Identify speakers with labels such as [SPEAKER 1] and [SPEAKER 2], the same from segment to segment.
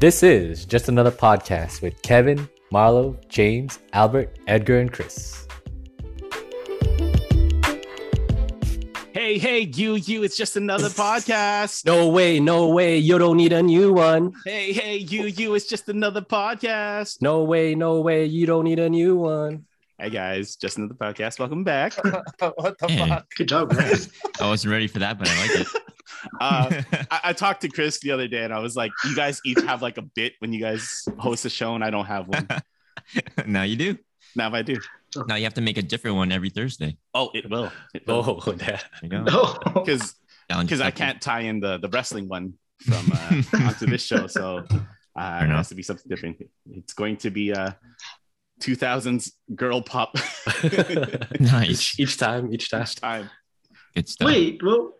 [SPEAKER 1] This is just another podcast with Kevin, Marlo, James, Albert, Edgar, and Chris.
[SPEAKER 2] Hey, hey, you, you, it's just another podcast.
[SPEAKER 3] No way, no way, you don't need a new one.
[SPEAKER 2] Hey, hey, you, you, it's just another podcast.
[SPEAKER 3] No way, no way, you don't need a new one.
[SPEAKER 2] Hey, guys, just another podcast. Welcome back. Uh,
[SPEAKER 4] what the
[SPEAKER 5] Yeah.
[SPEAKER 4] fuck?
[SPEAKER 6] Good job, guys.
[SPEAKER 5] I wasn't ready for that, but I like it.
[SPEAKER 2] Uh, I-, I talked to Chris the other day and I was like, you guys each have like a bit when you guys host a show, and I don't have one. Uh,
[SPEAKER 5] now you do.
[SPEAKER 2] Now I do.
[SPEAKER 5] Now you have to make a different one every Thursday.
[SPEAKER 2] Oh, it will. It will.
[SPEAKER 1] Oh, that.
[SPEAKER 5] There you go.
[SPEAKER 6] No.
[SPEAKER 2] Because
[SPEAKER 5] Challenge
[SPEAKER 2] I
[SPEAKER 5] accepted.
[SPEAKER 2] can't tie in the, the wrestling one from uh, onto this show. So uh, it
[SPEAKER 5] enough.
[SPEAKER 2] has to be something different. It's going to be uh, 2000s girl pop
[SPEAKER 5] Nice.
[SPEAKER 3] Each, each time, each time.
[SPEAKER 2] each time.
[SPEAKER 5] Good stuff.
[SPEAKER 6] Wait, well,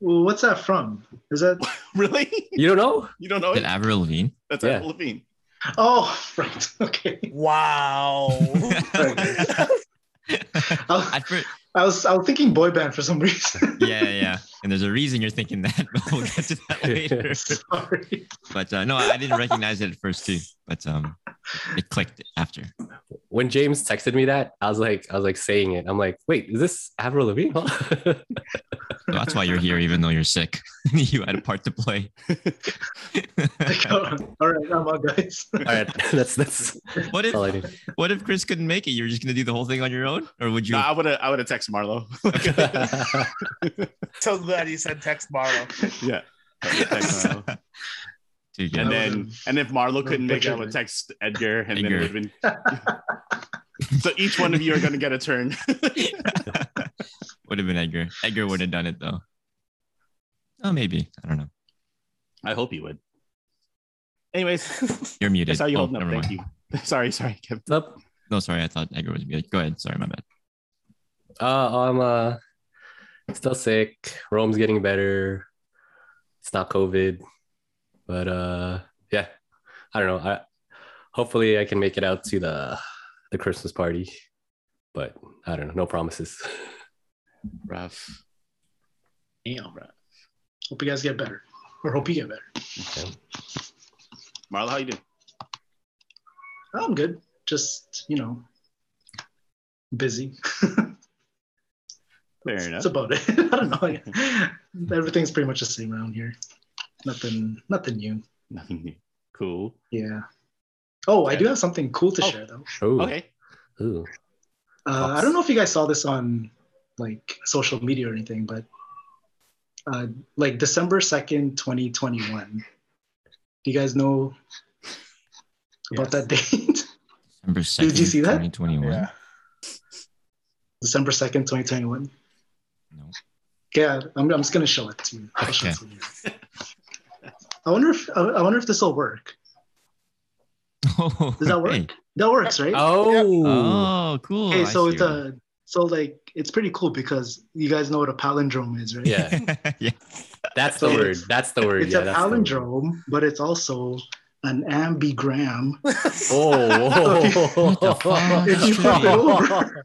[SPEAKER 6] well, what's that from? Is that?
[SPEAKER 2] Really?
[SPEAKER 3] You don't know?
[SPEAKER 2] You don't know
[SPEAKER 5] Did
[SPEAKER 2] it?
[SPEAKER 5] Avril Lavigne?
[SPEAKER 2] That's
[SPEAKER 3] Yeah.
[SPEAKER 2] Avril Lavigne.
[SPEAKER 6] Oh, right. Okay.
[SPEAKER 4] Wow.
[SPEAKER 6] I,
[SPEAKER 5] I fr-
[SPEAKER 6] I was I was thinking boy band for some reason.
[SPEAKER 5] yeah, yeah. And there's a reason you're thinking that, but we'll get to that later.
[SPEAKER 6] Sorry.
[SPEAKER 5] But uh, no, I didn't recognize it at first too. But um, it clicked after.
[SPEAKER 3] When James texted me that, I was like, I was like saying it. I'm like, wait, is this Avril Lavigne?
[SPEAKER 5] So that's why you're here, even though you're sick. you had a part to play.
[SPEAKER 6] All right, I'm out, guys.
[SPEAKER 3] All right, that's that's
[SPEAKER 5] what if
[SPEAKER 3] all I need.
[SPEAKER 5] what if Chris couldn't make it? You're just gonna do the whole thing on your own, or would you?
[SPEAKER 2] No, I would have I would have texted Marlo.
[SPEAKER 4] so glad you said text Marlo.
[SPEAKER 2] yeah. I would've texted Marlo.
[SPEAKER 5] Too good.
[SPEAKER 2] And
[SPEAKER 6] That
[SPEAKER 2] then
[SPEAKER 6] was a-
[SPEAKER 2] and if Marlo couldn't
[SPEAKER 6] good
[SPEAKER 2] make it, I would
[SPEAKER 6] judgment.
[SPEAKER 2] text Edgar and then it
[SPEAKER 5] Edgar.
[SPEAKER 2] would have been So each one of you are gonna get a turn.
[SPEAKER 5] Would have been Edgar. Edgar would have done it though. Oh, maybe. I don't know.
[SPEAKER 2] I hope you would. Anyways,
[SPEAKER 5] You're muted.
[SPEAKER 2] that's how you
[SPEAKER 5] Oh,
[SPEAKER 2] holding up.
[SPEAKER 5] never
[SPEAKER 2] Thank
[SPEAKER 5] mind.
[SPEAKER 2] you. Sorry, sorry, Kevin.
[SPEAKER 3] What's up?
[SPEAKER 5] No, sorry. I thought Edgar was muted. Go ahead. Sorry, my bad.
[SPEAKER 3] Uh, I'm uh, still sick. Rome's getting better. It's not COVID, but uh, yeah, I don't know. I hopefully I can make it out to the the Christmas party, but I don't know. No promises.
[SPEAKER 2] Rough.
[SPEAKER 6] Damn. Hope you guys get better, or hope you get better.
[SPEAKER 2] Marlo, how you doing?
[SPEAKER 6] I'm good. Just you know, busy.
[SPEAKER 2] Fair enough.
[SPEAKER 6] That's about it. I don't know. Everything's pretty much the same around here. Nothing. Nothing new.
[SPEAKER 2] Nothing new. Cool.
[SPEAKER 6] Yeah. Oh, I do have something cool
[SPEAKER 2] Oh.
[SPEAKER 6] to share though.
[SPEAKER 5] Oh.
[SPEAKER 3] Ooh,
[SPEAKER 2] Okay.
[SPEAKER 3] ooh.
[SPEAKER 6] Uh, I don't know if you guys saw this on like social media or anything, but uh, like December second, twenty twenty one. Do you guys know about that date?
[SPEAKER 5] December 2nd,
[SPEAKER 6] you see that?
[SPEAKER 5] 2021.
[SPEAKER 4] Yeah.
[SPEAKER 6] December second, twenty twenty one.
[SPEAKER 5] No.
[SPEAKER 6] Yeah, I'm, I'm just gonna show it to you. I'll show it
[SPEAKER 5] Okay.
[SPEAKER 6] to you. I wonder if I I wonder if this will work.
[SPEAKER 5] Oh,
[SPEAKER 6] Does that work?
[SPEAKER 5] hey.
[SPEAKER 6] That works, right?
[SPEAKER 3] Oh,
[SPEAKER 5] Oh, cool.
[SPEAKER 6] okay,
[SPEAKER 5] I
[SPEAKER 6] so
[SPEAKER 5] see
[SPEAKER 6] it's a so like it's pretty cool because you guys know what a palindrome is, right?
[SPEAKER 3] yeah.
[SPEAKER 6] uh,
[SPEAKER 5] what- yeah.
[SPEAKER 3] That's the word. That's the word.
[SPEAKER 6] It's
[SPEAKER 3] yeah,
[SPEAKER 6] a
[SPEAKER 3] that's the word.
[SPEAKER 6] palindrome, but it's also an ambigram.
[SPEAKER 3] Oh,
[SPEAKER 5] What the fuck?
[SPEAKER 6] If you flip it over,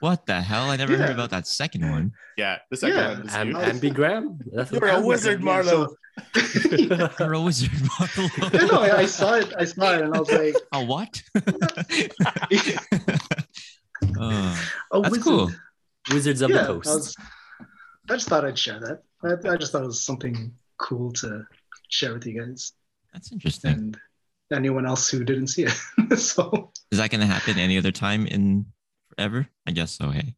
[SPEAKER 5] What the hell? I never
[SPEAKER 6] Yeah.
[SPEAKER 5] heard about that second one.
[SPEAKER 2] Yeah. The second
[SPEAKER 6] Yeah.
[SPEAKER 2] one is
[SPEAKER 3] Am-
[SPEAKER 2] you.
[SPEAKER 3] ambigram. That's
[SPEAKER 4] You're a wizard,
[SPEAKER 6] Yeah,
[SPEAKER 4] Marlo.
[SPEAKER 6] so- yeah,
[SPEAKER 5] You're a wizard, Marlo.
[SPEAKER 6] no, I I saw it. I saw it, and I was like,
[SPEAKER 5] A what? Oh,
[SPEAKER 6] "Oh,
[SPEAKER 5] that's
[SPEAKER 6] wizard.
[SPEAKER 5] cool.
[SPEAKER 3] Wizards of
[SPEAKER 6] yeah,
[SPEAKER 3] the
[SPEAKER 6] I,
[SPEAKER 3] Coast.
[SPEAKER 6] was- I just thought I'd share that. I, I just thought it was something cool to share with you guys
[SPEAKER 5] That's interesting.
[SPEAKER 6] and anyone else who didn't see it. so
[SPEAKER 5] Is that going to happen any other time in forever? I guess so. Hey,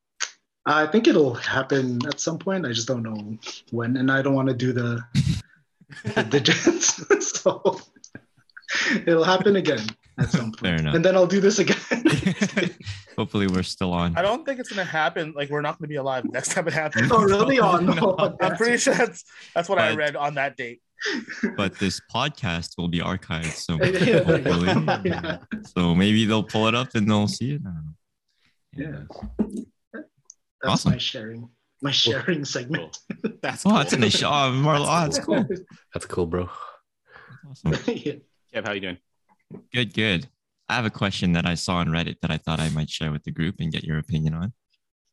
[SPEAKER 6] I think it'll happen at some point. I just don't know when, and I don't want to do the, the digits. so it'll happen again at some point,
[SPEAKER 5] fair enough.
[SPEAKER 6] and then I'll do this again.
[SPEAKER 5] Hopefully, we're still on.
[SPEAKER 4] I don't think it's gonna happen. Like we're not gonna be alive next time it happens.
[SPEAKER 6] oh, really? Oh
[SPEAKER 5] No.
[SPEAKER 6] no!
[SPEAKER 4] I'm pretty sure that's that's what I
[SPEAKER 5] But-
[SPEAKER 4] read on that date.
[SPEAKER 5] But this podcast will be archived, so
[SPEAKER 6] Yeah.
[SPEAKER 5] hopefully,
[SPEAKER 6] Yeah.
[SPEAKER 5] so maybe they'll pull it up and they'll see it. I don't know.
[SPEAKER 6] Yeah.
[SPEAKER 5] Anyways.
[SPEAKER 6] That's
[SPEAKER 5] Awesome.
[SPEAKER 6] my sharing. My sharing segment.
[SPEAKER 2] That's
[SPEAKER 5] Oh,
[SPEAKER 2] cool.
[SPEAKER 5] that's in the show. Oh, Marlo, oh, that's cool.
[SPEAKER 3] That's cool, bro.
[SPEAKER 5] Awesome.
[SPEAKER 6] yeah.
[SPEAKER 2] Kev, how you doing?
[SPEAKER 5] Good, good. I have a question that I saw on Reddit that I thought I might share with the group and get your opinion on.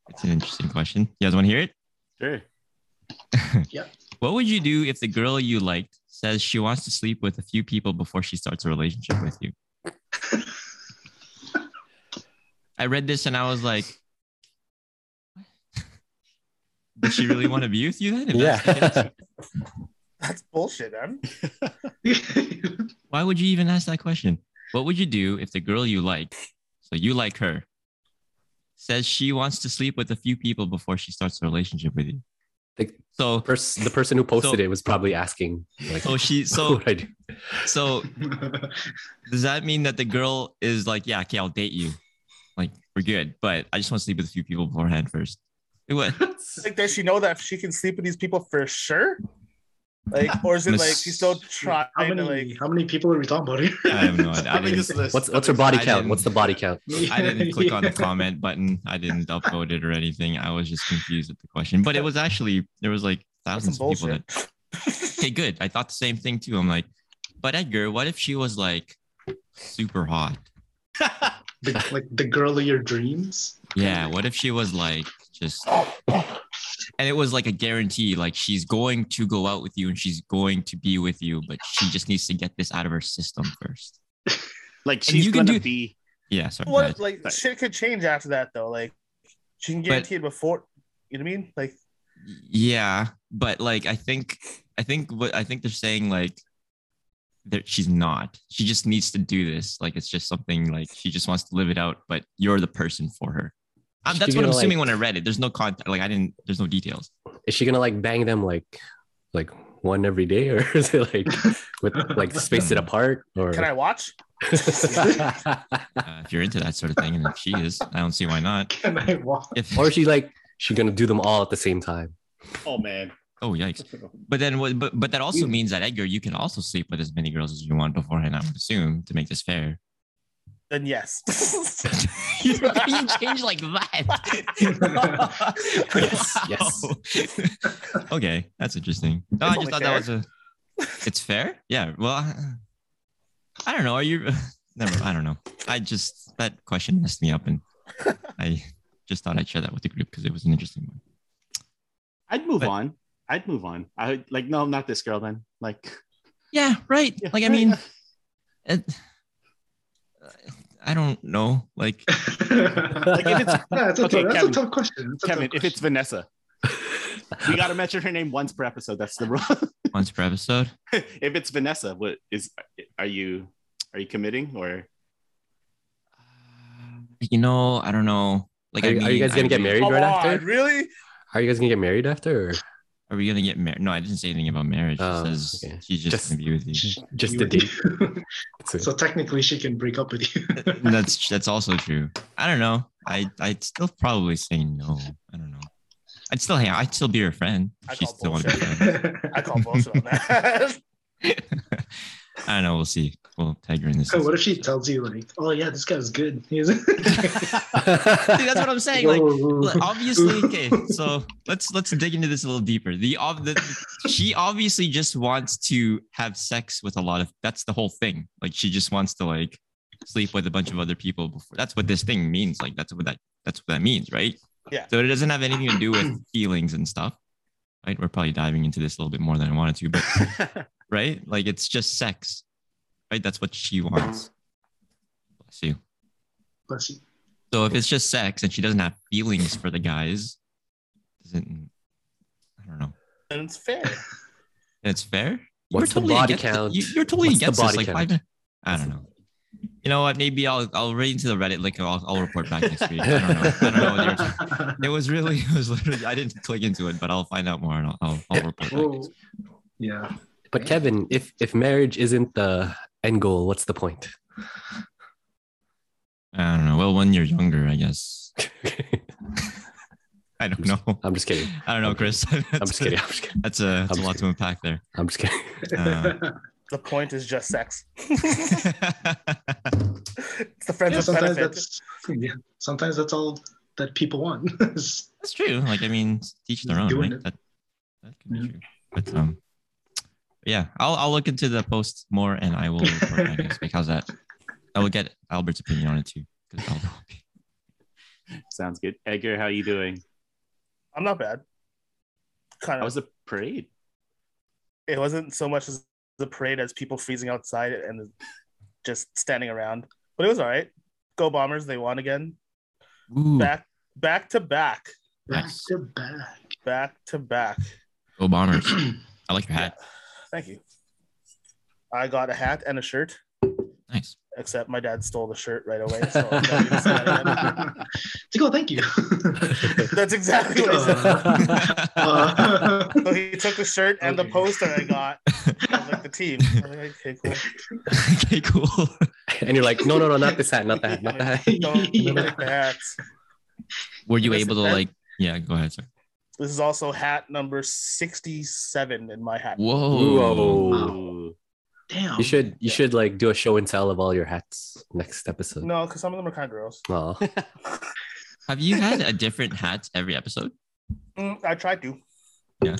[SPEAKER 5] It's an interesting question. You guys want to hear it?
[SPEAKER 2] Sure.
[SPEAKER 6] Yep.
[SPEAKER 5] What would you do if the girl you liked says she wants to sleep with a few people before she starts a relationship with you. I read this and I was like, "Does she really want to be with you then? If that's the case,
[SPEAKER 1] Yeah.
[SPEAKER 4] That's bullshit, man.
[SPEAKER 5] Why would you even ask that question? What would you do if the girl you like, so you like her, says she wants to sleep with a few people before she starts a relationship with you?
[SPEAKER 3] The-
[SPEAKER 5] So,
[SPEAKER 3] Pers- the person who posted
[SPEAKER 5] So- Oh,
[SPEAKER 3] it was probably asking, like,
[SPEAKER 5] so she,
[SPEAKER 3] so
[SPEAKER 5] so,
[SPEAKER 3] I do?
[SPEAKER 5] so does that mean that the girl is like, yeah, okay, I'll date you, like we're good, but I just want to sleep with a few people beforehand first. It was
[SPEAKER 4] Like, does she know that she can sleep with these people for sure? Like, or is it
[SPEAKER 5] Miss-
[SPEAKER 4] like she's still trying
[SPEAKER 6] how
[SPEAKER 4] to
[SPEAKER 6] many
[SPEAKER 4] like?
[SPEAKER 6] how many people are we talking about here?
[SPEAKER 5] I have no idea. I
[SPEAKER 2] Having
[SPEAKER 5] didn't,
[SPEAKER 2] this list.
[SPEAKER 3] What's what's her body
[SPEAKER 5] I
[SPEAKER 3] count?
[SPEAKER 5] didn't-
[SPEAKER 3] What's the body count?
[SPEAKER 5] I didn't click on the
[SPEAKER 6] Yeah.
[SPEAKER 5] comment button. I didn't upload it or anything. I was just confused at the question, but it was actually there was like
[SPEAKER 4] That's some
[SPEAKER 5] thousands of people that
[SPEAKER 4] bullshit.
[SPEAKER 5] okay, good. I thought the same thing too. I'm like, but Edgar, what if she was like super hot?
[SPEAKER 6] The- like the girl of your dreams.
[SPEAKER 5] Yeah, what if she was like just and it was like a guarantee, like she's going to go out with you and she's going to be with you, but she just needs to get this out of her system first.
[SPEAKER 2] like
[SPEAKER 5] And
[SPEAKER 2] she's
[SPEAKER 5] you can
[SPEAKER 2] gonna
[SPEAKER 5] do-
[SPEAKER 2] be
[SPEAKER 5] Yeah, sorry. go ahead.
[SPEAKER 4] What like
[SPEAKER 2] Right.
[SPEAKER 4] shit could change after that though? Like, she can guarantee it before. You know what I mean? Like,
[SPEAKER 5] Yeah, but like I think I think what I think they're saying like that she's not. She just needs to do this. Like it's just something like she just wants to live it out, but you're the person for her. Um,
[SPEAKER 3] She
[SPEAKER 5] that's what I'm
[SPEAKER 3] gonna,
[SPEAKER 5] assuming
[SPEAKER 3] like-
[SPEAKER 5] when I read it. There's no content. Like I didn't. There's no details.
[SPEAKER 3] Is she gonna like bang them like, like one every day, or is it like with like space it apart? Or
[SPEAKER 4] can I watch?
[SPEAKER 5] Uh, if you're into that sort of thing, and if she is, I don't see why not.
[SPEAKER 6] Can I walk?
[SPEAKER 5] If
[SPEAKER 3] or is she like she gonna do them all at the same time?
[SPEAKER 2] oh man.
[SPEAKER 5] oh yikes! But then what? But but that also means that Edgar, you can also sleep with as many girls as you want beforehand. I would assume to make this fair.
[SPEAKER 4] Then yes.
[SPEAKER 5] you change like that.
[SPEAKER 3] Yes, yes.
[SPEAKER 5] okay, that's interesting. No, I
[SPEAKER 4] It's
[SPEAKER 5] just
[SPEAKER 4] only
[SPEAKER 5] thought that was a. It's fair. Yeah. Well, I- I don't know. Are you? Never. I don't know. I just that question messed me up, and I just thought I'd share that with the group because it was an interesting one.
[SPEAKER 2] I'd move
[SPEAKER 5] But-
[SPEAKER 2] on. I'd move on. I would like no, not this girl then. Like
[SPEAKER 5] Yeah. Right.
[SPEAKER 2] Yeah,
[SPEAKER 5] like I
[SPEAKER 2] right,
[SPEAKER 5] mean,
[SPEAKER 2] yeah.
[SPEAKER 5] it, I don't know. Like
[SPEAKER 2] like if it's
[SPEAKER 6] Yeah, that's a,
[SPEAKER 2] Okay,
[SPEAKER 6] tough, that's
[SPEAKER 2] Kevin.
[SPEAKER 6] a tough question. That's a tough
[SPEAKER 2] Kevin, if it's Vanessa, we gotta mention her name once per episode. That's the rule.
[SPEAKER 5] once per episode.
[SPEAKER 2] if it's Vanessa, what is are you are you committing or
[SPEAKER 5] You know, I don't know. Like,
[SPEAKER 3] Are,
[SPEAKER 5] I
[SPEAKER 3] you- are
[SPEAKER 5] mean,
[SPEAKER 3] you guys
[SPEAKER 5] I
[SPEAKER 3] gonna get
[SPEAKER 5] really-
[SPEAKER 3] married
[SPEAKER 4] Come
[SPEAKER 3] right
[SPEAKER 4] on,
[SPEAKER 3] after?
[SPEAKER 4] really?
[SPEAKER 3] Are you guys gonna get married after? Or
[SPEAKER 5] Are we gonna get married? No, I didn't say anything about marriage. She
[SPEAKER 3] Oh,
[SPEAKER 5] says
[SPEAKER 3] okay.
[SPEAKER 5] she's just,
[SPEAKER 3] Just-
[SPEAKER 5] gonna be with you.
[SPEAKER 3] j- just the
[SPEAKER 6] question.
[SPEAKER 3] date?
[SPEAKER 6] so technically, she can break up with you.
[SPEAKER 5] that's that's also true. I don't know. I I'd still probably say no. I don't know. I'd still hang. out. I'd still be her friend.
[SPEAKER 4] I
[SPEAKER 5] if She
[SPEAKER 4] call
[SPEAKER 5] still want to be her friend.
[SPEAKER 4] I call bullshit on that.
[SPEAKER 5] I don't know. We'll see. We'll tag her in this.
[SPEAKER 6] So what if she tells you like, "Oh yeah, this guy was good." He's
[SPEAKER 5] See, that's what I'm saying. Like, Well, obviously okay so let's let's dig into this a little deeper the, ob- the she obviously just wants to have sex with a lot of that's the whole thing like she just wants to like sleep with a bunch of other people before that's what this thing means like that's what that that's what that means right
[SPEAKER 4] Yeah.
[SPEAKER 5] so it doesn't have anything to do with feelings and stuff right we're probably diving into this a little bit more than i wanted to but right like it's just sex right that's what she wants bless you
[SPEAKER 6] Bless you.
[SPEAKER 5] so if it's just sex and she doesn't have feelings for the guys, doesn't I don't know.
[SPEAKER 4] and it's fair.
[SPEAKER 5] That's fair.
[SPEAKER 3] What's the body
[SPEAKER 5] against it.
[SPEAKER 3] count?
[SPEAKER 5] You, are totally
[SPEAKER 3] What's the
[SPEAKER 5] against
[SPEAKER 3] body
[SPEAKER 5] this. Like
[SPEAKER 3] count?
[SPEAKER 5] five, I don't know. You know what? Maybe I'll I'll read into the Reddit link. and I'll, I'll report back next week. I don't know. I don't know. what they're- It was really it was literally I didn't click into it, but I'll find out more and I'll I'll, I'll report back. next
[SPEAKER 6] Whoa.
[SPEAKER 5] week.
[SPEAKER 6] Yeah.
[SPEAKER 3] But Kevin, if if marriage isn't the end goal, what's the point?
[SPEAKER 5] I don't know. Well, when you're younger, I guess. I don't know.
[SPEAKER 3] I'm just kidding.
[SPEAKER 5] I don't know, Chris. I'm
[SPEAKER 3] I'm just kidding. I'm just kidding.
[SPEAKER 5] That's a that's
[SPEAKER 3] I'm
[SPEAKER 5] a lot to unpack there.
[SPEAKER 3] I'm just kidding.
[SPEAKER 5] Uh,
[SPEAKER 4] The point is just sex.
[SPEAKER 5] Uh, yeah,
[SPEAKER 4] It's the friends
[SPEAKER 6] Yeah,
[SPEAKER 4] with
[SPEAKER 6] sometimes
[SPEAKER 4] benefit.
[SPEAKER 6] that's yeah, sometimes that's all that people want. is
[SPEAKER 5] that's true. Like I mean, teach their own,
[SPEAKER 6] Doing
[SPEAKER 5] right?
[SPEAKER 6] it.
[SPEAKER 5] That,
[SPEAKER 6] Mm-hmm.
[SPEAKER 5] that could be
[SPEAKER 6] Yeah.
[SPEAKER 5] true. But um, yeah, I'll I'll look into the post more, and I will report my next week. How's that? I will get Albert's opinion on it too. 'cause I'll-
[SPEAKER 2] sounds good. Edgar, how you doing?
[SPEAKER 4] I'm not bad. Kind
[SPEAKER 2] How
[SPEAKER 4] of.
[SPEAKER 2] was the parade?
[SPEAKER 4] it wasn't so much as the parade as people freezing outside and just standing around. But it was all right. Go Bombers! They won again.
[SPEAKER 5] Ooh,
[SPEAKER 4] Back back to back,
[SPEAKER 6] Back
[SPEAKER 5] Nice.
[SPEAKER 6] to back.
[SPEAKER 4] back to back.
[SPEAKER 5] go Bombers. I like your hat.
[SPEAKER 4] Thank you. I got a hat and a shirt,
[SPEAKER 5] Nice.
[SPEAKER 4] except my dad stole the shirt right away. So I'm never gonna see that again.
[SPEAKER 6] Tickle, thank you.
[SPEAKER 4] That's exactly what he said.
[SPEAKER 6] Uh, uh,
[SPEAKER 4] So he took the shirt and the
[SPEAKER 6] Okay.
[SPEAKER 4] poster I got of like the team. I was like, okay, cool.
[SPEAKER 5] okay, cool.
[SPEAKER 3] and you're like, no, no, no, not this hat, not that, hat, not that. hat."
[SPEAKER 4] Don't like the hats.
[SPEAKER 5] Were you
[SPEAKER 4] Yes,
[SPEAKER 5] able to
[SPEAKER 4] that-
[SPEAKER 5] like? Yeah, go ahead. Sorry.
[SPEAKER 4] This is also hat number 67 in my hat.
[SPEAKER 5] Whoa.
[SPEAKER 3] Whoa.
[SPEAKER 6] damn.
[SPEAKER 3] You should you should like do a show and tell of all your hats next episode.
[SPEAKER 4] No, because some of them are kind of gross.
[SPEAKER 3] Aw.
[SPEAKER 5] Have you had a different hat every episode?
[SPEAKER 4] Mm, I tried to.
[SPEAKER 5] Yeah.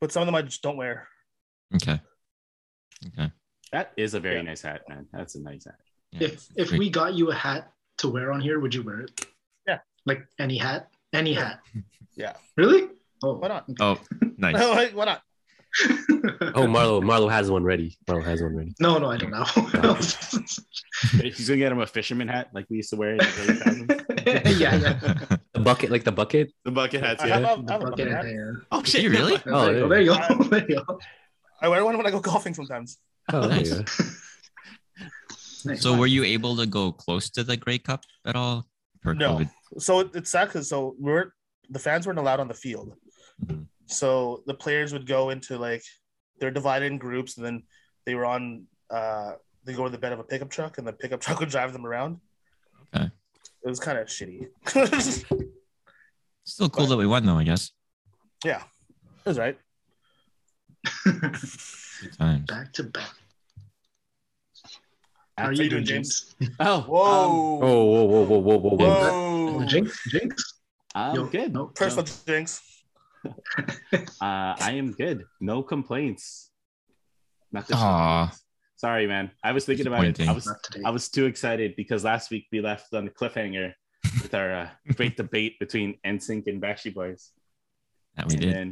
[SPEAKER 4] But some of them I just don't wear.
[SPEAKER 5] Okay. Okay.
[SPEAKER 2] That is a very
[SPEAKER 4] Yeah.
[SPEAKER 2] nice hat, man. That's a nice hat.
[SPEAKER 5] Yeah.
[SPEAKER 6] If if we got you a hat to wear on here, would you wear it?
[SPEAKER 4] Yeah.
[SPEAKER 6] Like any hat, any
[SPEAKER 4] Yeah.
[SPEAKER 6] hat.
[SPEAKER 4] Yeah.
[SPEAKER 6] Really? Oh,
[SPEAKER 4] Why not?
[SPEAKER 5] Oh, nice.
[SPEAKER 4] Like, Why not?
[SPEAKER 3] Oh, Marlo, Marlo has one ready. Marlo has one ready.
[SPEAKER 6] no, no, I don't know.
[SPEAKER 2] He's gonna get him a fisherman hat like we used to wear in the early 2000s.
[SPEAKER 6] yeah, yeah.
[SPEAKER 3] The bucket, like the bucket.
[SPEAKER 2] The bucket hats,
[SPEAKER 4] I
[SPEAKER 2] yeah.
[SPEAKER 4] have, a- I have a
[SPEAKER 6] Bucket
[SPEAKER 4] bucket
[SPEAKER 6] hat,
[SPEAKER 4] hat.
[SPEAKER 6] yeah.
[SPEAKER 2] Oh
[SPEAKER 5] Did you really?
[SPEAKER 3] Oh,
[SPEAKER 6] there, you go,
[SPEAKER 3] there
[SPEAKER 6] there you go. There you go.
[SPEAKER 4] I wear one when I go golfing sometimes.
[SPEAKER 3] Oh, there you go.
[SPEAKER 6] Nice.
[SPEAKER 5] So were you able to go close to the Grey Cup at all? For
[SPEAKER 4] No.
[SPEAKER 5] COVID?
[SPEAKER 4] So it, it sucks 'cause so we're the fans weren't allowed on the field.
[SPEAKER 5] Mhm.
[SPEAKER 4] So the players would go into like they're divided in groups and then they were on uh they go to the bed of a pickup truck and the pickup truck would drive them around.
[SPEAKER 5] Okay.
[SPEAKER 4] It was kind of shitty. it
[SPEAKER 5] Still cool that we won though, I guess.
[SPEAKER 4] was right.
[SPEAKER 5] Good times.
[SPEAKER 6] back to back.
[SPEAKER 2] How
[SPEAKER 6] How are you doing, James?
[SPEAKER 4] Whoa.
[SPEAKER 1] Oh,
[SPEAKER 3] Oh,
[SPEAKER 2] Um,
[SPEAKER 3] whoa, whoa, whoa, whoa, whoa, whoa.
[SPEAKER 4] um, Whoa.
[SPEAKER 6] Jinx, Jinx.
[SPEAKER 2] I'm
[SPEAKER 6] Yo,
[SPEAKER 2] good.
[SPEAKER 6] No,
[SPEAKER 4] Personal jinx.
[SPEAKER 2] Uh, I am good. No complaints. Not this
[SPEAKER 5] Aw.
[SPEAKER 2] one. Sorry, man. I was thinking about it. I
[SPEAKER 5] Disappointing.
[SPEAKER 2] was
[SPEAKER 6] not today.
[SPEAKER 2] I was too excited because last week we left on the cliffhanger with our uh, great debate between NSYNC and Backstreet Boys.
[SPEAKER 5] That we
[SPEAKER 2] and
[SPEAKER 5] did.
[SPEAKER 2] then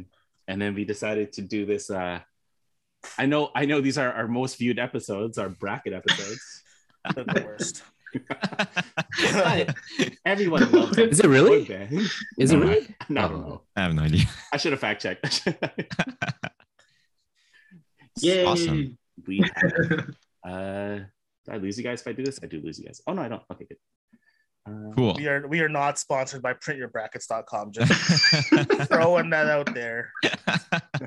[SPEAKER 2] and then we decided to do this uh i know i know these are our most viewed episodes our bracket episodes
[SPEAKER 4] They're the worst.
[SPEAKER 2] But everyone loves them.
[SPEAKER 3] Is it really?
[SPEAKER 2] Okay.
[SPEAKER 3] Is it really?
[SPEAKER 2] no, no, no.
[SPEAKER 5] I have no idea.
[SPEAKER 2] i should have fact checked
[SPEAKER 6] Yay.
[SPEAKER 5] Awesome.
[SPEAKER 2] we have, uh do i lose you guys if i do this i do lose you guys oh no i don't okay good uh,
[SPEAKER 5] Cool.
[SPEAKER 4] we are we are not sponsored by printyourbrackets.com. Just throwing that out there.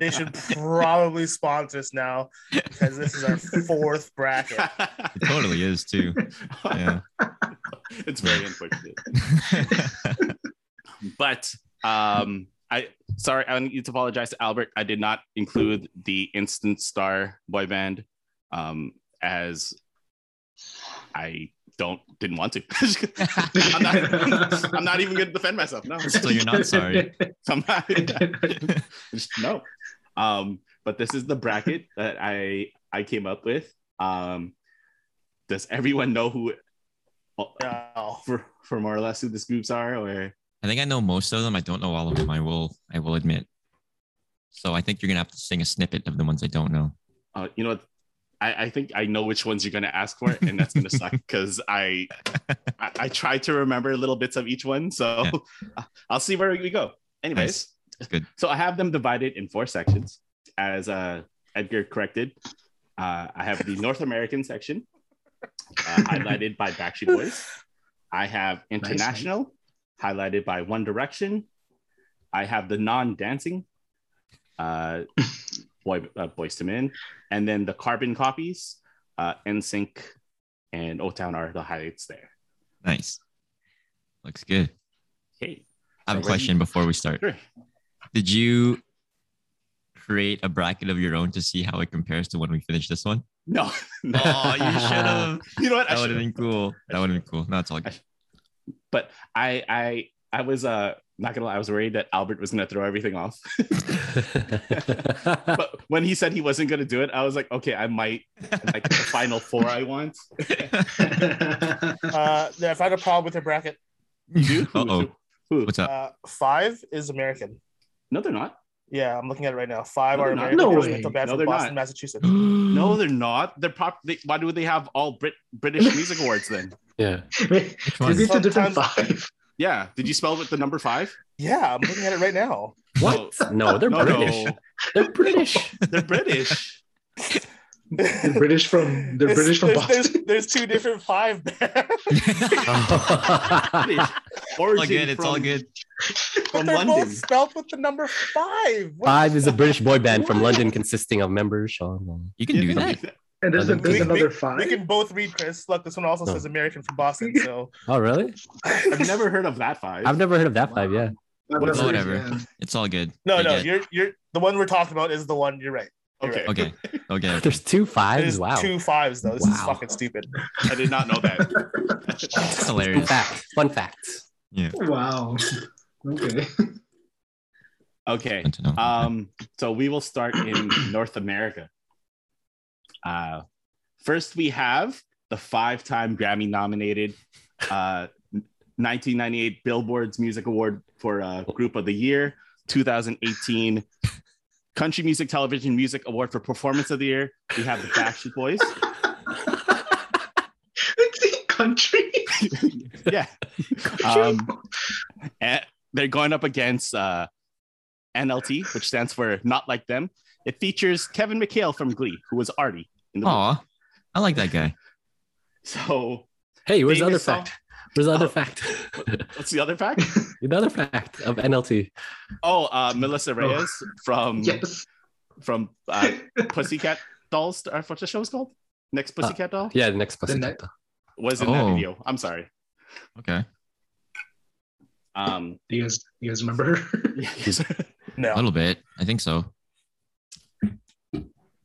[SPEAKER 4] They should probably sponsor us now because this is our fourth bracket.
[SPEAKER 2] Uh,
[SPEAKER 5] It totally is too. Yeah.
[SPEAKER 2] it's very unfortunate but um i sorry i need to apologize to albert i did not include the instant star boy band um as i don't didn't want to I'm, not, I'm not even gonna defend myself no
[SPEAKER 5] so you're not sorry.
[SPEAKER 2] I'm not- no um but this is the bracket that i i came up with um does everyone know who
[SPEAKER 4] No.
[SPEAKER 2] for for more or less who these groups are or
[SPEAKER 5] I think I know most of them. I don't know all of them. I will. I will admit. So I think you're gonna have to sing a snippet of the ones I don't know.
[SPEAKER 2] uh, you know what? I, I think I know which ones you're gonna ask for, and that's gonna suck because I, I I try to remember little bits of each one. So I'll see where we go. Anyways,
[SPEAKER 5] Good.
[SPEAKER 2] So I have them divided in four sections, as uh, Edgar corrected. Uh, I have the North American section uh, highlighted by Backstreet Boys. I have
[SPEAKER 6] man.
[SPEAKER 2] international highlighted by One Direction. I have the non-dancing uh, boy uh, Boys to Men, and then the carbon copies, uh, NSYNC, and O Town are the highlights there.
[SPEAKER 5] Nice. Looks good.
[SPEAKER 2] Okay,
[SPEAKER 5] I have a
[SPEAKER 2] Alright.
[SPEAKER 5] question before we start.
[SPEAKER 2] sure.
[SPEAKER 5] Did you create a bracket of your own to see how it compares to when we finish this one?
[SPEAKER 2] No, no.
[SPEAKER 5] Oh, you should have.
[SPEAKER 2] you know what? I
[SPEAKER 5] That would
[SPEAKER 2] should've-
[SPEAKER 5] have been cool. That would have been cool. No, it's all good.
[SPEAKER 2] but I, I, I was uh, not gonna lie. I was worried that Albert was gonna throw everything off. but when he said he wasn't gonna do it, I was like, okay, I might like the final four I want.
[SPEAKER 4] Uh, I found a problem with their bracket.
[SPEAKER 2] You do?
[SPEAKER 5] Uh oh.
[SPEAKER 2] Who?
[SPEAKER 5] What's up?
[SPEAKER 4] Uh, five is American.
[SPEAKER 2] No, they're not.
[SPEAKER 4] Yeah, I'm looking at it right now. Five
[SPEAKER 2] No,
[SPEAKER 4] are
[SPEAKER 2] they're not.
[SPEAKER 4] American
[SPEAKER 6] No
[SPEAKER 4] girls
[SPEAKER 6] way.
[SPEAKER 4] metal bands
[SPEAKER 2] No,
[SPEAKER 4] from
[SPEAKER 2] they're
[SPEAKER 4] Boston,
[SPEAKER 2] not.
[SPEAKER 4] Massachusetts.
[SPEAKER 2] No, they're not. They're prop. They, why do they have all Brit British Music Awards then?
[SPEAKER 3] Yeah.
[SPEAKER 6] Wait,
[SPEAKER 5] Which
[SPEAKER 6] did we
[SPEAKER 5] one?
[SPEAKER 6] do different
[SPEAKER 4] Sometimes-
[SPEAKER 6] five?
[SPEAKER 2] Yeah. Did you spell with the number five?
[SPEAKER 4] Yeah, I'm looking at it right now.
[SPEAKER 3] What? No, they're
[SPEAKER 2] No,
[SPEAKER 3] British.
[SPEAKER 2] no,
[SPEAKER 3] They're British.
[SPEAKER 2] they're British.
[SPEAKER 6] They're British from they're British from
[SPEAKER 4] there's, there's,
[SPEAKER 6] Boston.
[SPEAKER 4] there's two different five bands.
[SPEAKER 2] British. Origin
[SPEAKER 5] all good. It's all
[SPEAKER 2] from-
[SPEAKER 5] good.
[SPEAKER 4] But
[SPEAKER 2] From
[SPEAKER 4] they're
[SPEAKER 2] London.
[SPEAKER 4] both spelled with the number five. What
[SPEAKER 3] Five
[SPEAKER 4] the
[SPEAKER 3] is a British boy band from
[SPEAKER 4] Wow.
[SPEAKER 3] London consisting of members. Sean. um,
[SPEAKER 5] You can do that.
[SPEAKER 6] And there's,
[SPEAKER 3] Other
[SPEAKER 6] there's
[SPEAKER 3] than-
[SPEAKER 6] another
[SPEAKER 4] fuck?
[SPEAKER 6] five.
[SPEAKER 4] We can both read, Chris. Look, this one also
[SPEAKER 3] No.
[SPEAKER 4] says American from Boston. So
[SPEAKER 3] Oh, really?
[SPEAKER 2] I've never heard of that five.
[SPEAKER 3] I've never heard of that five. Yeah.
[SPEAKER 6] Whatever,
[SPEAKER 5] Whatever.
[SPEAKER 6] yeah.
[SPEAKER 5] It's all good.
[SPEAKER 4] no,
[SPEAKER 5] We
[SPEAKER 4] no,
[SPEAKER 5] get-
[SPEAKER 4] you're you're the one we're talking about is the one. You're right. You're
[SPEAKER 2] Okay.
[SPEAKER 4] right.
[SPEAKER 5] Okay. Okay.
[SPEAKER 3] There's two
[SPEAKER 4] There's
[SPEAKER 3] fives. Wow.
[SPEAKER 4] two fives though. This is
[SPEAKER 3] Wow.
[SPEAKER 4] fucking stupid.
[SPEAKER 2] I did not know that.
[SPEAKER 5] That's
[SPEAKER 3] Fun
[SPEAKER 5] hilarious.
[SPEAKER 3] fact. Fun fact.
[SPEAKER 6] Wow. Okay.
[SPEAKER 2] Okay.
[SPEAKER 5] Good to know.
[SPEAKER 2] Um, so we will start in North America. Uh, first, we have the five time Grammy nominated uh, 1998 Billboard's Music Award for uh, Group of the Year, 2018 Country Music Television Music Award for Performance of the Year. We have the Backstreet Boys.
[SPEAKER 6] It's in country.
[SPEAKER 2] yeah. Um, and they're going up against uh, NLT, which stands for Not Like Them. It features Kevin McHale from Glee, who was Artie in the movie.
[SPEAKER 5] Aw, I like that guy.
[SPEAKER 2] So
[SPEAKER 3] Hey, where's the other
[SPEAKER 2] famous
[SPEAKER 3] fact?
[SPEAKER 2] song-
[SPEAKER 3] Where's the other
[SPEAKER 2] Oh.
[SPEAKER 3] fact?
[SPEAKER 2] What's the other fact?
[SPEAKER 3] the other fact of NLT.
[SPEAKER 2] Oh, uh, Melissa Reyes
[SPEAKER 6] Hmm.
[SPEAKER 2] from
[SPEAKER 6] yes.
[SPEAKER 2] from uh, Pussycat Dolls. Or what the show is called? Next Pussycat Doll
[SPEAKER 3] Yeah, the next
[SPEAKER 6] The
[SPEAKER 3] person.
[SPEAKER 6] next-
[SPEAKER 2] was in that
[SPEAKER 5] Oh.
[SPEAKER 2] video. I'm sorry.
[SPEAKER 5] Okay.
[SPEAKER 2] Um,
[SPEAKER 6] You guys, you guys remember?
[SPEAKER 5] A
[SPEAKER 4] No.
[SPEAKER 5] little bit. I think so.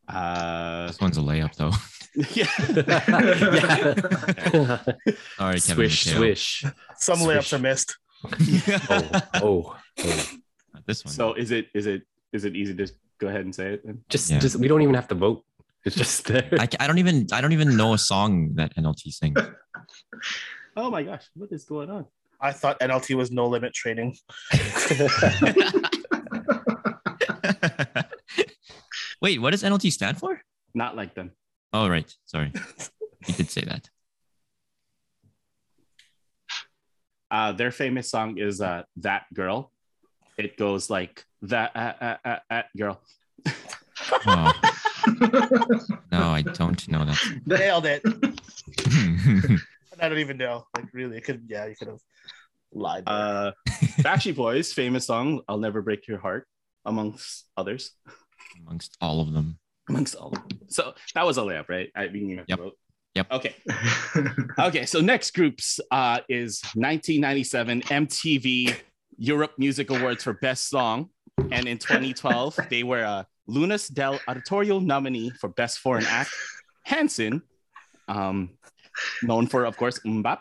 [SPEAKER 2] uh,
[SPEAKER 5] This one's a layup, though.
[SPEAKER 2] yeah.
[SPEAKER 3] yeah.
[SPEAKER 5] All right, Kevin.
[SPEAKER 3] swish,
[SPEAKER 5] McHale.
[SPEAKER 3] swish.
[SPEAKER 4] Some
[SPEAKER 3] Swish.
[SPEAKER 4] layups are missed.
[SPEAKER 3] Oh, oh, oh.
[SPEAKER 5] Not this one.
[SPEAKER 2] So is it is it is it easy to go ahead and say it? Then?
[SPEAKER 3] Just,
[SPEAKER 5] Yeah.
[SPEAKER 3] just. We don't even have to vote. It's just there.
[SPEAKER 5] I, ca- I don't even I don't even know a song that NLT sings.
[SPEAKER 2] Oh my gosh, what is going on?
[SPEAKER 4] I thought NLT was no limit training.
[SPEAKER 5] Wait, what does NLT stand for?
[SPEAKER 2] Not like them.
[SPEAKER 5] Oh right, sorry, you did say that.
[SPEAKER 2] Uh, their famous song is uh, "That Girl." It goes like that uh, uh, uh, uh, girl.
[SPEAKER 5] Oh, no, I don't know
[SPEAKER 4] Nailed it.
[SPEAKER 5] that.
[SPEAKER 4] I don't even know. Like really, it could. Yeah, you could have lied. there.
[SPEAKER 2] Uh, Backstreet Boys' famous song "I'll Never Break Your Heart," amongst others,
[SPEAKER 5] Amongst all of them,
[SPEAKER 2] amongst all. Of them. So that was a layup, right? I mean, you have to
[SPEAKER 5] Yep.
[SPEAKER 2] vote.
[SPEAKER 5] Yep.
[SPEAKER 2] Okay. Okay. So next groups uh, is 1997 MTV Europe Music Awards for Best Song, and in 2012 they were a Lunas del Auditorio nominee for Best Foreign Act. Hanson, um, known for of course Mbap,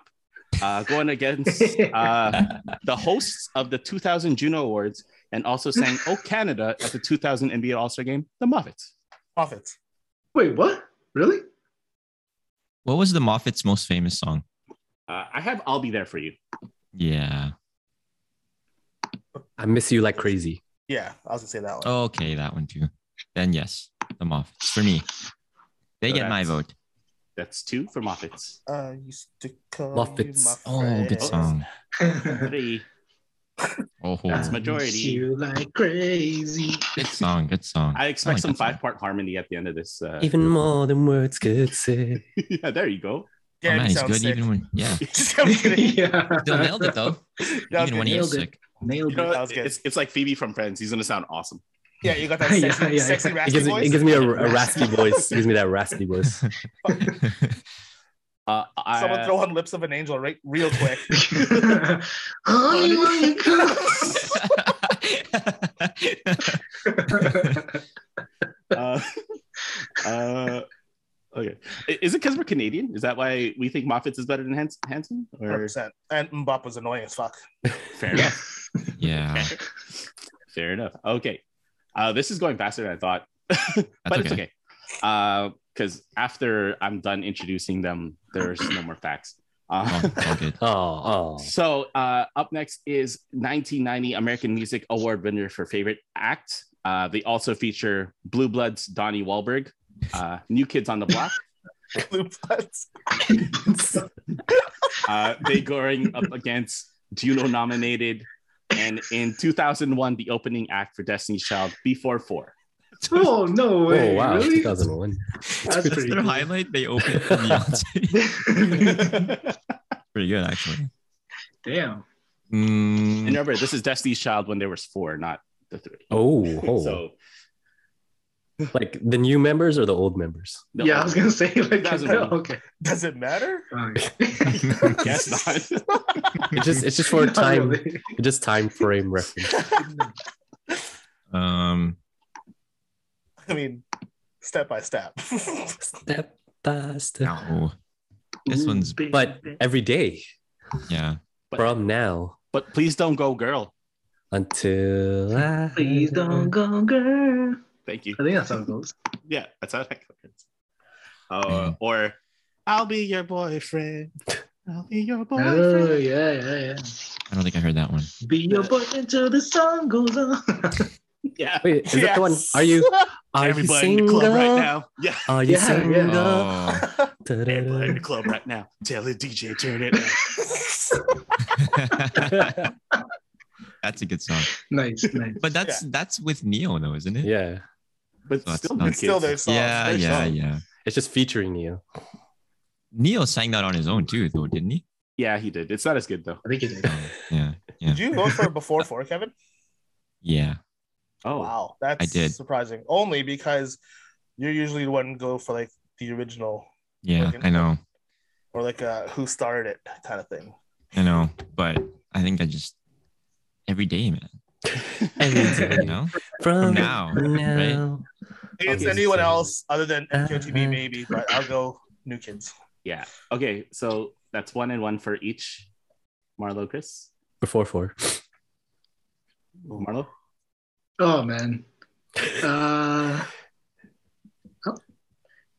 [SPEAKER 2] uh, going against uh, the hosts of the 2000 Juno Awards and also sang "Oh Canada" at the 2000 NBA All Star Game, the Muppets.
[SPEAKER 4] Profits.
[SPEAKER 6] Wait, what? Really?
[SPEAKER 5] what was the Moffat's most famous song?
[SPEAKER 2] Uh, I have "I'll Be There for You."
[SPEAKER 5] Yeah.
[SPEAKER 3] I miss you like crazy.
[SPEAKER 4] Yeah, I was gonna say that one.
[SPEAKER 5] Okay, that one too. Then yes, the Moffats for me. They get my vote.
[SPEAKER 2] That's two for Muppets.
[SPEAKER 4] I Uh, used to call
[SPEAKER 3] Muppets.
[SPEAKER 4] you my
[SPEAKER 5] Oh,
[SPEAKER 4] friend.
[SPEAKER 5] good song.
[SPEAKER 2] Three.
[SPEAKER 5] Oh,
[SPEAKER 6] Uh,
[SPEAKER 2] That's my- Majority.
[SPEAKER 6] Miss You like crazy.
[SPEAKER 5] good song. Good song.
[SPEAKER 2] I expect
[SPEAKER 5] like
[SPEAKER 2] some
[SPEAKER 5] that song.
[SPEAKER 2] five part harmony at the end of this. Uh,
[SPEAKER 3] Even
[SPEAKER 5] Mm-hmm.
[SPEAKER 3] more than words could say.
[SPEAKER 2] yeah, there you go.
[SPEAKER 5] Oh,
[SPEAKER 4] Yeah,
[SPEAKER 5] man,
[SPEAKER 4] he
[SPEAKER 5] he's
[SPEAKER 4] sounds
[SPEAKER 5] good
[SPEAKER 4] sick.
[SPEAKER 5] even when yeah.
[SPEAKER 4] I'm kidding.
[SPEAKER 6] yeah.
[SPEAKER 5] Still nailed it though.
[SPEAKER 4] Yeah,
[SPEAKER 5] even when he
[SPEAKER 6] nailed
[SPEAKER 5] is
[SPEAKER 6] it.
[SPEAKER 5] sick.
[SPEAKER 6] Nailed
[SPEAKER 2] You
[SPEAKER 6] it.
[SPEAKER 2] know,
[SPEAKER 4] That was good.
[SPEAKER 2] it's, it's like Phoebe from Friends. He's going to sound awesome.
[SPEAKER 4] yeah, you got that
[SPEAKER 6] Yeah,
[SPEAKER 4] sexy,
[SPEAKER 6] yeah,
[SPEAKER 4] sexy
[SPEAKER 6] yeah.
[SPEAKER 3] It
[SPEAKER 4] raspy
[SPEAKER 3] gives,
[SPEAKER 4] voice.
[SPEAKER 3] it gives me a, a raspy voice. It gives me that raspy voice.
[SPEAKER 2] Uh, I,
[SPEAKER 4] Someone throw on lips of an angel, right? Real quick.
[SPEAKER 6] Oh, you want to come?
[SPEAKER 2] uh, uh, okay. I- Is it because we're Canadian? Is that why we think Moffat's is better than Hans- Hanson? Or
[SPEAKER 4] 100%. And Mbop was annoying as fuck.
[SPEAKER 2] fair enough.
[SPEAKER 5] yeah.
[SPEAKER 2] Fair enough. Okay. Uh, this is going faster than I thought, but it's
[SPEAKER 5] okay.
[SPEAKER 2] okay. Because after I'm done introducing them, there's no more facts. Uh,
[SPEAKER 5] Oh, it's all good.
[SPEAKER 3] Oh, oh.
[SPEAKER 2] So uh, up next is 1990 American Music Award winner for favorite act Uh, they also feature Blue Bloods Donnie Wahlberg, uh, New Kids on the Block.
[SPEAKER 4] Blue Bloods.
[SPEAKER 2] Uh, they going up against Juno nominated, and in 2001, the opening act for Destiny's Child, B44.
[SPEAKER 6] Oh no way!
[SPEAKER 3] Oh wow,
[SPEAKER 6] Really?
[SPEAKER 3] 2001.
[SPEAKER 6] That's pretty.
[SPEAKER 5] their
[SPEAKER 6] cool.
[SPEAKER 5] highlight. They open for Beyonce. Pretty good, actually.
[SPEAKER 6] Damn.
[SPEAKER 5] Mm,
[SPEAKER 2] And remember, this is Destiny's Child when there was four, not the three.
[SPEAKER 3] Oh, oh.
[SPEAKER 2] So
[SPEAKER 3] like the new members or the old members?
[SPEAKER 2] no,
[SPEAKER 6] yeah, I was gonna say like
[SPEAKER 2] Thousand one.
[SPEAKER 6] okay.
[SPEAKER 4] Does it matter?
[SPEAKER 6] Alright.
[SPEAKER 2] guess not.
[SPEAKER 3] It's just it's just for
[SPEAKER 6] Not
[SPEAKER 3] time,
[SPEAKER 6] really.
[SPEAKER 3] just time frame reference.
[SPEAKER 5] um,
[SPEAKER 4] I mean, step by step.
[SPEAKER 3] Step by step.
[SPEAKER 5] no. This
[SPEAKER 6] Ooh,
[SPEAKER 5] one's-
[SPEAKER 6] baby.
[SPEAKER 3] But every day
[SPEAKER 5] Yeah.
[SPEAKER 3] from now
[SPEAKER 2] But please don't go, girl.
[SPEAKER 3] until I
[SPEAKER 6] please don't go, girl.
[SPEAKER 2] Thank you.
[SPEAKER 6] I think that's how it goes.
[SPEAKER 2] Yeah, that's how that goes. Uh, or I'll be your boyfriend. I'll be your
[SPEAKER 6] Oh
[SPEAKER 2] boyfriend.
[SPEAKER 6] yeah, yeah, yeah.
[SPEAKER 5] I don't think I heard that one.
[SPEAKER 6] Be your boy until the sun goes on.
[SPEAKER 2] Yeah.
[SPEAKER 3] Wait, is that the one?
[SPEAKER 4] Yes.
[SPEAKER 3] Are you are
[SPEAKER 2] Everybody
[SPEAKER 3] you
[SPEAKER 2] in the
[SPEAKER 3] single?
[SPEAKER 2] club right now. Yeah.
[SPEAKER 3] Are you
[SPEAKER 6] Yeah,
[SPEAKER 3] single?
[SPEAKER 6] yeah.
[SPEAKER 5] Oh.
[SPEAKER 2] Everybody in the
[SPEAKER 3] Da-da-da.
[SPEAKER 2] club right now. Tell the DJ turn it. up.
[SPEAKER 5] Oh. that's a good song.
[SPEAKER 6] nice, nice.
[SPEAKER 5] But that's that's with Neo though, isn't it?
[SPEAKER 3] yeah,
[SPEAKER 2] But
[SPEAKER 5] That's
[SPEAKER 2] still,
[SPEAKER 5] not-
[SPEAKER 2] good
[SPEAKER 4] it's still their
[SPEAKER 2] kids.
[SPEAKER 4] song.
[SPEAKER 5] yeah,
[SPEAKER 4] It's their
[SPEAKER 5] yeah,
[SPEAKER 4] song.
[SPEAKER 5] yeah.
[SPEAKER 3] it's just featuring you.
[SPEAKER 5] Neo sang that on his own too, though, didn't he?
[SPEAKER 2] Yeah, he did. It's not as good though.
[SPEAKER 6] I think it is.
[SPEAKER 5] Yeah,
[SPEAKER 4] Did you vote for before four, Kevin?
[SPEAKER 5] yeah.
[SPEAKER 2] Oh,
[SPEAKER 4] Wow, that's
[SPEAKER 5] I did.
[SPEAKER 4] surprising. Only because you're usually the one go for like the original
[SPEAKER 5] Yeah,
[SPEAKER 4] Friggin'
[SPEAKER 5] I know,
[SPEAKER 4] or like uh who started it kind of thing.
[SPEAKER 5] I know, but I think I just every day, man.
[SPEAKER 3] Every
[SPEAKER 5] You
[SPEAKER 3] day
[SPEAKER 5] know,
[SPEAKER 3] from
[SPEAKER 5] now,
[SPEAKER 3] now.
[SPEAKER 4] It's
[SPEAKER 2] Okay.
[SPEAKER 4] anyone else other than MKOTB maybe, but I'll go New Kids.
[SPEAKER 2] yeah. Okay, so that's one and one for each. Marlo, Chris,
[SPEAKER 3] Before four.
[SPEAKER 2] Marlo.
[SPEAKER 6] Oh man. Uh, oh.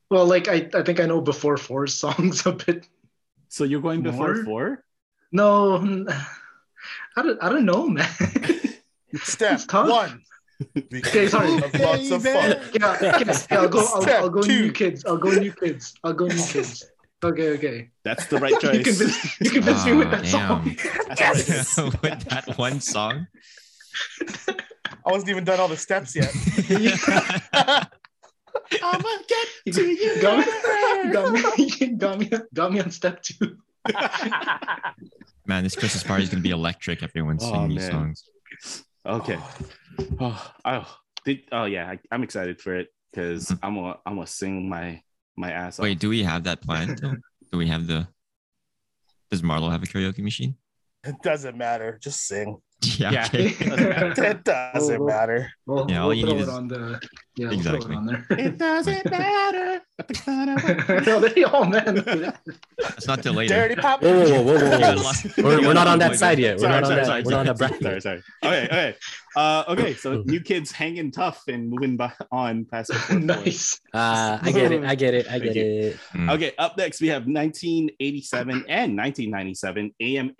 [SPEAKER 6] well, like I, I think I know before four songs a bit.
[SPEAKER 2] So you're going before
[SPEAKER 6] More?
[SPEAKER 2] four?
[SPEAKER 6] No, I don't, I don't know, man.
[SPEAKER 4] Step
[SPEAKER 6] It's tough.
[SPEAKER 4] one.
[SPEAKER 6] Okay, sorry.
[SPEAKER 4] Of lots of fun.
[SPEAKER 6] yeah, okay, I'll go. I'll,
[SPEAKER 4] Step
[SPEAKER 6] I'll go new
[SPEAKER 4] two.
[SPEAKER 6] kids. I'll go new kids. I'll go new kids. Okay, okay.
[SPEAKER 2] That's the right
[SPEAKER 6] You
[SPEAKER 2] choice.
[SPEAKER 6] convinced, you convinced me with
[SPEAKER 5] Ah,
[SPEAKER 6] that song.
[SPEAKER 2] That's the right choice.
[SPEAKER 5] with that one song.
[SPEAKER 4] I wasn't even done all the steps yet.
[SPEAKER 2] I'ma get
[SPEAKER 6] You
[SPEAKER 2] to you.
[SPEAKER 6] got
[SPEAKER 2] later.
[SPEAKER 6] me, got me, got me, got me on step two.
[SPEAKER 5] man, this Christmas party is gonna be electric. Everyone
[SPEAKER 2] Oh,
[SPEAKER 5] singing these
[SPEAKER 2] man.
[SPEAKER 5] songs.
[SPEAKER 2] Okay. Oh, oh, did, oh yeah, I, I'm excited for it because
[SPEAKER 5] Mm-hmm.
[SPEAKER 2] I'm gonna I'm gonna sing my my ass off.
[SPEAKER 5] Wait, do we have that planned? though? do we have the? Does Marlo have a karaoke machine?
[SPEAKER 4] It doesn't matter. Just sing.
[SPEAKER 5] Yeah.
[SPEAKER 2] Yeah.
[SPEAKER 5] okay.
[SPEAKER 4] It doesn't
[SPEAKER 6] Oh.
[SPEAKER 4] matter.
[SPEAKER 6] Well,
[SPEAKER 5] Yeah, all
[SPEAKER 6] we'll
[SPEAKER 5] you
[SPEAKER 6] throw
[SPEAKER 5] need
[SPEAKER 6] it
[SPEAKER 5] is-
[SPEAKER 6] on the yeah, we'll
[SPEAKER 5] Exactly.
[SPEAKER 6] throw it
[SPEAKER 2] it doesn't matter.
[SPEAKER 6] on there. no, there you all man.
[SPEAKER 5] That's not till later.
[SPEAKER 4] Dirty pop.
[SPEAKER 3] Whoa, whoa, whoa, whoa,
[SPEAKER 5] Good
[SPEAKER 3] whoa.
[SPEAKER 5] luck.
[SPEAKER 3] we're, we're not on that
[SPEAKER 5] Sorry,
[SPEAKER 3] side yet. We're
[SPEAKER 2] sorry,
[SPEAKER 3] not on
[SPEAKER 2] sorry,
[SPEAKER 3] that.
[SPEAKER 2] sorry,
[SPEAKER 3] we're not on that
[SPEAKER 2] sorry,
[SPEAKER 3] bracket.
[SPEAKER 2] sorry, sorry. Okay, okay. Uh, okay, so new kids hanging tough and moving by, on past. the fourth one.
[SPEAKER 6] nice.
[SPEAKER 3] Uh, I get it. I get it. I
[SPEAKER 2] Thank
[SPEAKER 3] get it.
[SPEAKER 2] Okay, up next we have 1987 and 1997 AMA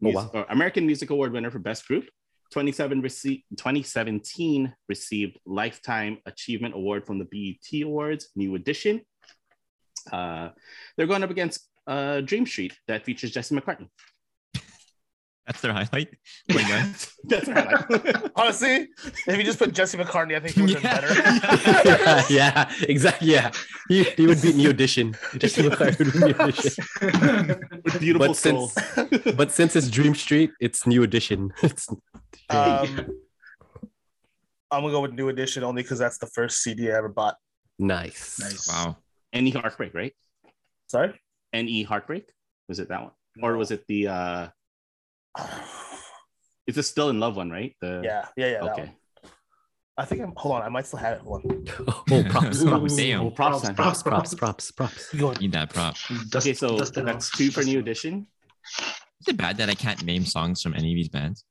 [SPEAKER 2] Mus-
[SPEAKER 3] Oh, wow.
[SPEAKER 2] or American Music Award winner for Best Group. 27 rece- 2017 received Lifetime Achievement Award from the BET Awards, New Edition. Uh, they're going up against uh, Dream Street that features Jesse McCartney.
[SPEAKER 5] That's their highlight. Wait, no.
[SPEAKER 2] That's what I like.
[SPEAKER 4] Honestly, if you just put Jesse McCartney, I think it would have
[SPEAKER 5] Yeah.
[SPEAKER 4] been better.
[SPEAKER 3] yeah, exactly. Yeah, he, he would beat New Edition. Just look like he would beat New Edition.
[SPEAKER 2] With Beautiful
[SPEAKER 3] But
[SPEAKER 2] Soul.
[SPEAKER 3] since- But since it's Dream Street, it's New Edition. It's
[SPEAKER 6] Uh,
[SPEAKER 4] Um, I'm gonna go with New Edition only because that's the first CD I ever bought.
[SPEAKER 3] nice.
[SPEAKER 6] Nice.
[SPEAKER 5] Wow.
[SPEAKER 2] NE Heartbreak, right?
[SPEAKER 4] Sorry,
[SPEAKER 2] NE Heartbreak? Was it that one? Or was it the, uh, is this Still in Love one, right? The,
[SPEAKER 4] yeah, yeah, yeah. that
[SPEAKER 2] Okay.
[SPEAKER 4] one. I think I'm. Hold on, I might still have it. Hold on.
[SPEAKER 3] Oh, props, props,
[SPEAKER 5] Damn.
[SPEAKER 2] props, time.
[SPEAKER 3] props, props, props, props.
[SPEAKER 5] Need that prop.
[SPEAKER 6] Dust-
[SPEAKER 2] Okay, so
[SPEAKER 6] dust it
[SPEAKER 2] that's
[SPEAKER 6] off.
[SPEAKER 2] two for
[SPEAKER 6] Dust
[SPEAKER 2] New
[SPEAKER 6] it
[SPEAKER 2] Edition.
[SPEAKER 5] Is it bad that I can't name songs from any of these bands?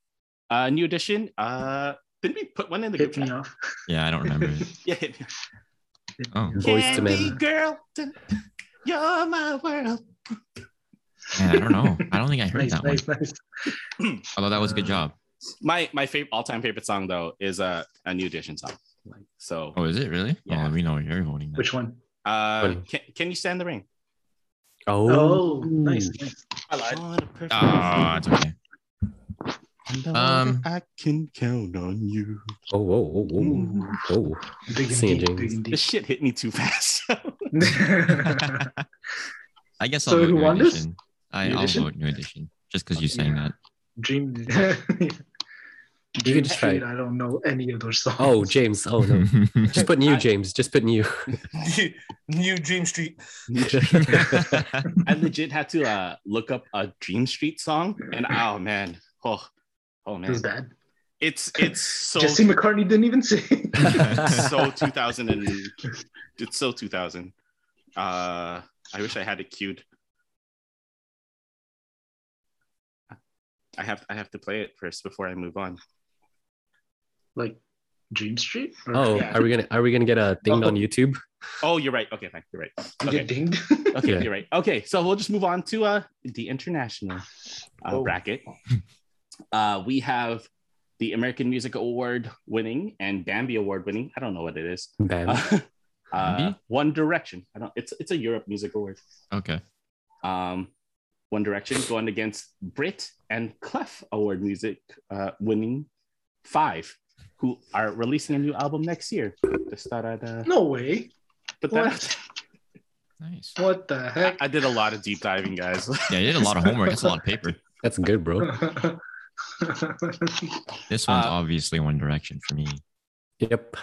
[SPEAKER 2] Uh, New Edition. Uh, didn't we put one in the
[SPEAKER 6] off.
[SPEAKER 2] group
[SPEAKER 6] Hit me
[SPEAKER 2] chat?
[SPEAKER 6] off.
[SPEAKER 5] Yeah, I don't remember. It.
[SPEAKER 2] Yeah. hit me up.
[SPEAKER 5] Oh.
[SPEAKER 3] Boys to
[SPEAKER 2] Candy
[SPEAKER 3] men.
[SPEAKER 2] girl, t- you're my world.
[SPEAKER 5] Man, I don't know. I don't think I heard
[SPEAKER 6] Nice,
[SPEAKER 5] that
[SPEAKER 6] nice, nice.
[SPEAKER 5] one. Although that was a good
[SPEAKER 6] Uh,
[SPEAKER 5] job.
[SPEAKER 2] my my favorite all-time favorite song though is a, a new edition song. Like so
[SPEAKER 5] Oh, is it really?
[SPEAKER 2] Yeah.
[SPEAKER 5] Oh, we know you're voting. That.
[SPEAKER 6] Which one?
[SPEAKER 2] uh
[SPEAKER 3] Funny.
[SPEAKER 2] can, can you stand the ring?
[SPEAKER 6] Oh, nice. nice.
[SPEAKER 4] I lied.
[SPEAKER 5] Oh, it's okay. Um,
[SPEAKER 2] I can count on you.
[SPEAKER 3] Oh, whoa, whoa, whoa. whoa.
[SPEAKER 6] Big and
[SPEAKER 3] Singing
[SPEAKER 6] deep, big and deep.
[SPEAKER 2] This shit hit me too fast.
[SPEAKER 5] I guess I'll
[SPEAKER 6] So
[SPEAKER 5] vote
[SPEAKER 6] who
[SPEAKER 5] New
[SPEAKER 6] won this?
[SPEAKER 5] Edition. I,
[SPEAKER 6] New
[SPEAKER 5] I'll
[SPEAKER 6] Edition?
[SPEAKER 5] vote New Edition just because you sang that.
[SPEAKER 6] Dream.
[SPEAKER 3] You could just try.
[SPEAKER 6] Street, I don't know any of those songs.
[SPEAKER 3] Oh, James. Oh, no. Just put new, James. Just put new.
[SPEAKER 4] New, New Dream Street.
[SPEAKER 6] Oh,
[SPEAKER 2] I legit had to uh, look up a Dream Street song, and oh man, oh, oh
[SPEAKER 6] it
[SPEAKER 2] man,
[SPEAKER 6] was bad.
[SPEAKER 2] it's it's so
[SPEAKER 6] Jesse McCartney didn't even sing.
[SPEAKER 2] it's so 2000 and it's so 2000. Uh, I wish I had it queued. I have I have to play it first before I move on.
[SPEAKER 6] like Dream Street. Or-
[SPEAKER 3] Oh,
[SPEAKER 6] yeah.
[SPEAKER 3] are we gonna are we gonna get a thing on YouTube?
[SPEAKER 2] Oh, you're right. Okay, fine. You're right.
[SPEAKER 6] You
[SPEAKER 2] Okay.
[SPEAKER 6] get dinged.
[SPEAKER 2] Okay,
[SPEAKER 3] Yeah.
[SPEAKER 2] you're right. Okay, so we'll just move on to uh the international uh, bracket. Uh, we have the American Music Award winning and Bambi Award winning. I don't know what it is.
[SPEAKER 3] Bam.
[SPEAKER 2] Uh,
[SPEAKER 5] Bambi?
[SPEAKER 2] One Direction. I don't. It's it's a Europe Music Award.
[SPEAKER 5] okay.
[SPEAKER 2] Um, One Direction going against Brit and Clef Award Music uh, winning five, who are releasing a new album next year. Just thought I'd uh,
[SPEAKER 6] No way.
[SPEAKER 2] put that.
[SPEAKER 6] What?
[SPEAKER 2] out there.
[SPEAKER 5] Nice.
[SPEAKER 6] What the
[SPEAKER 2] I,
[SPEAKER 6] heck?
[SPEAKER 2] I did a lot of deep diving, guys.
[SPEAKER 5] Yeah, you did a lot of homework. That's a lot of paper.
[SPEAKER 3] That's good, bro.
[SPEAKER 5] This one's
[SPEAKER 2] Uh,
[SPEAKER 5] obviously One Direction for me.
[SPEAKER 3] Yep.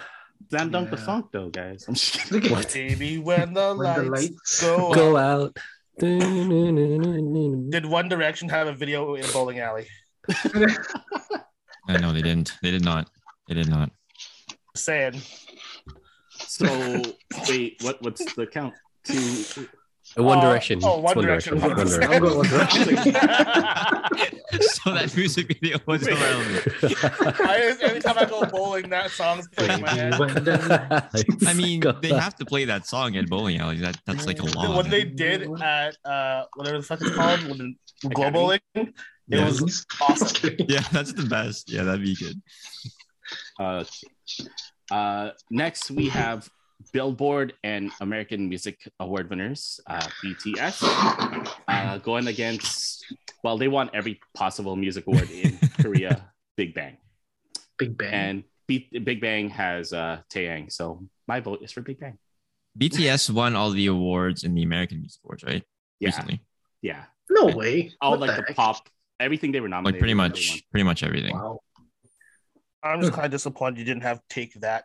[SPEAKER 2] Slam dunk the
[SPEAKER 6] Yeah.
[SPEAKER 2] funk though, guys. I'm just kidding.
[SPEAKER 6] Look at
[SPEAKER 4] Baby, when the
[SPEAKER 6] when the lights.
[SPEAKER 4] lights, go.
[SPEAKER 3] Go
[SPEAKER 4] out.
[SPEAKER 3] out.
[SPEAKER 4] Did One Direction have a video in a bowling alley?
[SPEAKER 5] Uh, no, they didn't. They did not. They did not.
[SPEAKER 4] Saying
[SPEAKER 2] So wait, what what's the count? Two
[SPEAKER 3] One
[SPEAKER 4] Oh,
[SPEAKER 3] Direction.
[SPEAKER 4] oh, One
[SPEAKER 3] It's
[SPEAKER 4] Direction.
[SPEAKER 3] One Direction.
[SPEAKER 6] I'm going One Direction.
[SPEAKER 5] So that music video was irrelevant.
[SPEAKER 4] I, every time I go bowling, that song's playing in my head.
[SPEAKER 6] When the-
[SPEAKER 5] I
[SPEAKER 3] I
[SPEAKER 5] mean, they have to play that song at bowling alleys. That that's like a law.
[SPEAKER 4] When they did at uh, whatever the fuck it's called, when Glow
[SPEAKER 2] Academy?
[SPEAKER 4] Bowling, it
[SPEAKER 5] Yeah.
[SPEAKER 4] was
[SPEAKER 6] Just
[SPEAKER 4] awesome.
[SPEAKER 6] kidding.
[SPEAKER 5] yeah, that's the best. Yeah, that'd be good.
[SPEAKER 2] uh, uh, next we have Billboard and American Music Award winners, uh, BTS, uh, going against well, they won every possible music award in Korea, Big Bang.
[SPEAKER 6] Big Bang.
[SPEAKER 2] And B- Big Bang has uh Taeyang, so my vote is for Big Bang.
[SPEAKER 5] BTS won all the awards in the American Music Awards, right?
[SPEAKER 2] Yeah,
[SPEAKER 5] Recently,
[SPEAKER 2] yeah.
[SPEAKER 6] no way.
[SPEAKER 2] All
[SPEAKER 6] What
[SPEAKER 2] like the,
[SPEAKER 6] heck?
[SPEAKER 2] pop, everything they were
[SPEAKER 5] like
[SPEAKER 2] nominated.
[SPEAKER 5] pretty
[SPEAKER 2] for, they won.
[SPEAKER 5] much, pretty much everything.
[SPEAKER 6] Wow.
[SPEAKER 4] I'm just kind of disappointed you didn't have take that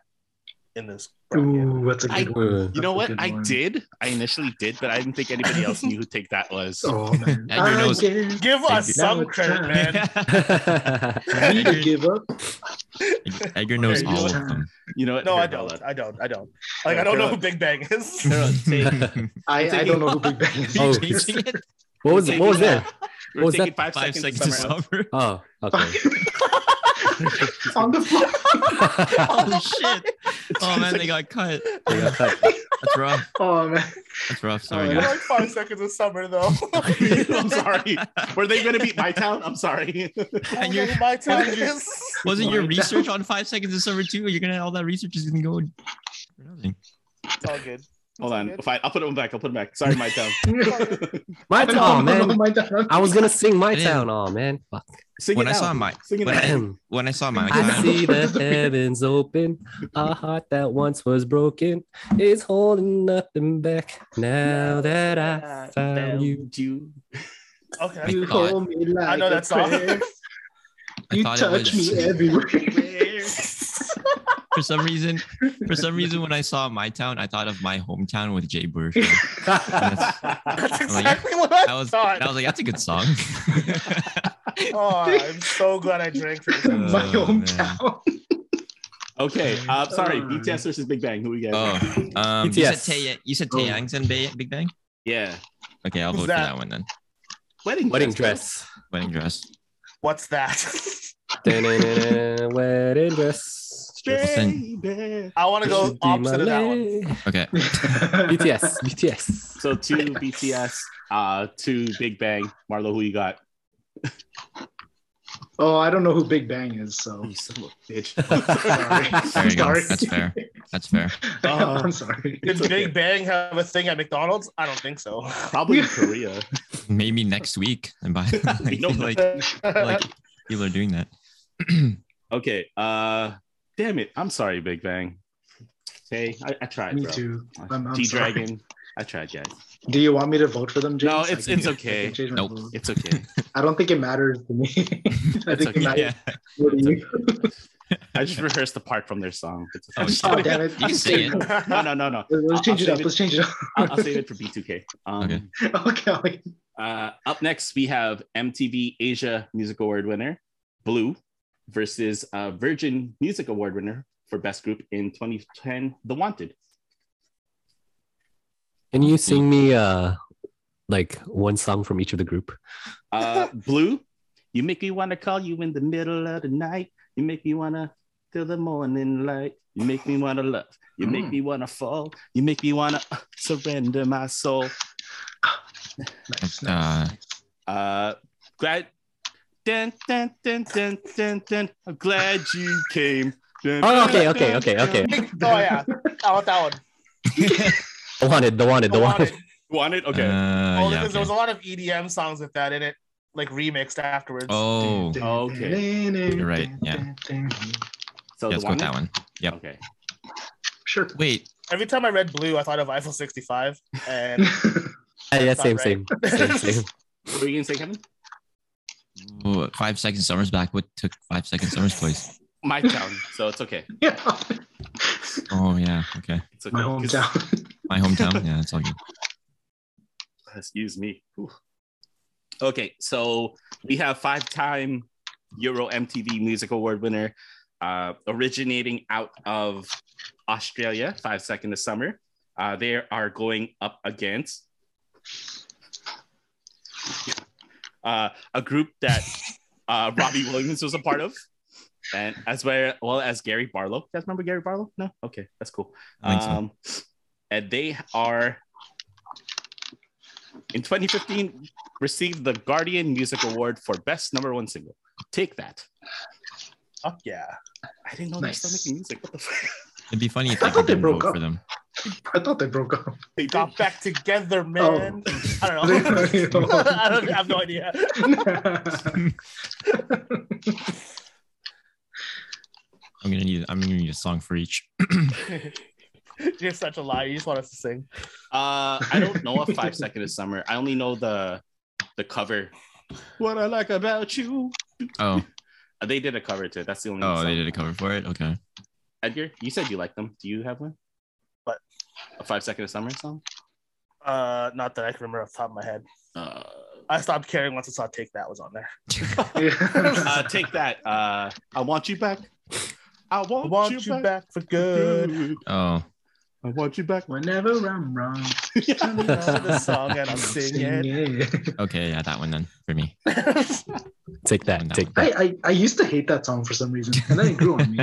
[SPEAKER 4] in this. bracket.
[SPEAKER 6] Ooh, that's a good
[SPEAKER 2] I-
[SPEAKER 6] one.
[SPEAKER 2] You know
[SPEAKER 6] That's
[SPEAKER 2] what?
[SPEAKER 6] a good
[SPEAKER 2] I
[SPEAKER 6] one.
[SPEAKER 2] did. I initially did, but I didn't think anybody else knew who Take That was.
[SPEAKER 6] Oh man.
[SPEAKER 5] Edgar knows.
[SPEAKER 6] Again.
[SPEAKER 4] Give us
[SPEAKER 5] you.
[SPEAKER 4] some
[SPEAKER 6] Now it's
[SPEAKER 4] credit,
[SPEAKER 6] time.
[SPEAKER 4] man.
[SPEAKER 6] Me to give up.
[SPEAKER 5] Edgar knows
[SPEAKER 4] Okay,
[SPEAKER 5] all
[SPEAKER 6] you
[SPEAKER 5] of
[SPEAKER 6] know-
[SPEAKER 5] them.
[SPEAKER 2] You know what?
[SPEAKER 4] No, I
[SPEAKER 2] Forget about
[SPEAKER 4] don't.
[SPEAKER 2] that.
[SPEAKER 4] I don't. I don't. Like, I don't know who Big Bang is.
[SPEAKER 6] I, I don't know who Big Bang is.
[SPEAKER 3] Oh.
[SPEAKER 5] Changing it?
[SPEAKER 3] What was what was that?
[SPEAKER 2] We're
[SPEAKER 3] What was
[SPEAKER 2] taking
[SPEAKER 3] that?
[SPEAKER 2] five,
[SPEAKER 5] Five
[SPEAKER 2] seconds,
[SPEAKER 5] seconds to
[SPEAKER 2] somewhere else.
[SPEAKER 5] summer.
[SPEAKER 3] Oh, okay.
[SPEAKER 6] On the fly.
[SPEAKER 5] Oh shit! Oh man, they got cut.
[SPEAKER 3] They got cut.
[SPEAKER 5] That's rough.
[SPEAKER 6] Oh man.
[SPEAKER 5] That's rough. Sorry
[SPEAKER 6] Oh,
[SPEAKER 4] I
[SPEAKER 5] guys.
[SPEAKER 4] like five seconds of summer though.
[SPEAKER 2] I'm sorry. Were they going to beat my town? I'm sorry.
[SPEAKER 4] I
[SPEAKER 5] And
[SPEAKER 4] know
[SPEAKER 5] you're-
[SPEAKER 4] who my town
[SPEAKER 5] and you're-
[SPEAKER 4] is.
[SPEAKER 5] Wasn't your research on Five Seconds of Summer too? You're gonna all that research is gonna go. for nothing.
[SPEAKER 4] It's all good.
[SPEAKER 2] Hold on. Fine. I'll put them back. I'll put them back. Sorry, my town.
[SPEAKER 4] Oh,
[SPEAKER 3] My
[SPEAKER 6] I don't
[SPEAKER 3] town,
[SPEAKER 6] know
[SPEAKER 3] man.
[SPEAKER 6] my town.
[SPEAKER 3] I was gonna sing my
[SPEAKER 5] I didn't-
[SPEAKER 3] town. Oh man. Fuck.
[SPEAKER 2] Sing
[SPEAKER 5] When
[SPEAKER 2] it
[SPEAKER 5] I
[SPEAKER 2] out.
[SPEAKER 5] saw my
[SPEAKER 2] Sing it
[SPEAKER 5] when
[SPEAKER 2] out.
[SPEAKER 5] I- when I saw my
[SPEAKER 3] I
[SPEAKER 6] Wow.
[SPEAKER 5] time,
[SPEAKER 3] see the heavens open. A heart that once was broken is holding nothing back. Now that I found you.
[SPEAKER 2] do.
[SPEAKER 4] Okay.
[SPEAKER 5] I
[SPEAKER 6] You
[SPEAKER 5] thought-
[SPEAKER 6] hold me like
[SPEAKER 4] I know that
[SPEAKER 6] a
[SPEAKER 4] song.
[SPEAKER 6] prayer.
[SPEAKER 5] I
[SPEAKER 6] You
[SPEAKER 5] thought it
[SPEAKER 6] touch
[SPEAKER 5] was-
[SPEAKER 6] me everywhere.
[SPEAKER 5] for some reason, for some reason, when I saw my town, I thought of my hometown with Jay Burr. That's-
[SPEAKER 4] That's
[SPEAKER 5] I'm like,
[SPEAKER 4] exactly what I,
[SPEAKER 5] I was,
[SPEAKER 4] thought.
[SPEAKER 5] I was like, that's a good song.
[SPEAKER 4] oh, I'm so glad I drank for this.
[SPEAKER 5] Uh,
[SPEAKER 6] my
[SPEAKER 5] Oh, man.
[SPEAKER 6] hometown.
[SPEAKER 2] Okay. Uh, sorry.
[SPEAKER 6] Uh,
[SPEAKER 2] BTS versus Big Bang. Who we got?
[SPEAKER 5] oh, um, you
[SPEAKER 3] BTS.
[SPEAKER 5] said Tae, you said Tae Yang's in Bay, Big Bang.
[SPEAKER 2] Yeah.
[SPEAKER 5] Okay, I'll
[SPEAKER 4] Who's
[SPEAKER 5] vote
[SPEAKER 4] that?
[SPEAKER 5] for that one then.
[SPEAKER 2] Wedding,
[SPEAKER 3] Wedding
[SPEAKER 2] dress.
[SPEAKER 3] dress.
[SPEAKER 5] Wedding dress.
[SPEAKER 4] What's that?
[SPEAKER 3] Da-na-na-na, Wedding dress.
[SPEAKER 5] Listen.
[SPEAKER 2] Baby.
[SPEAKER 4] I want to go
[SPEAKER 3] Should be my
[SPEAKER 4] opposite of that one.
[SPEAKER 3] lay.
[SPEAKER 5] Okay,
[SPEAKER 3] BTS. BTS.
[SPEAKER 2] So two BTS, uh, two Big Bang. Marlo, who you got?
[SPEAKER 6] Oh, I don't know who Big Bang is, so
[SPEAKER 3] You son of a bitch.
[SPEAKER 6] sorry.
[SPEAKER 5] There
[SPEAKER 6] I'm
[SPEAKER 5] you go.
[SPEAKER 6] sorry.
[SPEAKER 5] That's fair. That's fair.
[SPEAKER 4] Uh,
[SPEAKER 6] I'm sorry.
[SPEAKER 4] Did
[SPEAKER 3] okay.
[SPEAKER 4] Big Bang have a thing at McDonald's? I don't think so.
[SPEAKER 2] Probably in Korea.
[SPEAKER 5] Maybe next week. And by like,
[SPEAKER 2] No.
[SPEAKER 5] like, like people are doing that.
[SPEAKER 2] Okay. Uh, damn it. I'm sorry, Big Bang. Okay, I, I tried.
[SPEAKER 6] Me
[SPEAKER 2] bro.
[SPEAKER 6] too. I'm- I'm
[SPEAKER 2] T Dragon. I tried, guys.
[SPEAKER 6] Do you want me to vote for them, James?
[SPEAKER 2] No,
[SPEAKER 6] I
[SPEAKER 2] it's-
[SPEAKER 6] can-
[SPEAKER 2] it's
[SPEAKER 6] I can
[SPEAKER 2] okay.
[SPEAKER 6] change my
[SPEAKER 5] Nope.
[SPEAKER 6] vote.
[SPEAKER 2] It's okay.
[SPEAKER 6] I don't think it matters to me. I
[SPEAKER 2] It's
[SPEAKER 6] think
[SPEAKER 2] okay.
[SPEAKER 6] it matters
[SPEAKER 5] Yeah.
[SPEAKER 6] more to
[SPEAKER 2] It's
[SPEAKER 6] you.
[SPEAKER 2] I just rehearsed the part from their song. It's
[SPEAKER 5] Oh,
[SPEAKER 2] okay.
[SPEAKER 6] Oh, damn it.
[SPEAKER 5] You can say it.
[SPEAKER 2] no, no, no, no.
[SPEAKER 6] Let's change it
[SPEAKER 2] I'll
[SPEAKER 6] up. Let's change it up.
[SPEAKER 2] I'll, I'll save it for B2K. Um,
[SPEAKER 5] Okay.
[SPEAKER 6] okay. okay.
[SPEAKER 2] Uh, up next, we have MTV Asia Music Award winner Blue versus uh, Virgin Music Award winner for Best Group in 2010, The Wanted.
[SPEAKER 3] Can you sing me uh like one song from each of the group?
[SPEAKER 2] Uh, Blue, you make me want to call you in the middle of the night. You make me want to till the morning light. You make me want to love. You make
[SPEAKER 6] Mm.
[SPEAKER 2] me want to fall. You make me want to surrender my soul.
[SPEAKER 6] Nice,
[SPEAKER 5] Uh,
[SPEAKER 6] nice.
[SPEAKER 2] Uh, glad. Dun, dun, dun, dun, dun, dun. I'm glad you came. Dun,
[SPEAKER 3] Oh,
[SPEAKER 2] dun,
[SPEAKER 3] okay, okay,
[SPEAKER 2] dun,
[SPEAKER 3] okay,
[SPEAKER 2] dun.
[SPEAKER 3] okay.
[SPEAKER 4] oh yeah, I want that one.
[SPEAKER 3] The wanted, the wanted,
[SPEAKER 4] I
[SPEAKER 3] the
[SPEAKER 4] want
[SPEAKER 3] wanted.
[SPEAKER 4] it.
[SPEAKER 2] Wanted?
[SPEAKER 5] Uh,
[SPEAKER 2] Okay.
[SPEAKER 4] Only
[SPEAKER 5] yeah,
[SPEAKER 4] Oh, because there was a
[SPEAKER 5] okay.
[SPEAKER 4] lot of EDM songs with that in it, like remixed afterwards.
[SPEAKER 5] Oh, yeah,
[SPEAKER 2] okay.
[SPEAKER 5] You're right, yeah.
[SPEAKER 2] so the
[SPEAKER 5] let's go with
[SPEAKER 2] wanted.
[SPEAKER 5] that one. Yep.
[SPEAKER 2] Okay.
[SPEAKER 6] Sure.
[SPEAKER 5] Wait,
[SPEAKER 4] Every time I read Blue, I thought of Eiffel 65, and
[SPEAKER 3] Yeah, yeah,
[SPEAKER 4] That's
[SPEAKER 3] same,
[SPEAKER 4] not
[SPEAKER 3] same, same, same.
[SPEAKER 2] What were you gonna say, Kevin?
[SPEAKER 5] oh, five seconds summers back. What took five seconds summers place?
[SPEAKER 2] My town. So it's okay.
[SPEAKER 6] yeah.
[SPEAKER 5] Oh yeah, okay.
[SPEAKER 2] It's okay.
[SPEAKER 6] My hometown.
[SPEAKER 5] My hometown. Yeah, it's all good.
[SPEAKER 2] Excuse me. Whew. Okay, so we have five-time Euro MTV Music Award winner, uh, originating out of Australia. Five Second of Summer. Uh, they are going up against uh, a group that uh, Robbie Williams was a part of, and as well, well as Gary Barlow. You guys remember Gary Barlow? No. Okay, that's cool.
[SPEAKER 5] I think so.
[SPEAKER 6] Uh,
[SPEAKER 2] Um, and they are in 2015 received the Guardian Music Award for Best Number One Single. Take that.
[SPEAKER 4] fuck yeah.
[SPEAKER 2] I didn't know they were
[SPEAKER 6] Nice.
[SPEAKER 2] still making music. What the fuck?
[SPEAKER 5] It'd be funny if
[SPEAKER 6] I
[SPEAKER 5] people
[SPEAKER 6] thought they
[SPEAKER 5] didn't
[SPEAKER 6] broke
[SPEAKER 5] vote
[SPEAKER 6] up.
[SPEAKER 5] for them.
[SPEAKER 6] I thought they broke up.
[SPEAKER 2] They did.
[SPEAKER 4] Got back together, man. I don't
[SPEAKER 6] They-
[SPEAKER 4] know.
[SPEAKER 6] they-
[SPEAKER 4] I, don't, I have no idea.
[SPEAKER 5] I'm gonna need. I'm gonna need a song for each.
[SPEAKER 4] You're such a liar. You just want us to sing.
[SPEAKER 2] Uh, I don't know a five second of summer. I only know the the cover. What I like about you.
[SPEAKER 5] Oh,
[SPEAKER 2] Uh, They did a cover to it. That's the
[SPEAKER 6] Mm,
[SPEAKER 2] only.
[SPEAKER 5] oh,
[SPEAKER 2] song.
[SPEAKER 5] they did a cover for it. Okay.
[SPEAKER 2] Edgar, you said you like them. Do you have one?
[SPEAKER 4] What?
[SPEAKER 2] A five second of summer song?
[SPEAKER 4] Uh, not that I can remember off the top of my head.
[SPEAKER 2] Uh,
[SPEAKER 4] I stopped caring once I saw Take That was on there.
[SPEAKER 2] uh, take that. Uh, I want you back. I
[SPEAKER 4] I
[SPEAKER 2] want,
[SPEAKER 4] want
[SPEAKER 2] you,
[SPEAKER 4] you
[SPEAKER 2] back.
[SPEAKER 4] back for good.
[SPEAKER 5] Oh,
[SPEAKER 2] I want you back.
[SPEAKER 6] Whenever I'm wrong,
[SPEAKER 4] Turn me on to the song and I'll sing it.
[SPEAKER 5] okay. Yeah, that one then for me.
[SPEAKER 3] Take that,
[SPEAKER 5] That
[SPEAKER 3] take
[SPEAKER 6] I,
[SPEAKER 3] that.
[SPEAKER 6] I I used to hate that song for some reason, and then it grew on me.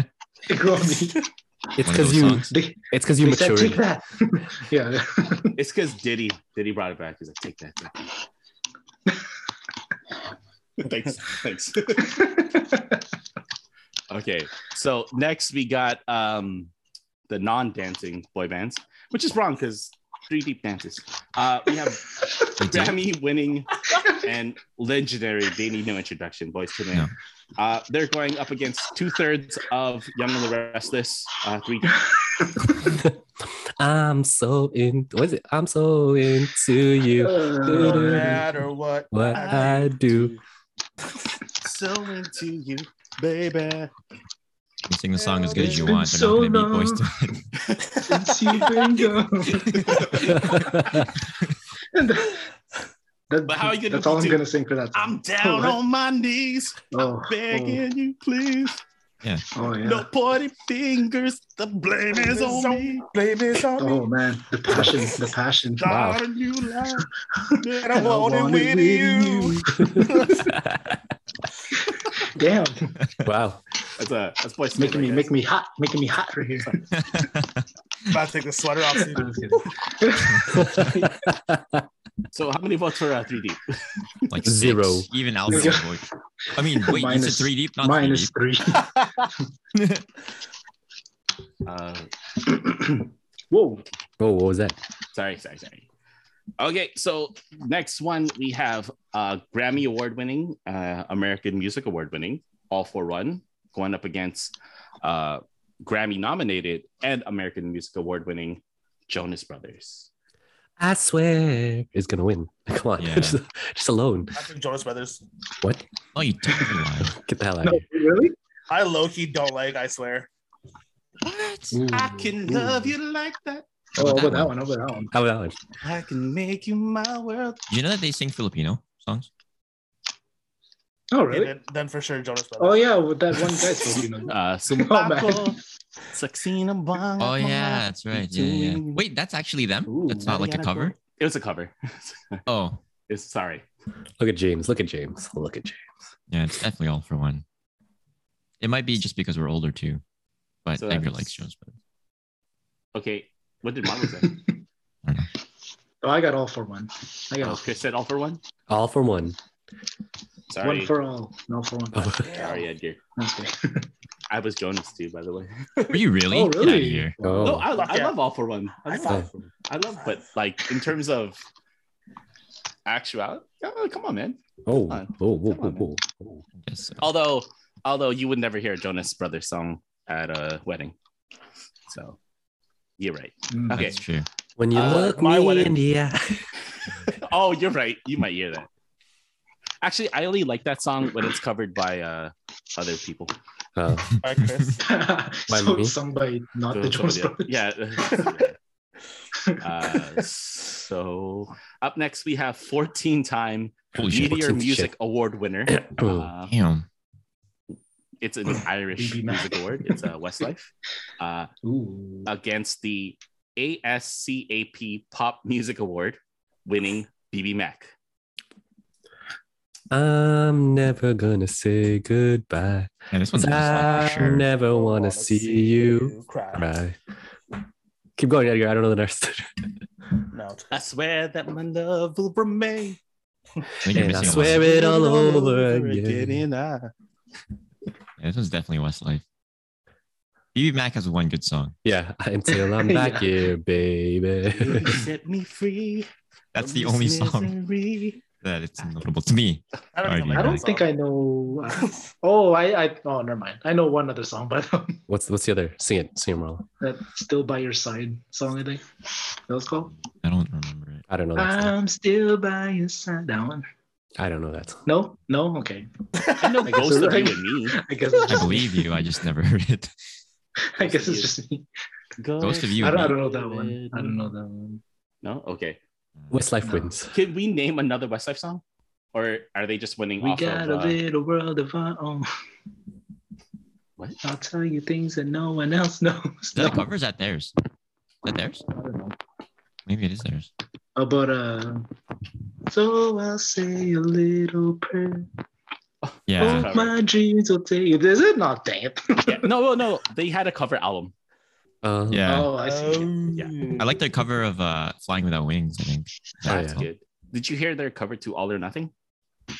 [SPEAKER 6] It grew on me.
[SPEAKER 3] It's
[SPEAKER 5] One of
[SPEAKER 3] because
[SPEAKER 5] those
[SPEAKER 3] you,
[SPEAKER 5] songs.
[SPEAKER 6] They,
[SPEAKER 3] it's because you
[SPEAKER 6] they said take
[SPEAKER 3] matured.
[SPEAKER 6] that. yeah.
[SPEAKER 2] It's because Diddy Diddy brought it back. He's like, take that. Take that. thanks, thanks. okay, so next we got um the non-dancing boy bands, which is wrong because three deep dances. Uh, we have
[SPEAKER 5] They did.
[SPEAKER 2] Grammy-winning and legendary. They need no introduction. Boys to men.
[SPEAKER 5] No.
[SPEAKER 2] Uh, they're going up against two thirds of Young and the Restless. Uh, three.
[SPEAKER 3] I'm so in. What is it? I'm so into you.
[SPEAKER 4] No
[SPEAKER 6] Uh,
[SPEAKER 4] matter what.
[SPEAKER 3] What I do.
[SPEAKER 2] So into you, baby.
[SPEAKER 5] You can sing the song as good as you
[SPEAKER 6] It's been
[SPEAKER 5] want. They're
[SPEAKER 6] so
[SPEAKER 5] not gonna beat boys
[SPEAKER 6] long.
[SPEAKER 5] to men.
[SPEAKER 6] since you've been gone. And that- that-
[SPEAKER 2] But how are you gonna
[SPEAKER 6] that's all
[SPEAKER 2] do
[SPEAKER 6] I'm
[SPEAKER 2] it?
[SPEAKER 6] gonna sing for that. Song.
[SPEAKER 2] I'm down
[SPEAKER 6] What?
[SPEAKER 2] on my knees,
[SPEAKER 6] oh, oh,
[SPEAKER 2] begging you, please.
[SPEAKER 6] oh, yeah.
[SPEAKER 2] No pointy fingers. The blame is on me.
[SPEAKER 4] Blame is on me.
[SPEAKER 6] Oh man, the passion, the passion.
[SPEAKER 2] Wow. You lie.
[SPEAKER 4] And I want it with you.
[SPEAKER 6] Damn,
[SPEAKER 3] wow.
[SPEAKER 2] That's a that's voice
[SPEAKER 6] making me, making me hot, making me hot right here.
[SPEAKER 4] About to take the sweater off. See,
[SPEAKER 6] I'm just kidding.
[SPEAKER 2] So how many votes for uh, 3D?
[SPEAKER 5] Like
[SPEAKER 3] Zero.
[SPEAKER 5] six. Even Alfred
[SPEAKER 6] Zero.
[SPEAKER 5] vote. I mean, wait, you said
[SPEAKER 6] Minus-
[SPEAKER 5] three deep, not three
[SPEAKER 6] Minus
[SPEAKER 5] deep.
[SPEAKER 6] three.
[SPEAKER 2] Uh,
[SPEAKER 6] Whoa.
[SPEAKER 1] Oh, what was that?
[SPEAKER 2] sorry, sorry, sorry. Okay, so next one we have uh, Grammy Award winning, uh, American Music Award winning, All for One, going up against uh, Grammy nominated and American Music Award winning Jonas Brothers.
[SPEAKER 1] I swear is gonna win. Come on,
[SPEAKER 5] Yeah.
[SPEAKER 1] just, just alone.
[SPEAKER 4] I think Jonas Brothers.
[SPEAKER 1] What?
[SPEAKER 5] Oh, you totally lied.
[SPEAKER 1] Get the hell out
[SPEAKER 6] No,
[SPEAKER 1] of here.
[SPEAKER 6] really?
[SPEAKER 4] I low key don't like. I swear.
[SPEAKER 5] What?
[SPEAKER 2] I can
[SPEAKER 1] Mm.
[SPEAKER 2] love you like that.
[SPEAKER 6] Oh,
[SPEAKER 5] about
[SPEAKER 6] over
[SPEAKER 5] that
[SPEAKER 6] that one, over that one.
[SPEAKER 1] How about that one?
[SPEAKER 2] I can make you my world.
[SPEAKER 5] Do you know that they sing Filipino songs?
[SPEAKER 6] Oh,
[SPEAKER 4] Okay,
[SPEAKER 6] really?
[SPEAKER 4] then, then for sure Jonas Brothers.
[SPEAKER 6] Oh, yeah, with that one guy's Filipino.
[SPEAKER 2] Uh,
[SPEAKER 6] Oh,
[SPEAKER 2] Sumbako, Saksina Bang.
[SPEAKER 5] Oh yeah, that's right. Yeah, yeah. yeah. Wait, that's actually them.
[SPEAKER 6] Ooh.
[SPEAKER 5] that's not like a cover.
[SPEAKER 2] It was a cover.
[SPEAKER 5] Oh,
[SPEAKER 2] It's sorry.
[SPEAKER 1] Look at James. Look at James. Look at James.
[SPEAKER 5] yeah, it's definitely all for one. It might be just because we're older too, but
[SPEAKER 2] So
[SPEAKER 5] Edgar
[SPEAKER 2] that's-
[SPEAKER 5] likes Jones. But
[SPEAKER 2] Okay, what did Marvel say?
[SPEAKER 6] Oh, I got all for one. I got
[SPEAKER 2] oh,
[SPEAKER 6] all for
[SPEAKER 2] Chris said all for one.
[SPEAKER 1] All for one.
[SPEAKER 2] Oh, Sorry,
[SPEAKER 6] one for all. No for one.
[SPEAKER 1] Oh,
[SPEAKER 2] sorry, Edgar.
[SPEAKER 6] That's good.
[SPEAKER 2] I was Jonas too, by the way.
[SPEAKER 5] were you really?
[SPEAKER 6] Oh,
[SPEAKER 5] Get outta
[SPEAKER 6] really?
[SPEAKER 5] here.
[SPEAKER 1] Oh.
[SPEAKER 2] No, I, I
[SPEAKER 4] Yeah.
[SPEAKER 2] love all for one. I
[SPEAKER 4] I
[SPEAKER 2] love,
[SPEAKER 4] thought-
[SPEAKER 2] all for one. I love, but like in terms of actuality, oh, come on, man.
[SPEAKER 1] oh,
[SPEAKER 2] Come on.
[SPEAKER 1] oh, oh,
[SPEAKER 2] Come on,
[SPEAKER 1] oh, oh.
[SPEAKER 5] Yes.
[SPEAKER 2] Although, although you would never hear a Jonas Brothers song at a wedding, so you're right.
[SPEAKER 6] Mm.
[SPEAKER 2] Okay.
[SPEAKER 5] That's true.
[SPEAKER 1] When you
[SPEAKER 2] Uh,
[SPEAKER 1] look
[SPEAKER 2] my
[SPEAKER 1] me
[SPEAKER 2] wedding-
[SPEAKER 1] in the eye.
[SPEAKER 2] Oh, you're right. You might hear that. Actually, I only like that song when it's covered by uh, other people.
[SPEAKER 1] Oh,
[SPEAKER 4] All right, Chris.
[SPEAKER 1] By
[SPEAKER 6] so
[SPEAKER 1] me?
[SPEAKER 6] sung by not the Jonas Brothers.
[SPEAKER 2] yeah. uh, so up next we have 14-time
[SPEAKER 5] Holy shit.
[SPEAKER 2] Meteor
[SPEAKER 1] 14th
[SPEAKER 2] Music
[SPEAKER 1] shit.
[SPEAKER 2] Award winner. Uh,
[SPEAKER 5] Damn.
[SPEAKER 2] it's an Irish
[SPEAKER 6] BB Mac.
[SPEAKER 2] music award. It's uh, Westlife uh,
[SPEAKER 6] Ooh.
[SPEAKER 2] against the ASCAP Pop Music Award, winning BB Mac.
[SPEAKER 1] I'm never gonna say goodbye.
[SPEAKER 5] Yeah, this one's a
[SPEAKER 1] I
[SPEAKER 5] slap for sure.
[SPEAKER 1] never wanna see you
[SPEAKER 4] cry.
[SPEAKER 1] cry. Keep going, Edgar. I don't know the rest.
[SPEAKER 4] No, it's-
[SPEAKER 2] I swear that my love will remain.
[SPEAKER 5] I think you're
[SPEAKER 1] and I
[SPEAKER 5] missing a
[SPEAKER 1] swear
[SPEAKER 5] line.
[SPEAKER 1] it all over again.
[SPEAKER 2] and I-
[SPEAKER 5] Yeah, this one's definitely Westlife. BB Mac has one good song.
[SPEAKER 1] Yeah, until I'm back
[SPEAKER 6] Yeah.
[SPEAKER 1] here, baby.
[SPEAKER 2] You set me free.
[SPEAKER 5] That's
[SPEAKER 2] from
[SPEAKER 5] the
[SPEAKER 2] this
[SPEAKER 5] only song
[SPEAKER 2] misery.
[SPEAKER 5] that it's notable to me.
[SPEAKER 4] I don't,
[SPEAKER 5] Alright,
[SPEAKER 4] even like
[SPEAKER 6] I don't
[SPEAKER 4] that song.
[SPEAKER 6] think I know. uh, oh, I, I. Oh, never mind. I know one other song, but um,
[SPEAKER 1] What's what's the other? Sing it, sing it, Marlo.
[SPEAKER 6] that "Still by Your Side" song. I think that was called.
[SPEAKER 5] I don't remember it.
[SPEAKER 1] I don't
[SPEAKER 3] Oh,
[SPEAKER 1] know that
[SPEAKER 5] Uh,
[SPEAKER 1] song.
[SPEAKER 6] I'm still by your side. That one.
[SPEAKER 1] I don't know that song.
[SPEAKER 6] No, no. Okay.
[SPEAKER 2] I know
[SPEAKER 6] I guess
[SPEAKER 2] most
[SPEAKER 6] you're
[SPEAKER 2] of you
[SPEAKER 6] right.
[SPEAKER 2] and me.
[SPEAKER 6] I guess. It's
[SPEAKER 5] I
[SPEAKER 6] just
[SPEAKER 5] believe you. I just never heard it.
[SPEAKER 6] I guess it's just me.
[SPEAKER 5] Most of you.
[SPEAKER 6] I
[SPEAKER 5] and
[SPEAKER 6] don't, I
[SPEAKER 5] me.
[SPEAKER 6] don't know that one. I don't know that one.
[SPEAKER 2] No, okay.
[SPEAKER 1] Westlife
[SPEAKER 6] No.
[SPEAKER 1] wins.
[SPEAKER 2] Can we name another Westlife song, or are they just winning
[SPEAKER 6] We
[SPEAKER 2] off
[SPEAKER 6] got
[SPEAKER 2] of? Uh,
[SPEAKER 6] a little world of our own.
[SPEAKER 2] What?
[SPEAKER 6] I'll tell you things that no one else knows.
[SPEAKER 5] Is that a
[SPEAKER 6] No,
[SPEAKER 5] cover? or Is that theirs? Is that theirs?
[SPEAKER 6] I don't know.
[SPEAKER 5] Maybe it is theirs.
[SPEAKER 6] About uh. So I'll say a little prayer.
[SPEAKER 5] Yeah.
[SPEAKER 2] cover.
[SPEAKER 6] Oh, my dreams will take you. Is it not damn?
[SPEAKER 2] yeah, no, no, no. They had a cover album.
[SPEAKER 1] Uh,
[SPEAKER 5] Yeah.
[SPEAKER 6] Oh, I see.
[SPEAKER 5] I like their cover of uh, Flying Without Wings, I think.
[SPEAKER 1] Oh,
[SPEAKER 5] That's
[SPEAKER 1] yeah.
[SPEAKER 5] all.
[SPEAKER 2] Good. Did you hear their cover to All or Nothing?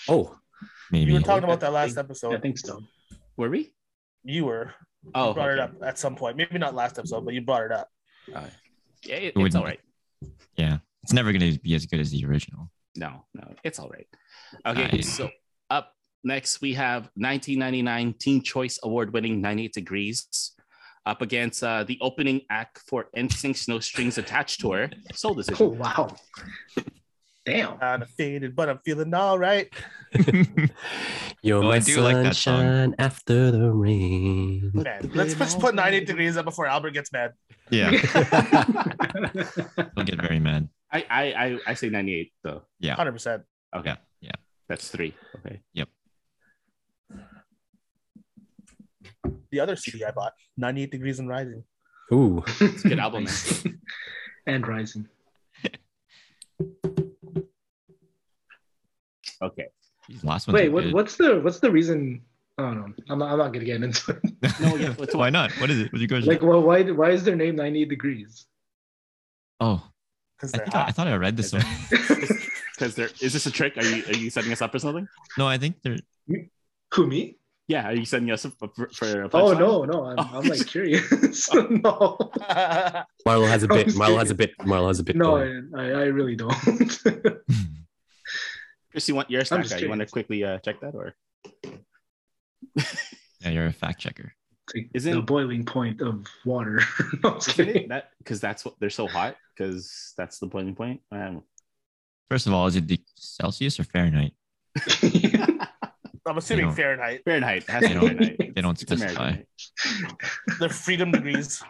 [SPEAKER 1] Oh,
[SPEAKER 4] You
[SPEAKER 5] Maybe.
[SPEAKER 4] were talking about that last episode.
[SPEAKER 6] I think so.
[SPEAKER 2] Were we?
[SPEAKER 4] you were.
[SPEAKER 2] Oh,
[SPEAKER 4] you brought it
[SPEAKER 2] okay.
[SPEAKER 4] up at some point. Maybe not last episode, but you brought it up.
[SPEAKER 2] Yeah, it-
[SPEAKER 5] It
[SPEAKER 2] it's
[SPEAKER 5] wouldn't-
[SPEAKER 2] all right.
[SPEAKER 5] Yeah. It's never going to be as good as the original.
[SPEAKER 2] No, no, it's all right. Okay,
[SPEAKER 5] Nice.
[SPEAKER 2] so up next we have 1999 Teen Choice Award-winning 98 Degrees up against uh, the opening act for NSYNC's No Strings Attached tour, Soul
[SPEAKER 6] Oh
[SPEAKER 2] Decision.
[SPEAKER 6] wow. Damn.
[SPEAKER 4] I'm faded, but I'm feeling all right.
[SPEAKER 1] you're
[SPEAKER 5] Oh, I
[SPEAKER 1] my
[SPEAKER 5] do like that song.
[SPEAKER 1] sunshine after the rain.
[SPEAKER 4] Man, let's first put 98 degrees up before Albert gets mad.
[SPEAKER 5] Yeah. I'll get very mad.
[SPEAKER 2] I, I, I, I say 98 though.
[SPEAKER 4] 100%.
[SPEAKER 2] Okay,
[SPEAKER 5] Yeah. Yeah.
[SPEAKER 2] that's three. Okay.
[SPEAKER 4] The other CD I bought, 98 degrees and rising.
[SPEAKER 1] Ooh,
[SPEAKER 2] It's a good album, man.
[SPEAKER 6] and Rising.
[SPEAKER 2] Okay.
[SPEAKER 5] These last ones.
[SPEAKER 6] Wait,
[SPEAKER 5] are
[SPEAKER 6] what,
[SPEAKER 5] good.
[SPEAKER 6] what's the what's the reason? I don't know. I'm not, I'm not gonna get into it.
[SPEAKER 2] No, yeah, what's-
[SPEAKER 5] Why not? What is it? What's your question?
[SPEAKER 6] Like, well, why why is their name 98 degrees?
[SPEAKER 5] oh,
[SPEAKER 4] Because
[SPEAKER 5] I,
[SPEAKER 4] they're
[SPEAKER 5] think I, I
[SPEAKER 4] hot.
[SPEAKER 5] thought I read this one.
[SPEAKER 2] Because there is this a trick? Are you are you setting us up or something?
[SPEAKER 5] No, I think they're.
[SPEAKER 6] Who me?
[SPEAKER 2] Yeah, are you setting us up for, for a
[SPEAKER 6] Oh
[SPEAKER 2] punchline?
[SPEAKER 6] no, no, I'm, I'm like curious. no,
[SPEAKER 3] Marlo has a bit.
[SPEAKER 6] I'm
[SPEAKER 3] Marlo has a bit. Marlo has a bit.
[SPEAKER 6] no,
[SPEAKER 3] going.
[SPEAKER 6] I, I I really don't.
[SPEAKER 2] Chris, you want your stack
[SPEAKER 6] just
[SPEAKER 2] out. You want to
[SPEAKER 6] curious.
[SPEAKER 2] quickly uh, check that, or
[SPEAKER 5] yeah, you're a fact checker.
[SPEAKER 6] Like,
[SPEAKER 2] Isn't-
[SPEAKER 6] the boiling point of water? no, I'm just
[SPEAKER 2] Isn't it
[SPEAKER 6] kidding.
[SPEAKER 2] that because that's what they're so hot because that's the boiling point. Um,
[SPEAKER 5] First of all, is it the Celsius or Fahrenheit?
[SPEAKER 4] I'm assuming
[SPEAKER 5] don't-
[SPEAKER 4] Fahrenheit.
[SPEAKER 2] Fahrenheit has to be
[SPEAKER 5] They don't-
[SPEAKER 2] Fahrenheit.
[SPEAKER 5] They don't
[SPEAKER 2] It's American,
[SPEAKER 5] specify.
[SPEAKER 2] right?
[SPEAKER 4] They're freedom degrees.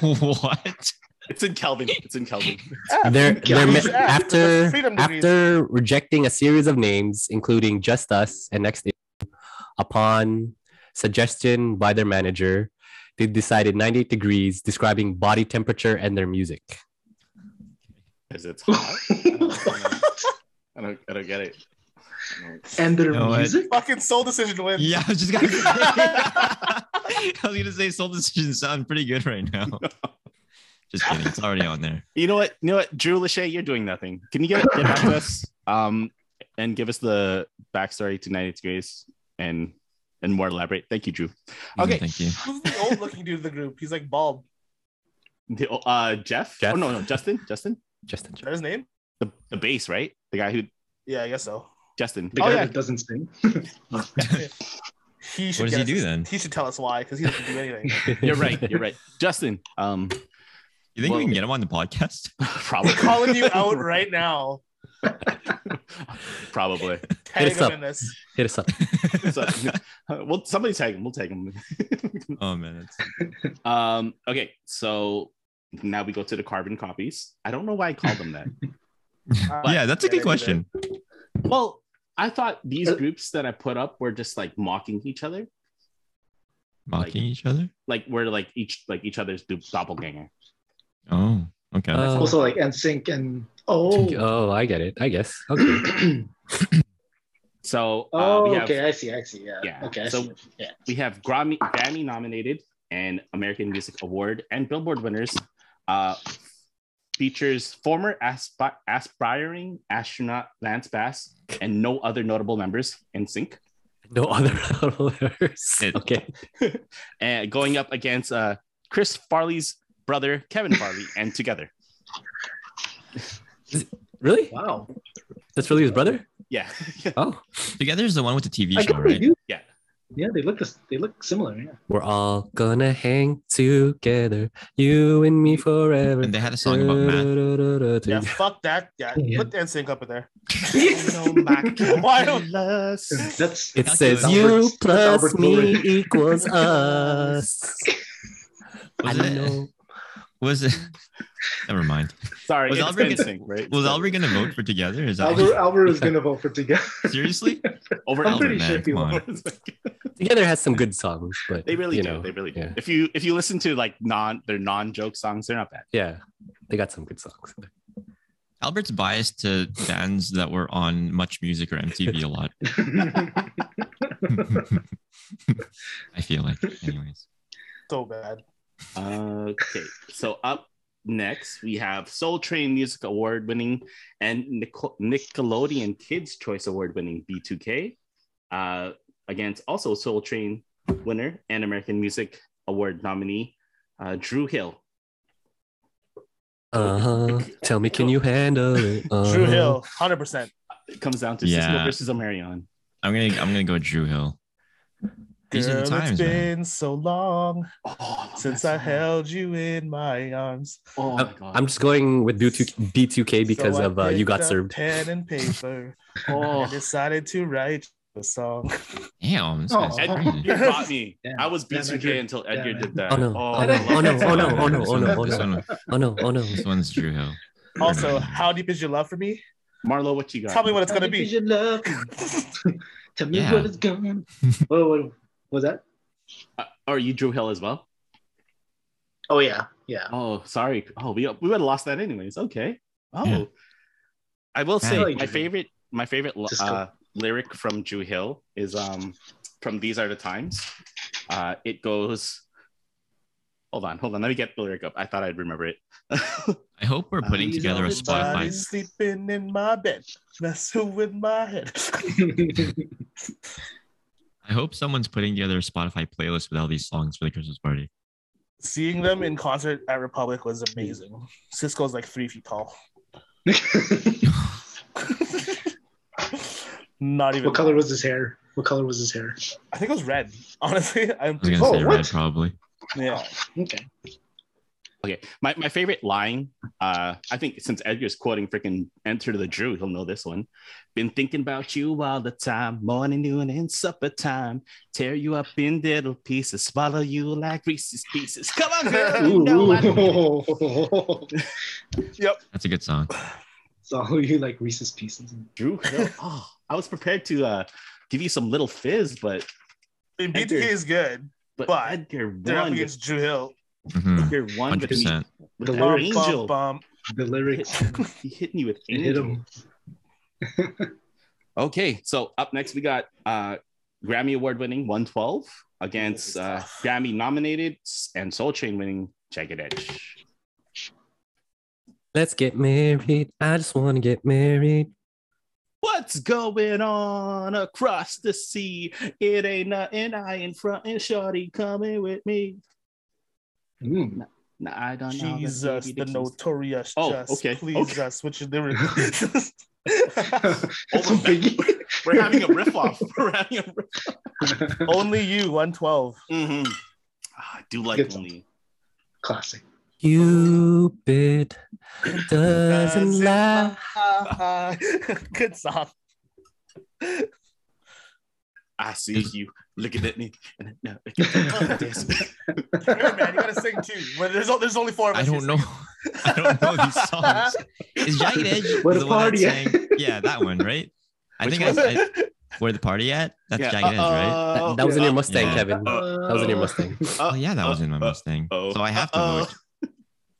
[SPEAKER 5] what?
[SPEAKER 2] It's in Kelvin. It's in Kelvin.
[SPEAKER 3] They're,
[SPEAKER 6] Yeah,
[SPEAKER 3] they're
[SPEAKER 6] we
[SPEAKER 3] me-
[SPEAKER 6] should
[SPEAKER 4] ask for the
[SPEAKER 3] after
[SPEAKER 4] freedom degrees.
[SPEAKER 3] after rejecting a series of names, including Just Us and Next, Issue, upon suggestion by their manager, they decided 98 degrees, describing body temperature and their music.
[SPEAKER 2] Because it's hot. I don't, I don't, I don't get it. I don't-
[SPEAKER 6] and their
[SPEAKER 5] You know what?
[SPEAKER 6] music.
[SPEAKER 4] Fucking soul decision wins.
[SPEAKER 5] Yeah, I was just gonna say. I was gonna say soul decisions sound pretty good right now. Just kidding, it's already on there.
[SPEAKER 2] You know what? You know what? Drew Lachey, you're doing nothing. Can you get, get back to us um, and give us the backstory to 90 Degrees and and more elaborate? Thank you, Drew.
[SPEAKER 5] Mm,
[SPEAKER 2] Okay.
[SPEAKER 5] Thank you.
[SPEAKER 4] Who's the old looking dude of the group? He's like bald.
[SPEAKER 2] The, uh, Jeff?
[SPEAKER 3] Jeff?
[SPEAKER 2] Oh no, no, Justin. Justin,
[SPEAKER 3] Justin.
[SPEAKER 4] Is that his name?
[SPEAKER 2] the the bass, right? The guy who
[SPEAKER 4] Yeah, I guess so.
[SPEAKER 2] Justin.
[SPEAKER 6] The
[SPEAKER 2] oh
[SPEAKER 6] guy
[SPEAKER 2] yeah,
[SPEAKER 6] that doesn't sing.
[SPEAKER 4] He should
[SPEAKER 5] does
[SPEAKER 4] get
[SPEAKER 5] he
[SPEAKER 4] us-
[SPEAKER 5] do then?
[SPEAKER 4] He should tell us why, because he doesn't do anything.
[SPEAKER 2] you're right. You're right. Justin. Um,
[SPEAKER 5] You think
[SPEAKER 2] Well-
[SPEAKER 5] we can get him on the podcast?
[SPEAKER 2] probably
[SPEAKER 4] We're calling you out right now.
[SPEAKER 2] Probably.
[SPEAKER 4] Tag
[SPEAKER 3] us
[SPEAKER 4] him
[SPEAKER 3] up.
[SPEAKER 4] in this.
[SPEAKER 3] Hit us up.
[SPEAKER 2] So, uh, well, somebody tag him. We'll tag him.
[SPEAKER 5] Oh man, that's
[SPEAKER 2] Um, okay, so now we go to the carbon copies. I don't know why I called them that.
[SPEAKER 4] Uh,
[SPEAKER 5] yeah, that's a
[SPEAKER 4] yeah, they do
[SPEAKER 5] good question.
[SPEAKER 2] well, I thought
[SPEAKER 6] Uh,
[SPEAKER 2] these groups that I put up were just like mocking each other,
[SPEAKER 5] Mocking each other.
[SPEAKER 2] like we're like each like each other's du- doppelganger.
[SPEAKER 5] Oh, okay.
[SPEAKER 3] Uh,
[SPEAKER 6] also, like NSYNC and oh,
[SPEAKER 3] oh, I get it. I guess. Okay.
[SPEAKER 2] So uh,
[SPEAKER 6] oh,
[SPEAKER 2] we have
[SPEAKER 6] okay, I see, I see, yeah,
[SPEAKER 2] Yeah,
[SPEAKER 6] okay, I
[SPEAKER 2] so-
[SPEAKER 6] see. yeah.
[SPEAKER 2] we have Grammy Grammy nominated and American Music Award and Billboard winners. Uh, features former aspi- aspiring astronaut Lance Bass and no other notable members in sync.
[SPEAKER 3] No other letters.
[SPEAKER 5] It-
[SPEAKER 3] Okay.
[SPEAKER 2] and going up against uh, Chris Farley's brother Kevin Farley, and together.
[SPEAKER 3] Really?
[SPEAKER 6] Wow,
[SPEAKER 3] That's really his brother?
[SPEAKER 2] Yeah,
[SPEAKER 3] Oh,
[SPEAKER 5] Together is the one with the TV
[SPEAKER 6] I
[SPEAKER 5] show,
[SPEAKER 6] guess they
[SPEAKER 5] right?
[SPEAKER 6] do.
[SPEAKER 2] Yeah.
[SPEAKER 6] yeah, they look this, they look similar. Yeah,
[SPEAKER 3] we're all gonna hang together, you and me forever.
[SPEAKER 5] And they had a song about math.
[SPEAKER 4] Yeah, fuck that. Yeah,
[SPEAKER 6] Yeah.
[SPEAKER 4] put NSYNC up in there.
[SPEAKER 2] Oh,
[SPEAKER 6] Yes.
[SPEAKER 4] Why don't
[SPEAKER 6] that's
[SPEAKER 3] It says
[SPEAKER 5] Calculus.
[SPEAKER 3] you
[SPEAKER 6] Albert-
[SPEAKER 3] plus
[SPEAKER 6] Albert
[SPEAKER 3] me
[SPEAKER 6] Lord.
[SPEAKER 3] equals us. I
[SPEAKER 5] Was
[SPEAKER 3] don't
[SPEAKER 5] it?
[SPEAKER 3] know.
[SPEAKER 5] Was it? Never mind.
[SPEAKER 2] sorry,
[SPEAKER 5] Was
[SPEAKER 2] it's
[SPEAKER 5] Albert
[SPEAKER 2] been
[SPEAKER 5] gonna-
[SPEAKER 2] sync, right?
[SPEAKER 5] Was Albert gonna vote for Together? Is that
[SPEAKER 6] Albert, Albert is gonna vote for together.
[SPEAKER 5] seriously?
[SPEAKER 2] over
[SPEAKER 6] I'm
[SPEAKER 2] Albert?
[SPEAKER 6] pretty sure
[SPEAKER 5] man,
[SPEAKER 6] he
[SPEAKER 5] come on.
[SPEAKER 3] Together has some good songs, but
[SPEAKER 2] They really
[SPEAKER 3] you
[SPEAKER 2] do.
[SPEAKER 3] know,
[SPEAKER 2] they really do.
[SPEAKER 3] yeah.
[SPEAKER 2] If you if you listen to like non their non joke songs, they're not bad.
[SPEAKER 3] yeah, they got some good songs.
[SPEAKER 5] Albert's biased to bands that were on Much Music or MTV a lot. I feel like, anyways.
[SPEAKER 4] so bad?
[SPEAKER 2] Okay, so up next we have Soul Train Music Award winning and Nico- Nickelodeon Kids Choice Award winning B2K uh, against also Soul Train winner and American Music Award nominee uh, Drew Hill.
[SPEAKER 3] Uh huh. Tell me, can you handle it? Uh-huh.
[SPEAKER 4] Drew Hill, 100%.
[SPEAKER 2] It comes down to
[SPEAKER 5] Yeah.
[SPEAKER 2] Cisco versus Omarion.
[SPEAKER 5] I'm gonna I'm gonna go Drew Hill. These are the
[SPEAKER 4] Girl, it's
[SPEAKER 5] times, man.
[SPEAKER 4] been so long
[SPEAKER 2] Oh,
[SPEAKER 4] since I held you in my arms.
[SPEAKER 2] Oh my god!
[SPEAKER 3] I'm just going with B2- B2K because
[SPEAKER 4] So I
[SPEAKER 3] of uh, you
[SPEAKER 4] picked
[SPEAKER 3] got
[SPEAKER 4] up
[SPEAKER 3] served.
[SPEAKER 4] Pen and paper. I
[SPEAKER 2] oh,
[SPEAKER 4] decided to write a song.
[SPEAKER 5] Damn, this
[SPEAKER 6] Oh.
[SPEAKER 5] guy's
[SPEAKER 2] Ed,
[SPEAKER 5] crazy.
[SPEAKER 2] you got me.
[SPEAKER 6] Damn.
[SPEAKER 2] I was
[SPEAKER 6] Damn, Edgar.
[SPEAKER 2] B2K until Edgar
[SPEAKER 6] Damn,
[SPEAKER 2] did that.
[SPEAKER 3] Oh no!
[SPEAKER 2] I
[SPEAKER 3] Oh no!
[SPEAKER 2] love
[SPEAKER 3] Oh no!
[SPEAKER 2] that.
[SPEAKER 3] Oh no! Oh no! Oh no! Oh no! Oh
[SPEAKER 5] This one- this one-
[SPEAKER 3] no! Oh no!
[SPEAKER 5] This one's Drew Hill.
[SPEAKER 4] Also, how deep is your love for me?
[SPEAKER 2] Marlo, what you got?
[SPEAKER 4] Tell me what it's gonna
[SPEAKER 6] If
[SPEAKER 4] be.
[SPEAKER 6] you love me, Tell me
[SPEAKER 5] Yeah.
[SPEAKER 6] what it's gonna. What, what, what was that?
[SPEAKER 2] Uh, are you Drew Hill as well?
[SPEAKER 6] Oh yeah, yeah.
[SPEAKER 2] Oh, sorry. Oh, we we would have lost that anyways. Okay. Oh,
[SPEAKER 5] Yeah.
[SPEAKER 2] I will say
[SPEAKER 5] Yeah,
[SPEAKER 6] you
[SPEAKER 2] my
[SPEAKER 6] did.
[SPEAKER 2] favorite my favorite li-
[SPEAKER 6] Just go.
[SPEAKER 2] uh, lyric from Drew Hill is um from These Are the Times. Uh, it goes. Hold on, hold on. Let me get the lyric up. I thought I'd remember it.
[SPEAKER 5] I hope we're putting
[SPEAKER 2] These
[SPEAKER 5] together a
[SPEAKER 2] are the
[SPEAKER 5] Spotify.
[SPEAKER 4] Everybody's sleeping in my bed. That's who in my head.
[SPEAKER 5] I hope someone's putting together a Spotify playlist with all these songs for the Christmas party.
[SPEAKER 4] Seeing them in concert at Republic was amazing. Cisco's like three feet tall. Not even.
[SPEAKER 6] What color was his hair? What color was his hair?
[SPEAKER 4] I think it was red. Honestly, I'm.
[SPEAKER 5] I was gonna
[SPEAKER 6] Oh,
[SPEAKER 5] say
[SPEAKER 6] what?
[SPEAKER 5] red probably.
[SPEAKER 4] Yeah.
[SPEAKER 6] Okay.
[SPEAKER 2] Okay, my, my favorite line. Uh, I think since Edgar's quoting freaking "Enter the Drew," he'll know this one. Been thinking about you all the time, morning, noon, and supper time. Tear you up in little pieces, swallow you like Reese's pieces. Come on, girl, you
[SPEAKER 6] Ooh.
[SPEAKER 2] know Uh, I need it.
[SPEAKER 5] That's a good song.
[SPEAKER 6] so you like Reese's Pieces?
[SPEAKER 2] Drew. Hill. Oh, I was prepared to uh, give you some little fizz, but
[SPEAKER 4] I mean,
[SPEAKER 2] Edgar.
[SPEAKER 4] BTK is good.
[SPEAKER 2] but,
[SPEAKER 4] But
[SPEAKER 2] Edgar
[SPEAKER 4] They're up
[SPEAKER 2] won. with-
[SPEAKER 4] against Drew Hill.
[SPEAKER 5] Mhm.
[SPEAKER 2] Edgar won with, me,
[SPEAKER 5] 100%.
[SPEAKER 2] with
[SPEAKER 6] The
[SPEAKER 2] an
[SPEAKER 4] Bum,
[SPEAKER 6] lyrics.
[SPEAKER 4] bum,
[SPEAKER 2] angel.
[SPEAKER 4] bum.
[SPEAKER 6] The lyrics
[SPEAKER 2] He hit me with
[SPEAKER 6] it hit
[SPEAKER 2] angel.
[SPEAKER 6] him.
[SPEAKER 2] Okay, so up next we got uh, Grammy Award winning 112 against uh, Grammy nominated and Soul Train winning Jagged Edge.
[SPEAKER 3] Let's get married. I just want to get married.
[SPEAKER 2] What's going on across the sea? It ain't nothing. I in front and shorty coming with me.
[SPEAKER 6] Mm.
[SPEAKER 2] Nah, I don't know.
[SPEAKER 4] Jesus, the notorious
[SPEAKER 2] Oh,
[SPEAKER 4] just
[SPEAKER 2] okay,
[SPEAKER 4] please uh,
[SPEAKER 2] okay.
[SPEAKER 4] us, which is the lyric.
[SPEAKER 6] Some biggie.
[SPEAKER 2] We're having a riff off. We're having a riff.
[SPEAKER 4] Only you, 112.
[SPEAKER 2] Mhm. Ah, I do like
[SPEAKER 6] Good.
[SPEAKER 2] only.
[SPEAKER 6] Classic.
[SPEAKER 3] Cupid doesn't
[SPEAKER 4] Doesn't
[SPEAKER 3] lie.
[SPEAKER 4] lie. Good song.
[SPEAKER 2] I see you looking at me. And no, I can't do this.
[SPEAKER 4] Here, man, you gotta sing too. Well, there's, o- there's only four of us.
[SPEAKER 5] I don't
[SPEAKER 4] here.
[SPEAKER 5] know. I don't know these songs. Is Jagged Edge
[SPEAKER 6] Where the
[SPEAKER 5] the one that's
[SPEAKER 6] party at?
[SPEAKER 5] saying? Yeah, that one, right? I
[SPEAKER 2] Which
[SPEAKER 5] think I, I where the party at? That's
[SPEAKER 2] Yeah,
[SPEAKER 5] Jagged Edge,
[SPEAKER 4] Uh-uh.
[SPEAKER 5] right?
[SPEAKER 4] Oh,
[SPEAKER 2] uh-oh,
[SPEAKER 3] That, that was in your
[SPEAKER 2] uh,
[SPEAKER 3] Mustang,
[SPEAKER 5] yeah.
[SPEAKER 3] Kevin. That was in your
[SPEAKER 2] uh,
[SPEAKER 3] Mustang.
[SPEAKER 2] uh,
[SPEAKER 5] Oh yeah, that
[SPEAKER 2] uh,
[SPEAKER 5] was in my
[SPEAKER 2] uh,
[SPEAKER 5] Mustang.
[SPEAKER 2] uh-oh,
[SPEAKER 5] so I have to
[SPEAKER 2] uh-oh.
[SPEAKER 5] vote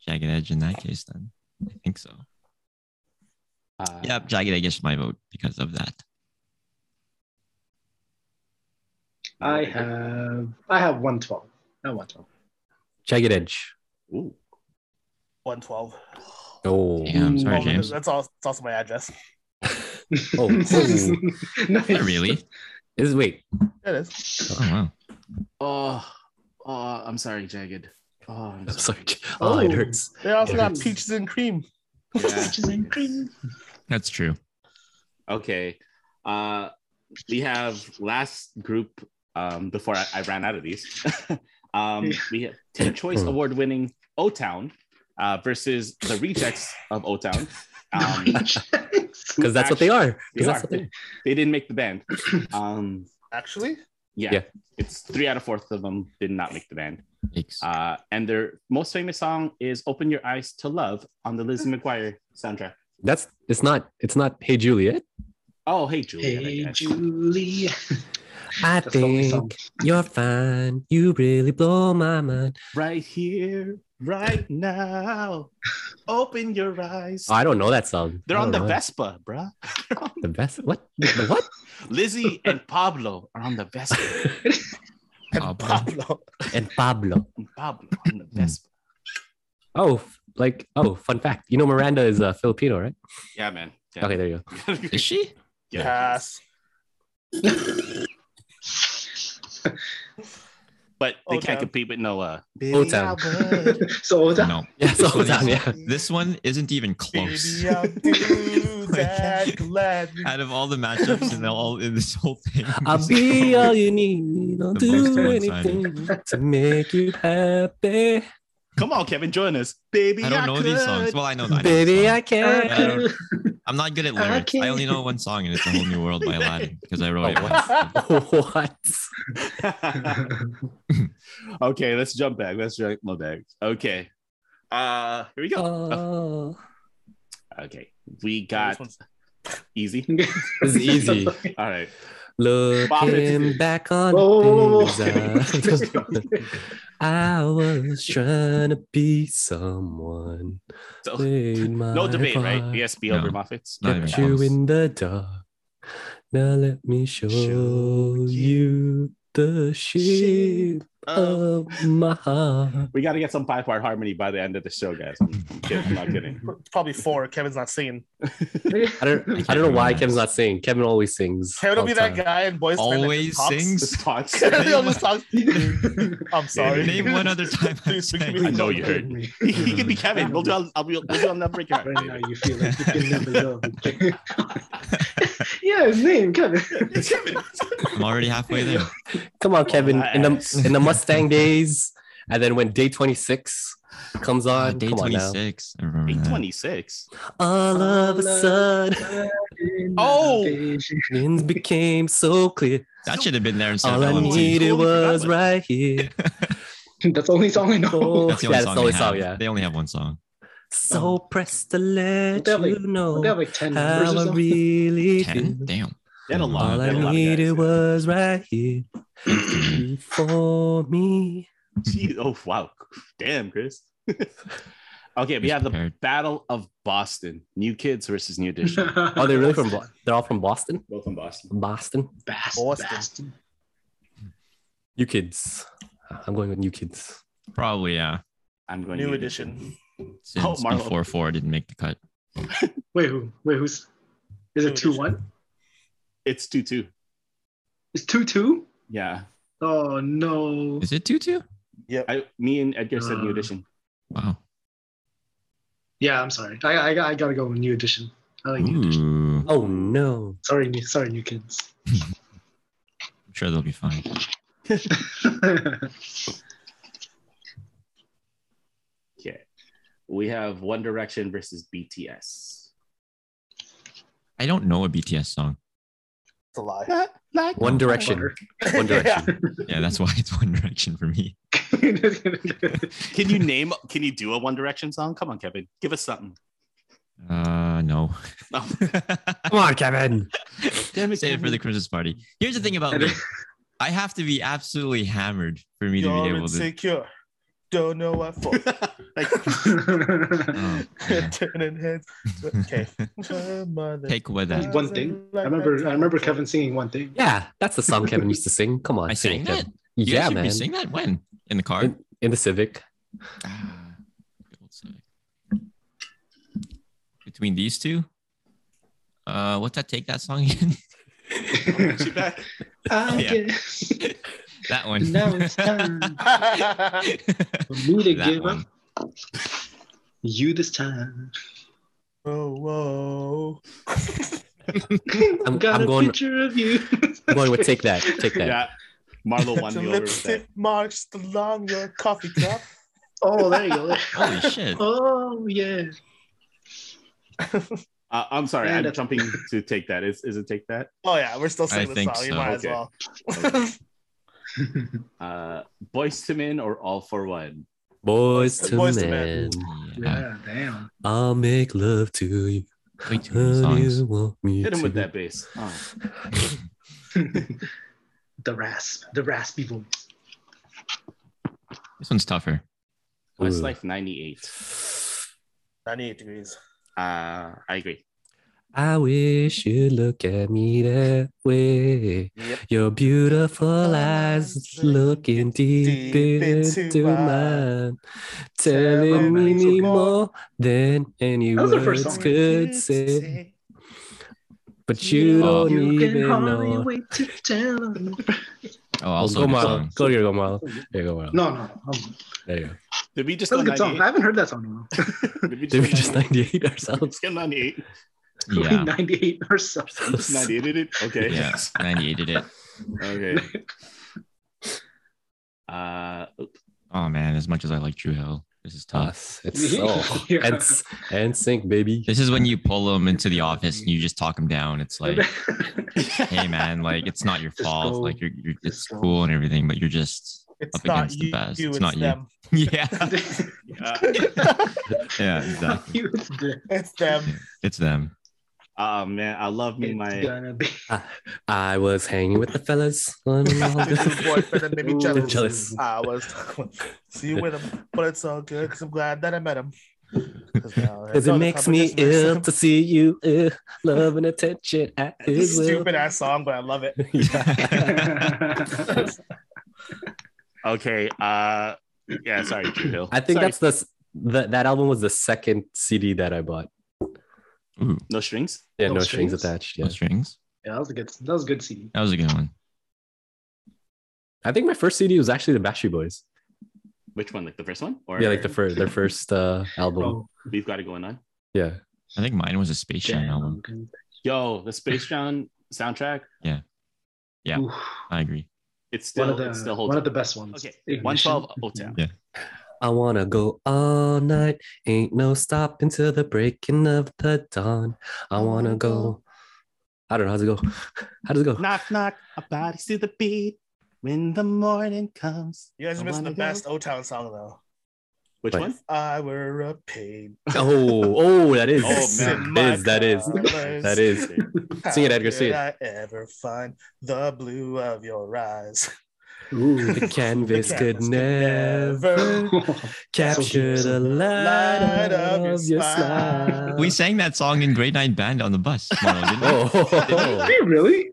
[SPEAKER 5] Jagged Edge in that case. Then I think so.
[SPEAKER 2] Uh,
[SPEAKER 5] Yep, Jagged Edge is my vote because of that.
[SPEAKER 6] I have I have 112. I have 112.
[SPEAKER 3] Jagged Edge.
[SPEAKER 2] Ooh.
[SPEAKER 4] 112.
[SPEAKER 3] Oh,
[SPEAKER 5] Yeah, I'm sorry,
[SPEAKER 4] Oh,
[SPEAKER 5] James.
[SPEAKER 4] That's, all, that's also my address.
[SPEAKER 3] Oh.
[SPEAKER 6] nice.
[SPEAKER 5] Not really.
[SPEAKER 3] is wait.
[SPEAKER 4] It is.
[SPEAKER 5] Oh wow.
[SPEAKER 2] Oh, oh, I'm sorry, Jagged. Oh, I'm
[SPEAKER 3] I'm sorry. Oh,
[SPEAKER 6] Oh.
[SPEAKER 3] it hurts.
[SPEAKER 4] They also
[SPEAKER 3] It
[SPEAKER 4] got
[SPEAKER 3] is.
[SPEAKER 4] peaches and cream.
[SPEAKER 2] Yeah.
[SPEAKER 5] That's true.
[SPEAKER 2] Okay. Uh, we have last group. Um, before I, I ran out of these, um, we have Teen Choice Award winning O Town uh, versus the rejects of O Town. Um,
[SPEAKER 3] Because that's what they are.
[SPEAKER 2] They
[SPEAKER 3] Because that's
[SPEAKER 2] are.
[SPEAKER 3] what they
[SPEAKER 2] they didn't make the band. Um,
[SPEAKER 4] Actually,
[SPEAKER 2] yeah,
[SPEAKER 3] Yeah.
[SPEAKER 2] it's three out of four of them did not make the band.
[SPEAKER 5] Yikes.
[SPEAKER 2] Uh, and their most famous song is "Open Your Eyes to Love" on the Lizzie McGuire soundtrack.
[SPEAKER 3] That's it's not it's not Hey Juliet.
[SPEAKER 2] Oh, hey, Juliet. I
[SPEAKER 6] Hey
[SPEAKER 2] guess.
[SPEAKER 6] Julie.
[SPEAKER 3] I
[SPEAKER 6] That's the only song.
[SPEAKER 3] think you're fine. You really blow my mind.
[SPEAKER 2] right here, right now. Open your eyes.
[SPEAKER 3] Oh, I don't know that song.
[SPEAKER 2] They're
[SPEAKER 3] I
[SPEAKER 2] on the
[SPEAKER 3] don't know that.
[SPEAKER 2] Vespa, bruh.
[SPEAKER 3] The best. What? The what?
[SPEAKER 2] Lizzie and Pablo are on the Vespa.
[SPEAKER 5] Oh,
[SPEAKER 4] Pablo.
[SPEAKER 3] and Pablo.
[SPEAKER 2] And Pablo on
[SPEAKER 5] Hmm.
[SPEAKER 2] the Vespa.
[SPEAKER 3] Oh, f- like oh, fun fact. You know Miranda is uh, Filipino, right?
[SPEAKER 2] Yeah, man. Yeah.
[SPEAKER 3] Okay, there you go.
[SPEAKER 5] Is she?
[SPEAKER 2] Yeah.
[SPEAKER 4] Pass.
[SPEAKER 2] But they
[SPEAKER 4] Oh,
[SPEAKER 2] can't
[SPEAKER 4] damn.
[SPEAKER 2] compete with Noah.
[SPEAKER 3] O Town.
[SPEAKER 6] so that
[SPEAKER 5] No.
[SPEAKER 3] Yeah, so
[SPEAKER 5] This one
[SPEAKER 3] O Town.
[SPEAKER 5] is-
[SPEAKER 3] Yeah.
[SPEAKER 5] This one isn't even close.
[SPEAKER 4] Baby, I'll do that gladly.
[SPEAKER 5] Out of all the matchups and all in this whole thing,
[SPEAKER 3] I'll
[SPEAKER 5] this-
[SPEAKER 3] be all you need. I'll
[SPEAKER 5] The most
[SPEAKER 3] do
[SPEAKER 5] one-sided.
[SPEAKER 3] anything to make you happy.
[SPEAKER 2] Come on, Kevin, join us. Baby,
[SPEAKER 5] I don't know these songs.
[SPEAKER 2] could.
[SPEAKER 5] Well, I know that.
[SPEAKER 3] Baby, I
[SPEAKER 5] I
[SPEAKER 3] can't.
[SPEAKER 5] don't- I'm not good at
[SPEAKER 6] I
[SPEAKER 5] lyrics. I,
[SPEAKER 6] can't-
[SPEAKER 5] only know one song, and it's "A Whole New World" by Aladdin because I wrote it
[SPEAKER 3] Oh,
[SPEAKER 5] once.
[SPEAKER 3] what?
[SPEAKER 2] okay, let's jump back. Let's jump back. Okay. Uh, here we go.
[SPEAKER 3] Oh.
[SPEAKER 2] Okay. We
[SPEAKER 4] This
[SPEAKER 2] got
[SPEAKER 4] one's-
[SPEAKER 2] easy.
[SPEAKER 3] This is easy.
[SPEAKER 2] All right. Bop it.
[SPEAKER 3] Looking back on
[SPEAKER 6] Whoa, whoa, whoa, whoa.
[SPEAKER 3] things uh, I, I was trying to be someone.
[SPEAKER 2] So,
[SPEAKER 3] Played my
[SPEAKER 2] no debate, right?
[SPEAKER 3] part,
[SPEAKER 2] ESB
[SPEAKER 5] Uh, No.
[SPEAKER 2] over Moffitt's.
[SPEAKER 5] Not even
[SPEAKER 3] Kept you
[SPEAKER 5] close.
[SPEAKER 3] in the dark. Now let me show,
[SPEAKER 2] Show
[SPEAKER 3] you the shape
[SPEAKER 2] uh,
[SPEAKER 3] of my heart.
[SPEAKER 2] We got to get some five part harmony by the end of the show, guys. I'm, I'm kidding. I'm not kidding.
[SPEAKER 4] Probably four. Kevin's not singing.
[SPEAKER 3] I don't, I don't know why Kevin's not singing. Kevin always sings.
[SPEAKER 4] Kevin will
[SPEAKER 3] all
[SPEAKER 4] be
[SPEAKER 3] the
[SPEAKER 4] that
[SPEAKER 3] time.
[SPEAKER 4] guy in boys. Men that
[SPEAKER 5] Always
[SPEAKER 4] just talks.
[SPEAKER 5] sings.
[SPEAKER 2] Just thoughts.
[SPEAKER 4] Kevin will just talk. I'm sorry.
[SPEAKER 5] Name one other time I
[SPEAKER 4] Please, we can
[SPEAKER 5] sang.
[SPEAKER 2] I know you heard. He, he could be Kevin. We'll do. I'll, I'll be. We'll do another break.
[SPEAKER 6] right now you feel like you can never love. yeah, his name Kevin.
[SPEAKER 2] It's Kevin.
[SPEAKER 5] I'm already halfway there.
[SPEAKER 3] Come on, Kevin. In
[SPEAKER 2] Nice.
[SPEAKER 3] the in the Mustang days, and then when day twenty six comes
[SPEAKER 5] Uh,
[SPEAKER 3] on,
[SPEAKER 5] day
[SPEAKER 3] come on now.
[SPEAKER 5] 26. I remember
[SPEAKER 2] Eight
[SPEAKER 5] that.
[SPEAKER 2] twenty six.
[SPEAKER 3] All of a sudden,
[SPEAKER 2] Oh!
[SPEAKER 3] things became so clear.
[SPEAKER 5] That should have been there instead
[SPEAKER 3] All
[SPEAKER 5] of
[SPEAKER 3] I
[SPEAKER 5] LMT.
[SPEAKER 3] needed
[SPEAKER 2] Totally forgot
[SPEAKER 3] was
[SPEAKER 2] that.
[SPEAKER 3] right here.
[SPEAKER 6] That's the only song I know.
[SPEAKER 3] Oh,
[SPEAKER 5] That's
[SPEAKER 3] yeah,
[SPEAKER 5] the only
[SPEAKER 3] that's
[SPEAKER 5] song.
[SPEAKER 3] the only
[SPEAKER 5] they
[SPEAKER 3] song.
[SPEAKER 5] have.
[SPEAKER 3] Yeah.
[SPEAKER 5] They only have one song.
[SPEAKER 2] Oh.
[SPEAKER 3] So pressed to let
[SPEAKER 6] They have,
[SPEAKER 3] you
[SPEAKER 6] like-
[SPEAKER 3] know
[SPEAKER 6] Don't They have like ten members or
[SPEAKER 3] how I
[SPEAKER 6] something.
[SPEAKER 3] really
[SPEAKER 5] Ten?
[SPEAKER 3] feel.
[SPEAKER 5] Damn.
[SPEAKER 2] They had a lot.
[SPEAKER 3] All
[SPEAKER 2] they
[SPEAKER 3] I
[SPEAKER 2] had a lot of
[SPEAKER 3] needed
[SPEAKER 2] guys.
[SPEAKER 3] was right here before me.
[SPEAKER 2] Jeez, oh wow, damn, Chris. okay, we
[SPEAKER 5] Who's
[SPEAKER 2] have the
[SPEAKER 5] prepared?
[SPEAKER 2] Battle of Boston: New Kids versus New Edition.
[SPEAKER 3] Are they really from? Bo- they're all from Boston.
[SPEAKER 2] Both from Boston.
[SPEAKER 3] Boston.
[SPEAKER 6] Bast-
[SPEAKER 4] Boston?
[SPEAKER 6] Boston.
[SPEAKER 3] You kids. Uh, I'm going with you kids.
[SPEAKER 5] Probably, yeah.
[SPEAKER 2] I'm going
[SPEAKER 4] New
[SPEAKER 2] New
[SPEAKER 4] edition.
[SPEAKER 5] Since
[SPEAKER 2] Oh, Marlo.
[SPEAKER 5] before four didn't make the cut.
[SPEAKER 6] Wait, who? Wait, who's? Is it two one?
[SPEAKER 2] It's two two.
[SPEAKER 6] It's two two.
[SPEAKER 2] Yeah,
[SPEAKER 6] Oh no.
[SPEAKER 5] Is it two two?
[SPEAKER 4] Yep.
[SPEAKER 2] I, me and Edgar said New
[SPEAKER 6] Uh,
[SPEAKER 2] Edition.
[SPEAKER 5] Wow.
[SPEAKER 6] Yeah, I'm sorry. I I, I gotta go with New Edition. I like New Edition.
[SPEAKER 5] Ooh.
[SPEAKER 3] Oh no.
[SPEAKER 6] Sorry, new, sorry, new kids.
[SPEAKER 5] I'm sure they'll be fine.
[SPEAKER 2] Okay, we have One Direction versus BTS.
[SPEAKER 5] I don't know a BTS song.
[SPEAKER 4] It's a lie.
[SPEAKER 3] One Direction. One Direction.
[SPEAKER 5] Yeah, that's why it's One Direction for me.
[SPEAKER 2] Can you name? Can you do a One Direction song? Come on, Kevin, give us something.
[SPEAKER 5] Uh, no.
[SPEAKER 2] No.
[SPEAKER 3] Come on, Kevin.
[SPEAKER 2] Damn it,
[SPEAKER 5] Save it for the Christmas party. Here's the thing about
[SPEAKER 6] And
[SPEAKER 5] me.
[SPEAKER 6] then-
[SPEAKER 5] I have to be absolutely hammered for me to be
[SPEAKER 4] You're
[SPEAKER 5] able to.
[SPEAKER 4] insecure. Don't know what for. Like
[SPEAKER 5] Oh, yeah.
[SPEAKER 4] turning heads. Okay. My mother
[SPEAKER 5] Take away that.
[SPEAKER 6] One thing. I remember. I remember Kevin singing one thing.
[SPEAKER 3] Yeah, that's the song Kevin used to sing. Come on.
[SPEAKER 5] I
[SPEAKER 3] sing it,
[SPEAKER 5] sang that.
[SPEAKER 3] Kevin.
[SPEAKER 5] You guys
[SPEAKER 3] yeah,
[SPEAKER 5] heard me
[SPEAKER 3] man.
[SPEAKER 5] Sing that when in the car.
[SPEAKER 3] In, in the Civic.
[SPEAKER 5] Ah, good old Civic. Between these two, uh, what's that? Take that song again.
[SPEAKER 2] She back.
[SPEAKER 6] I
[SPEAKER 5] Yeah.
[SPEAKER 6] guess
[SPEAKER 5] that one.
[SPEAKER 6] now it's time
[SPEAKER 4] remember.
[SPEAKER 6] for me to
[SPEAKER 5] That
[SPEAKER 6] give
[SPEAKER 5] one.
[SPEAKER 6] up. You this time.
[SPEAKER 4] oh whoa.
[SPEAKER 3] I'm-
[SPEAKER 6] Got
[SPEAKER 3] I'm
[SPEAKER 6] a
[SPEAKER 3] going-
[SPEAKER 6] picture of you.
[SPEAKER 3] I'm going with Take That. Take That.
[SPEAKER 2] Yeah, Marlo won
[SPEAKER 4] The
[SPEAKER 2] me over with that.
[SPEAKER 4] lipstick marks along your coffee cup.
[SPEAKER 6] Oh, there you go.
[SPEAKER 5] Holy shit!
[SPEAKER 6] Oh yeah.
[SPEAKER 2] Uh, I'm sorry, I'm
[SPEAKER 6] And a-
[SPEAKER 2] jumping to take that. Is is it take that?
[SPEAKER 4] Oh yeah, we're still
[SPEAKER 5] I
[SPEAKER 4] singing the
[SPEAKER 5] think
[SPEAKER 4] song. You
[SPEAKER 5] so.
[SPEAKER 4] might as
[SPEAKER 2] Okay.
[SPEAKER 4] well.
[SPEAKER 2] Uh, Boys to Men or All for One?
[SPEAKER 3] Boys to
[SPEAKER 4] Boys to
[SPEAKER 3] men.
[SPEAKER 5] Yeah.
[SPEAKER 6] Yeah, damn.
[SPEAKER 3] I'll make love to you.
[SPEAKER 5] Way too many
[SPEAKER 3] How
[SPEAKER 5] songs.
[SPEAKER 3] you want me
[SPEAKER 2] Hit him with
[SPEAKER 3] to.
[SPEAKER 2] that bass. Oh.
[SPEAKER 6] the rasp, the raspy voice.
[SPEAKER 5] This one's tougher.
[SPEAKER 2] Westlife '98.
[SPEAKER 4] 98 degrees.
[SPEAKER 2] Uh, I agree.
[SPEAKER 3] I wish you'd look at me that way.
[SPEAKER 4] Yep.
[SPEAKER 3] Your beautiful eyes
[SPEAKER 4] Eyes
[SPEAKER 3] looking deep,
[SPEAKER 4] deep into
[SPEAKER 3] into mine,
[SPEAKER 4] mine,
[SPEAKER 3] telling
[SPEAKER 6] telling
[SPEAKER 3] me
[SPEAKER 6] me
[SPEAKER 3] more than any
[SPEAKER 6] That was her
[SPEAKER 3] words
[SPEAKER 6] first song.
[SPEAKER 3] could say. But you
[SPEAKER 5] Oh.
[SPEAKER 3] don't even know.
[SPEAKER 6] wait to tell 'em.
[SPEAKER 5] Oh,
[SPEAKER 3] Oh,
[SPEAKER 5] also
[SPEAKER 3] go,
[SPEAKER 5] a good
[SPEAKER 3] Marlo.
[SPEAKER 5] song.
[SPEAKER 3] Go, here, go, Marlo. There you go, Marlo.
[SPEAKER 6] No, no, no.
[SPEAKER 3] There you go.
[SPEAKER 2] Did we just
[SPEAKER 6] That's a
[SPEAKER 2] go
[SPEAKER 6] good song. I
[SPEAKER 2] 98?
[SPEAKER 6] haven't heard that song in
[SPEAKER 2] Did we
[SPEAKER 3] Did we just
[SPEAKER 2] go
[SPEAKER 3] 98
[SPEAKER 2] 98? Did we
[SPEAKER 3] ourselves?
[SPEAKER 2] just go 98?
[SPEAKER 6] a while.
[SPEAKER 5] Yeah,
[SPEAKER 6] 98 or something.
[SPEAKER 2] Just 98 did it? Okay.
[SPEAKER 5] yeah. Ninety eight did it.
[SPEAKER 2] Okay. Uh, oop.
[SPEAKER 5] Oh man, as much as I like Drew Hill, this is tough.
[SPEAKER 3] Us. It's so.
[SPEAKER 6] Yeah.
[SPEAKER 3] And, and sync, baby.
[SPEAKER 5] This is when you pull them into the office and you just talk them down. It's like, hey man, like it's not your
[SPEAKER 6] Just
[SPEAKER 5] fault.
[SPEAKER 6] go.
[SPEAKER 5] Like you're, you're it's
[SPEAKER 6] Just go.
[SPEAKER 5] cool and everything, but you're just
[SPEAKER 4] It's
[SPEAKER 5] Up
[SPEAKER 4] not
[SPEAKER 5] against the
[SPEAKER 4] you,
[SPEAKER 5] best.
[SPEAKER 4] you,
[SPEAKER 5] It's
[SPEAKER 4] it's,
[SPEAKER 5] not you.
[SPEAKER 4] them.
[SPEAKER 5] yeah,
[SPEAKER 2] uh,
[SPEAKER 5] yeah,
[SPEAKER 6] Fuck
[SPEAKER 5] exactly.
[SPEAKER 6] you, it's the-
[SPEAKER 4] It's them.
[SPEAKER 5] It's them.
[SPEAKER 2] oh, man. I love me
[SPEAKER 6] it's uh,
[SPEAKER 2] my.
[SPEAKER 6] gonna be-
[SPEAKER 3] I was hanging with the fellas. when all
[SPEAKER 4] This
[SPEAKER 3] the-
[SPEAKER 4] is boyfriend that made me
[SPEAKER 6] Ooh,
[SPEAKER 4] jealous.
[SPEAKER 3] jealous.
[SPEAKER 4] Ah, I was see you with him, but it's all good because I'm glad that I met him. Because
[SPEAKER 3] Cause it makes me ill to see you uh, love and attention at his will.
[SPEAKER 4] Stupid ass song, but I love it.
[SPEAKER 3] Yeah.
[SPEAKER 6] That's
[SPEAKER 2] Okay. Uh, yeah. Sorry, Drew Hill.
[SPEAKER 3] I think
[SPEAKER 2] Sorry,
[SPEAKER 3] that's the, s- the that album was the second CD that I bought.
[SPEAKER 2] no strings.
[SPEAKER 3] Yeah,
[SPEAKER 6] No
[SPEAKER 3] no, strings.
[SPEAKER 6] Strings?
[SPEAKER 3] attached.
[SPEAKER 5] No
[SPEAKER 3] Yeah.
[SPEAKER 5] strings.
[SPEAKER 6] Yeah, that was a good. That was a good CD.
[SPEAKER 5] That was a good one.
[SPEAKER 3] I think my first CD was actually the Backstreet Boys.
[SPEAKER 2] Which one? Like the first one? Or
[SPEAKER 3] Yeah, like the first their first uh, album.
[SPEAKER 6] Oh,
[SPEAKER 2] we've got it going on.
[SPEAKER 3] Yeah.
[SPEAKER 5] I think mine was a Space Jam album.
[SPEAKER 6] jam.
[SPEAKER 2] Yo, the Space Jam soundtrack.
[SPEAKER 5] Yeah.
[SPEAKER 6] Oof.
[SPEAKER 5] I agree.
[SPEAKER 2] It's still
[SPEAKER 6] One of the
[SPEAKER 2] it still holds.
[SPEAKER 6] one of
[SPEAKER 2] up.
[SPEAKER 6] the best ones.
[SPEAKER 2] Okay,
[SPEAKER 6] Ignition.
[SPEAKER 2] 112 O Town.
[SPEAKER 3] I wanna go all night, ain't no stopping till the breaking of the dawn. I wanna go. I don't know how's it go. How does it go?
[SPEAKER 2] Knock, knock, our bodies to the beat when the morning comes.
[SPEAKER 4] You guys are
[SPEAKER 2] I
[SPEAKER 4] missing the
[SPEAKER 2] wanna go.
[SPEAKER 4] best O Town song though.
[SPEAKER 2] Which
[SPEAKER 3] Wait.
[SPEAKER 2] one?
[SPEAKER 4] I were a pain.
[SPEAKER 3] Oh, oh, that is,
[SPEAKER 2] Oh, man.
[SPEAKER 3] that is, that is, that is. Sing it, Edgar, sing it.
[SPEAKER 4] I ever find the blue of your eyes?
[SPEAKER 6] Ooh.
[SPEAKER 3] The canvas
[SPEAKER 4] The
[SPEAKER 3] could
[SPEAKER 4] canvas
[SPEAKER 3] never
[SPEAKER 4] could
[SPEAKER 3] capture the light of your smile.
[SPEAKER 5] We sang that song in grade nine band on the bus. Marlo, didn't we?
[SPEAKER 3] Oh,
[SPEAKER 6] Hey, really?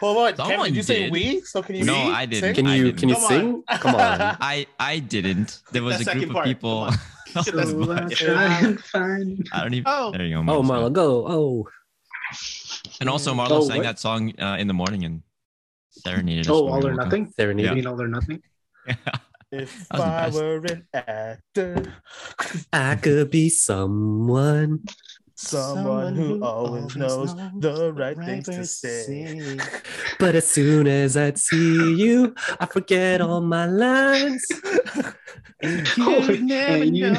[SPEAKER 4] Hold on, Kevin,
[SPEAKER 5] Someone
[SPEAKER 4] did you say
[SPEAKER 5] did.
[SPEAKER 4] we? So can you?
[SPEAKER 5] No,
[SPEAKER 4] we
[SPEAKER 5] I didn't.
[SPEAKER 4] sing?
[SPEAKER 3] can
[SPEAKER 5] I
[SPEAKER 3] you
[SPEAKER 5] didn't.
[SPEAKER 3] can you
[SPEAKER 4] Come on.
[SPEAKER 3] sing? Come on.
[SPEAKER 5] I I didn't. There was
[SPEAKER 2] That
[SPEAKER 5] a
[SPEAKER 2] second
[SPEAKER 5] group of
[SPEAKER 2] part,
[SPEAKER 5] people.
[SPEAKER 2] come
[SPEAKER 5] on the
[SPEAKER 6] So I
[SPEAKER 5] bus.
[SPEAKER 6] try and find-
[SPEAKER 5] I don't even.
[SPEAKER 2] Oh.
[SPEAKER 5] there you go.
[SPEAKER 3] Oh,
[SPEAKER 5] Marlo's
[SPEAKER 3] Marlo,
[SPEAKER 5] back.
[SPEAKER 3] go. Oh,
[SPEAKER 5] And also, Marlo
[SPEAKER 6] Oh,
[SPEAKER 5] sang
[SPEAKER 6] what?
[SPEAKER 5] that song uh, in the morning and serenaded us.
[SPEAKER 6] Oh,
[SPEAKER 5] when we
[SPEAKER 6] all or
[SPEAKER 5] woke up.
[SPEAKER 6] nothing. You
[SPEAKER 3] serenade.
[SPEAKER 6] mean all or nothing?
[SPEAKER 4] If
[SPEAKER 5] That was the
[SPEAKER 4] I
[SPEAKER 5] best.
[SPEAKER 4] were an actor,
[SPEAKER 3] I could be someone.
[SPEAKER 4] someone who always knows the right things to say.
[SPEAKER 3] But as soon as I see you, I forget all my lines.
[SPEAKER 6] Holy- and Oh, you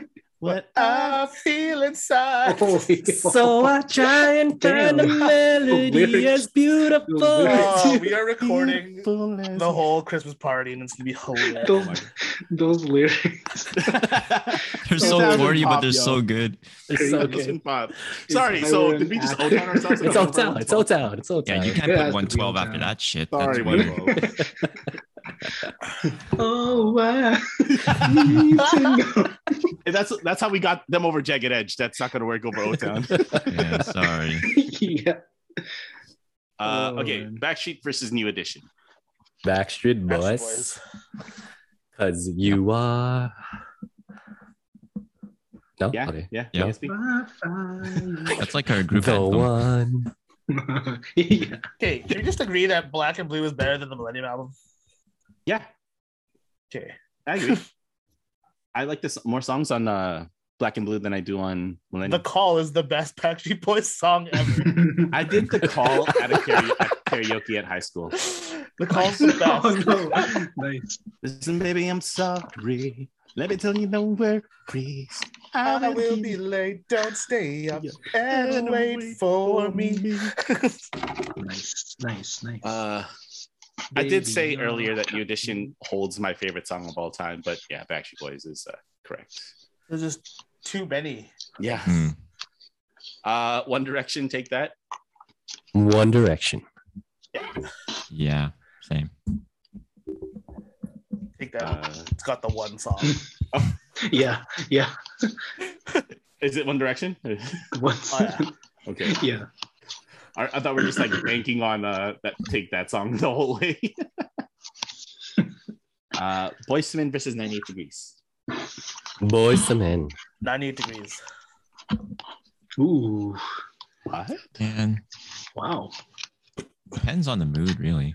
[SPEAKER 4] What I feel inside.
[SPEAKER 6] Holy-
[SPEAKER 3] So I try and find a
[SPEAKER 6] Damn.
[SPEAKER 3] melody
[SPEAKER 6] Lyrics.
[SPEAKER 3] as beautiful.
[SPEAKER 6] The lyrics.
[SPEAKER 4] Oh, we are recording the whole Christmas party, and it's gonna be hilarious.
[SPEAKER 5] Oh
[SPEAKER 6] those, Oh those lyrics.
[SPEAKER 5] They're
[SPEAKER 2] It
[SPEAKER 5] so
[SPEAKER 2] sounded
[SPEAKER 5] corny, but
[SPEAKER 2] pop,
[SPEAKER 5] they're
[SPEAKER 2] yo.
[SPEAKER 5] so good.
[SPEAKER 2] It's so
[SPEAKER 6] Okay.
[SPEAKER 2] fucking pop. Sorry,
[SPEAKER 6] If I
[SPEAKER 2] so
[SPEAKER 6] were
[SPEAKER 2] did we
[SPEAKER 6] an
[SPEAKER 2] just
[SPEAKER 6] actor-
[SPEAKER 2] O Town ourselves?
[SPEAKER 3] It's all town. It's all town. It's all
[SPEAKER 5] Yeah,
[SPEAKER 3] town.
[SPEAKER 5] you can't
[SPEAKER 6] Yeah, it
[SPEAKER 5] put
[SPEAKER 6] has to be
[SPEAKER 5] 112
[SPEAKER 6] on
[SPEAKER 5] after
[SPEAKER 6] time.
[SPEAKER 5] that shit.
[SPEAKER 2] Sorry,
[SPEAKER 5] That's weird.
[SPEAKER 2] one vote.
[SPEAKER 6] Oh, wow. Need to know.
[SPEAKER 2] And that's that's how we got them over Jagged Edge. That's not gonna work over O Town.
[SPEAKER 5] Yeah, sorry.
[SPEAKER 6] yeah.
[SPEAKER 2] Uh,
[SPEAKER 6] Oh,
[SPEAKER 2] okay,
[SPEAKER 6] man.
[SPEAKER 2] Backstreet versus New Edition.
[SPEAKER 3] Backstreet
[SPEAKER 4] Backstreet
[SPEAKER 3] Boys. Cause you are. No.
[SPEAKER 2] Yeah,
[SPEAKER 3] Okay.
[SPEAKER 2] yeah,
[SPEAKER 5] Yeah.
[SPEAKER 2] yeah. Speak.
[SPEAKER 6] I find-
[SPEAKER 5] That's like our group
[SPEAKER 3] The
[SPEAKER 5] anthem.
[SPEAKER 3] one.
[SPEAKER 6] yeah.
[SPEAKER 4] Okay, can we just agree that Black and Blue is better than the Millennium album?
[SPEAKER 2] yeah
[SPEAKER 4] Okay,
[SPEAKER 2] I agree. I like this more songs on uh, Black and Blue than I do on
[SPEAKER 4] The
[SPEAKER 2] Millennium.
[SPEAKER 4] Call is the best Backstreet Boys song ever.
[SPEAKER 2] I did the call at a karaoke at, karaoke at high school.
[SPEAKER 4] the Call's the
[SPEAKER 6] Oh, no,
[SPEAKER 4] best.
[SPEAKER 6] no. Nice.
[SPEAKER 2] Listen, baby, I'm sorry. Let me tell you, no worries.
[SPEAKER 4] I will be late. Don't stay up and wait for me.
[SPEAKER 6] Nice. Nice. Nice.
[SPEAKER 2] Uh, I did say
[SPEAKER 6] Baby,
[SPEAKER 2] earlier
[SPEAKER 6] uh,
[SPEAKER 2] that New Edition holds my favorite song of all time, but yeah, Backstreet Boys is uh, correct.
[SPEAKER 4] There's just too many.
[SPEAKER 2] Yeah.
[SPEAKER 5] Hmm.
[SPEAKER 2] Uh, One Direction, take that.
[SPEAKER 3] One Direction.
[SPEAKER 5] Yeah, same.
[SPEAKER 4] Take that.
[SPEAKER 2] Uh,
[SPEAKER 4] it's got the one song.
[SPEAKER 6] Yeah. Yeah.
[SPEAKER 2] is it One Direction?
[SPEAKER 6] Once.
[SPEAKER 4] Oh, yeah.
[SPEAKER 2] okay.
[SPEAKER 6] yeah.
[SPEAKER 2] I, I thought we are just like banking on uh, that take that song the whole way. uh, Boyz II Men versus 98 Degrees.
[SPEAKER 3] Boys to men.
[SPEAKER 4] 98 degrees.
[SPEAKER 6] Ooh.
[SPEAKER 2] What?
[SPEAKER 5] And
[SPEAKER 6] Wow.
[SPEAKER 5] depends on the mood, really.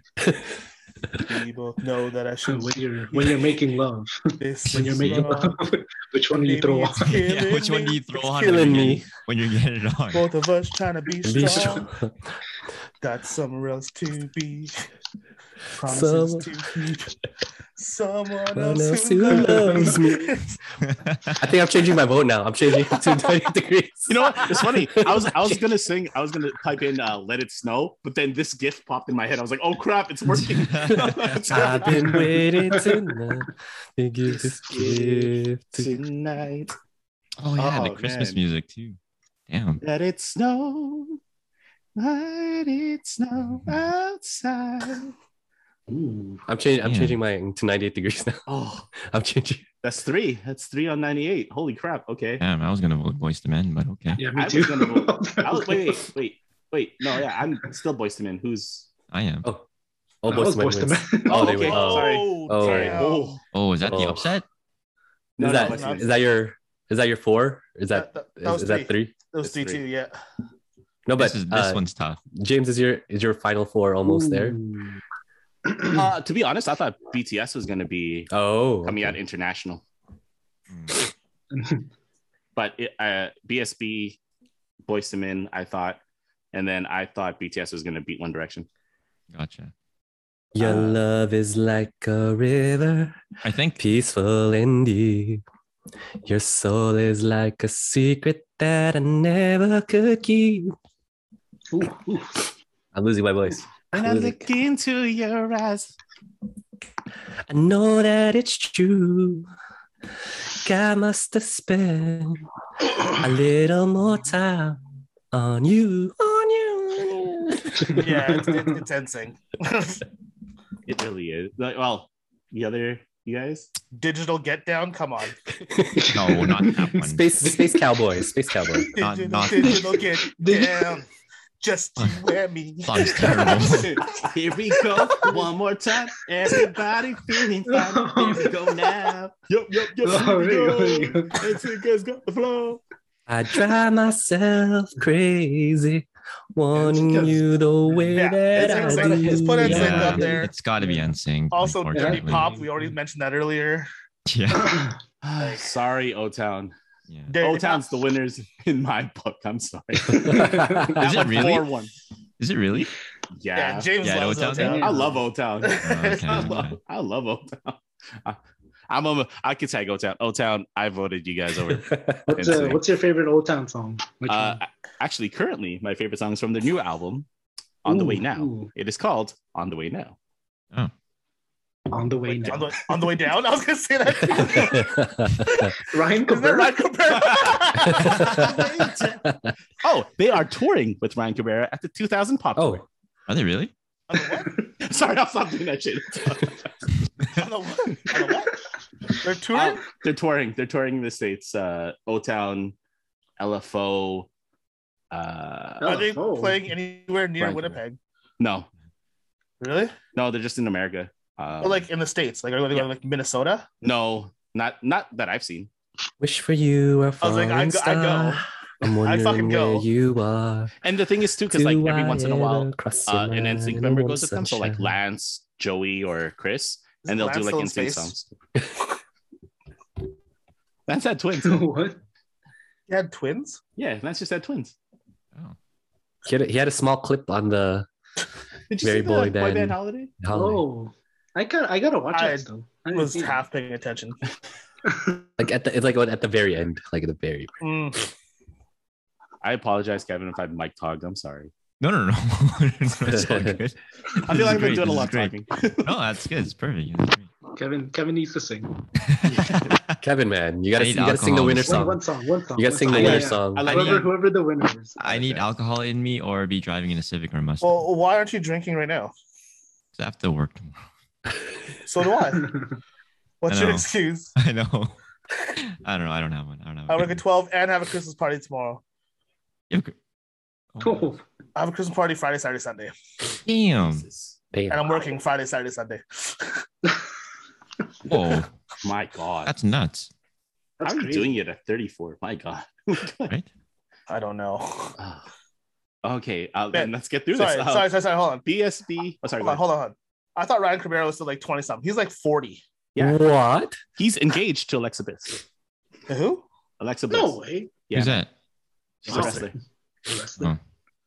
[SPEAKER 4] People know that I should
[SPEAKER 6] When you're when you're making love,
[SPEAKER 4] this.
[SPEAKER 6] when you're
[SPEAKER 4] is
[SPEAKER 6] making
[SPEAKER 4] wrong.
[SPEAKER 6] love, which one do you
[SPEAKER 4] Maybe
[SPEAKER 6] throw
[SPEAKER 4] it's
[SPEAKER 6] off?
[SPEAKER 4] killing
[SPEAKER 5] Yeah, which one do you
[SPEAKER 4] me.
[SPEAKER 5] throw
[SPEAKER 4] It's
[SPEAKER 5] on
[SPEAKER 4] killing
[SPEAKER 5] when
[SPEAKER 4] me.
[SPEAKER 5] you, get, when you get it on?
[SPEAKER 4] Both of us trying to be
[SPEAKER 3] Be
[SPEAKER 4] strong.
[SPEAKER 3] strong.
[SPEAKER 4] Got somewhere else to be. Promises
[SPEAKER 3] Some-
[SPEAKER 4] to keep. Someone
[SPEAKER 3] Someone
[SPEAKER 4] else,
[SPEAKER 3] else
[SPEAKER 4] who
[SPEAKER 3] who
[SPEAKER 4] loves
[SPEAKER 3] loves me.
[SPEAKER 4] me.
[SPEAKER 3] I think I'm changing my vote now. I'm changing it to 20 degrees.
[SPEAKER 2] You know what? It's funny. I was I was gonna sing. I was gonna type in uh, "Let It Snow," but then this GIF popped in my head. I was like, "Oh crap! It's working." It's
[SPEAKER 3] I've
[SPEAKER 2] working.
[SPEAKER 3] been waiting tonight to give this gift to
[SPEAKER 2] Tonight,
[SPEAKER 5] oh, yeah, the
[SPEAKER 2] Oh,
[SPEAKER 5] Christmas
[SPEAKER 2] man.
[SPEAKER 5] music, too. Damn.
[SPEAKER 2] let it snow. Let it snow outside.
[SPEAKER 6] Ooh.
[SPEAKER 3] I'm changing. I'm
[SPEAKER 5] Yeah.
[SPEAKER 3] changing mine to 98 degrees now.
[SPEAKER 2] Oh,
[SPEAKER 3] I'm changing.
[SPEAKER 2] that's three. That's three on ninety-eight. Holy crap! Okay.
[SPEAKER 5] Damn, I was going to vote Boys to Men, but okay.
[SPEAKER 6] Yeah,
[SPEAKER 2] I
[SPEAKER 6] me
[SPEAKER 2] was
[SPEAKER 6] too.
[SPEAKER 2] gonna vote- I was, wait, wait, wait, wait. No, yeah, I'm still Boyz II Men. Who's
[SPEAKER 5] I am.
[SPEAKER 3] Oh, Oh, boys
[SPEAKER 6] That was
[SPEAKER 3] to men
[SPEAKER 6] Boyz II
[SPEAKER 3] wins.
[SPEAKER 6] Men.
[SPEAKER 3] Oh, they win.
[SPEAKER 4] Oh,
[SPEAKER 3] Oh. Oh.
[SPEAKER 4] damn.
[SPEAKER 2] Oh.
[SPEAKER 5] Oh, is that the
[SPEAKER 3] Oh.
[SPEAKER 5] upset?
[SPEAKER 4] No,
[SPEAKER 3] Is
[SPEAKER 4] no,
[SPEAKER 3] that
[SPEAKER 4] it's not.
[SPEAKER 3] is that your is that your four? Is that
[SPEAKER 4] That- that- that
[SPEAKER 3] is
[SPEAKER 4] was
[SPEAKER 3] is
[SPEAKER 4] three.
[SPEAKER 3] that three?
[SPEAKER 4] Those
[SPEAKER 3] That's three.
[SPEAKER 4] three, two, yeah.
[SPEAKER 3] No, but
[SPEAKER 5] this is, this
[SPEAKER 3] uh,
[SPEAKER 5] one's tough.
[SPEAKER 3] James is your is your final four almost there.
[SPEAKER 2] Uh, to be honest, I thought BTS was going to be
[SPEAKER 3] Oh,
[SPEAKER 2] coming
[SPEAKER 3] okay.
[SPEAKER 2] out international,
[SPEAKER 5] Mm.
[SPEAKER 2] but it, uh, BSB, Boyz II Men, I thought, and then I thought BTS was going to beat One Direction.
[SPEAKER 5] Gotcha.
[SPEAKER 3] Your
[SPEAKER 2] Uh,
[SPEAKER 3] love is like a river,
[SPEAKER 5] I think
[SPEAKER 3] peaceful and deep. Your soul is like a secret that I never could keep.
[SPEAKER 6] Ooh, ooh.
[SPEAKER 3] I'm losing my voice.
[SPEAKER 2] When I
[SPEAKER 3] Music.
[SPEAKER 2] look into your eyes,
[SPEAKER 3] I know that it's true. God must have spent a little more time on you, on you, on you.
[SPEAKER 4] Yeah, it's, it, it's Ensing.
[SPEAKER 2] it really is. Like, well, the other you guys,
[SPEAKER 4] Digital get down, come on.
[SPEAKER 5] no, not that one.
[SPEAKER 3] Space, space cowboy, space cowboy.
[SPEAKER 5] Not-
[SPEAKER 4] Digital,
[SPEAKER 5] not-
[SPEAKER 4] digital get
[SPEAKER 6] Digi-
[SPEAKER 4] down. Just you whammy.
[SPEAKER 5] Song's terrible.
[SPEAKER 2] here we go one more time. Everybody feeling fine. Here we go now. Yup, yup, yup.
[SPEAKER 6] Oh,
[SPEAKER 2] here
[SPEAKER 6] there
[SPEAKER 2] we
[SPEAKER 6] you go, there you
[SPEAKER 2] go.
[SPEAKER 6] go.
[SPEAKER 2] It's because got the flow.
[SPEAKER 3] I drive myself crazy, wanting
[SPEAKER 6] just-
[SPEAKER 3] you the way
[SPEAKER 4] Yeah,
[SPEAKER 3] that
[SPEAKER 4] it's- it's
[SPEAKER 3] I
[SPEAKER 4] like-
[SPEAKER 3] do.
[SPEAKER 4] it's put in
[SPEAKER 6] Yeah.
[SPEAKER 4] sync up there.
[SPEAKER 5] It's got to be NSYNC.
[SPEAKER 4] Also, Dirty
[SPEAKER 5] unfortunately.
[SPEAKER 4] Pop, we already mentioned that earlier.
[SPEAKER 5] Yeah.
[SPEAKER 2] Sorry, O Town.
[SPEAKER 5] yeah.
[SPEAKER 4] Dirty
[SPEAKER 2] O Town's the winners in my book. I'm sorry.
[SPEAKER 5] Is
[SPEAKER 2] That
[SPEAKER 5] it
[SPEAKER 2] was
[SPEAKER 5] really?
[SPEAKER 2] Four one.
[SPEAKER 5] Is it really?
[SPEAKER 4] Pop.
[SPEAKER 2] Yeah.
[SPEAKER 4] Yeah, James
[SPEAKER 5] Yeah,
[SPEAKER 4] loves
[SPEAKER 5] O-Town.
[SPEAKER 4] O-Town.
[SPEAKER 2] I love O Town.
[SPEAKER 5] Okay,
[SPEAKER 2] I
[SPEAKER 5] okay.
[SPEAKER 2] love, I love O Town. I- I'm a, I could tag O Town. O Town, I voted you guys over.
[SPEAKER 6] what's,
[SPEAKER 2] It's
[SPEAKER 6] uh,
[SPEAKER 2] like-
[SPEAKER 6] what's your favorite old town song? Which
[SPEAKER 2] Uh,
[SPEAKER 6] one?
[SPEAKER 2] actually, currently, my favorite song is from their new album, On the
[SPEAKER 6] Ooh,
[SPEAKER 2] Way Now.
[SPEAKER 6] ooh.
[SPEAKER 2] It is called On the Way Now.
[SPEAKER 5] Oh,
[SPEAKER 6] on the way
[SPEAKER 4] Wait, on,
[SPEAKER 6] now.
[SPEAKER 4] the, on the way down? I was going to say that. Is
[SPEAKER 6] Ryan
[SPEAKER 4] that
[SPEAKER 6] Cabrera.
[SPEAKER 4] right compared?
[SPEAKER 2] Oh, they are touring with Ryan Cabrera at the 2000 Pop.
[SPEAKER 3] oh,
[SPEAKER 5] Are they really?
[SPEAKER 4] on the what?
[SPEAKER 2] sorry, I'll stop doing that shit.
[SPEAKER 4] On the what? On the what? They're touring?
[SPEAKER 2] Uh, they're touring. They're touring the states. Uh, O Town, LFO. Uh,
[SPEAKER 4] Are they
[SPEAKER 6] Oh.
[SPEAKER 4] playing anywhere near
[SPEAKER 2] Frank.
[SPEAKER 4] Winnipeg?
[SPEAKER 2] no,
[SPEAKER 4] Really?
[SPEAKER 2] no, they're just in America. Um,
[SPEAKER 4] Or like in the states? Like are they going to like Minnesota?
[SPEAKER 2] no, not not that I've seen.
[SPEAKER 3] wish for you a
[SPEAKER 4] I was like,
[SPEAKER 3] falling
[SPEAKER 4] I, go- I go.
[SPEAKER 3] star. I'm wondering
[SPEAKER 4] fucking go.
[SPEAKER 3] where you are.
[SPEAKER 2] And the thing is too, because like
[SPEAKER 3] Do
[SPEAKER 2] every
[SPEAKER 3] I
[SPEAKER 2] once in a while,
[SPEAKER 3] ever cross
[SPEAKER 2] uh,
[SPEAKER 3] your
[SPEAKER 2] an
[SPEAKER 3] mind
[SPEAKER 2] NSYNC
[SPEAKER 3] in
[SPEAKER 2] member
[SPEAKER 3] warm
[SPEAKER 2] goes with them. So like
[SPEAKER 3] sunshine?
[SPEAKER 2] Lance, Joey, or Chris,
[SPEAKER 4] Is
[SPEAKER 2] and they'll
[SPEAKER 4] Lance
[SPEAKER 2] do like
[SPEAKER 4] still in
[SPEAKER 2] NSYNC songs.
[SPEAKER 4] space?
[SPEAKER 2] Lance had twins.
[SPEAKER 6] what?
[SPEAKER 4] They had twins?
[SPEAKER 2] Yeah, Lance just had twins.
[SPEAKER 5] Oh.
[SPEAKER 3] He had, a, he had a small clip on the
[SPEAKER 2] Did you
[SPEAKER 3] Very
[SPEAKER 2] see
[SPEAKER 3] boy
[SPEAKER 2] the boy
[SPEAKER 3] band.
[SPEAKER 2] band holiday?
[SPEAKER 3] holiday.
[SPEAKER 6] Oh, I got I gotta watch
[SPEAKER 4] I
[SPEAKER 6] that still. I didn't
[SPEAKER 4] was
[SPEAKER 6] see that.
[SPEAKER 4] half paying attention.
[SPEAKER 3] like at the it's like at the very end, like at the very.
[SPEAKER 4] Mm.
[SPEAKER 2] I apologize, Kevin, if I mic togged. I'm sorry.
[SPEAKER 5] No, no, no. It's all good.
[SPEAKER 2] I
[SPEAKER 5] This is
[SPEAKER 2] feel like I've
[SPEAKER 5] great,
[SPEAKER 2] been doing a
[SPEAKER 5] this is
[SPEAKER 2] lot of
[SPEAKER 5] great.
[SPEAKER 2] talking.
[SPEAKER 5] No, that's good. It's perfect. That's great.
[SPEAKER 6] Kevin Kevin needs to sing.
[SPEAKER 3] Kevin, man, you gotta
[SPEAKER 5] I
[SPEAKER 3] you
[SPEAKER 5] need
[SPEAKER 3] gotta sing the winner
[SPEAKER 5] alcohol. Wait,
[SPEAKER 6] One,
[SPEAKER 3] song.
[SPEAKER 6] one song, one song.
[SPEAKER 3] you gotta
[SPEAKER 6] one
[SPEAKER 3] sing the
[SPEAKER 2] I
[SPEAKER 3] winner
[SPEAKER 6] song.
[SPEAKER 2] gotta-
[SPEAKER 3] song.
[SPEAKER 2] I
[SPEAKER 5] I
[SPEAKER 2] like
[SPEAKER 5] need,
[SPEAKER 6] Whoever whoever the winner is.
[SPEAKER 5] I need alcohol in me or be driving in a Civic or Mustang.
[SPEAKER 4] Well, why aren't you drinking right now?
[SPEAKER 5] I have to work tomorrow.
[SPEAKER 4] So do I. What's
[SPEAKER 5] I
[SPEAKER 4] your
[SPEAKER 5] know.
[SPEAKER 4] excuse?
[SPEAKER 5] I know. I don't know. I don't have one. I don't have
[SPEAKER 4] I
[SPEAKER 5] one.
[SPEAKER 4] work at 12 and have a Christmas party tomorrow.
[SPEAKER 5] You have a- Oh,
[SPEAKER 6] Oh,
[SPEAKER 4] I have a Christmas party Friday, Saturday, Sunday.
[SPEAKER 3] Hmm.
[SPEAKER 5] damn.
[SPEAKER 2] Jesus.
[SPEAKER 4] And
[SPEAKER 3] Damn.
[SPEAKER 4] I'm working Friday, Saturday, Sunday.
[SPEAKER 5] Whoa.
[SPEAKER 2] My God.
[SPEAKER 5] That's nuts.
[SPEAKER 6] that's
[SPEAKER 2] How are you
[SPEAKER 6] crazy.
[SPEAKER 2] doing it at 34? My God.
[SPEAKER 5] Right?
[SPEAKER 4] I don't know.
[SPEAKER 2] Ah. okay, uh,
[SPEAKER 4] Man,
[SPEAKER 2] then let's get through
[SPEAKER 4] Sorry,
[SPEAKER 2] this. Uh,
[SPEAKER 4] sorry, sorry, sorry. Hold on.
[SPEAKER 2] BSB. Oh, sorry.
[SPEAKER 4] Hold on,
[SPEAKER 2] go ahead.
[SPEAKER 4] hold on, hold on. I thought Ryan Cabrera was still like 20 something. He's like 40.
[SPEAKER 2] Yeah.
[SPEAKER 3] What?
[SPEAKER 2] He's engaged to Alexa Bliss.
[SPEAKER 4] Who?
[SPEAKER 2] Alexa Bliss.
[SPEAKER 6] No way.
[SPEAKER 2] Yeah.
[SPEAKER 5] Who's that?
[SPEAKER 2] She's a wrestler. Mm.
[SPEAKER 6] Wrestler.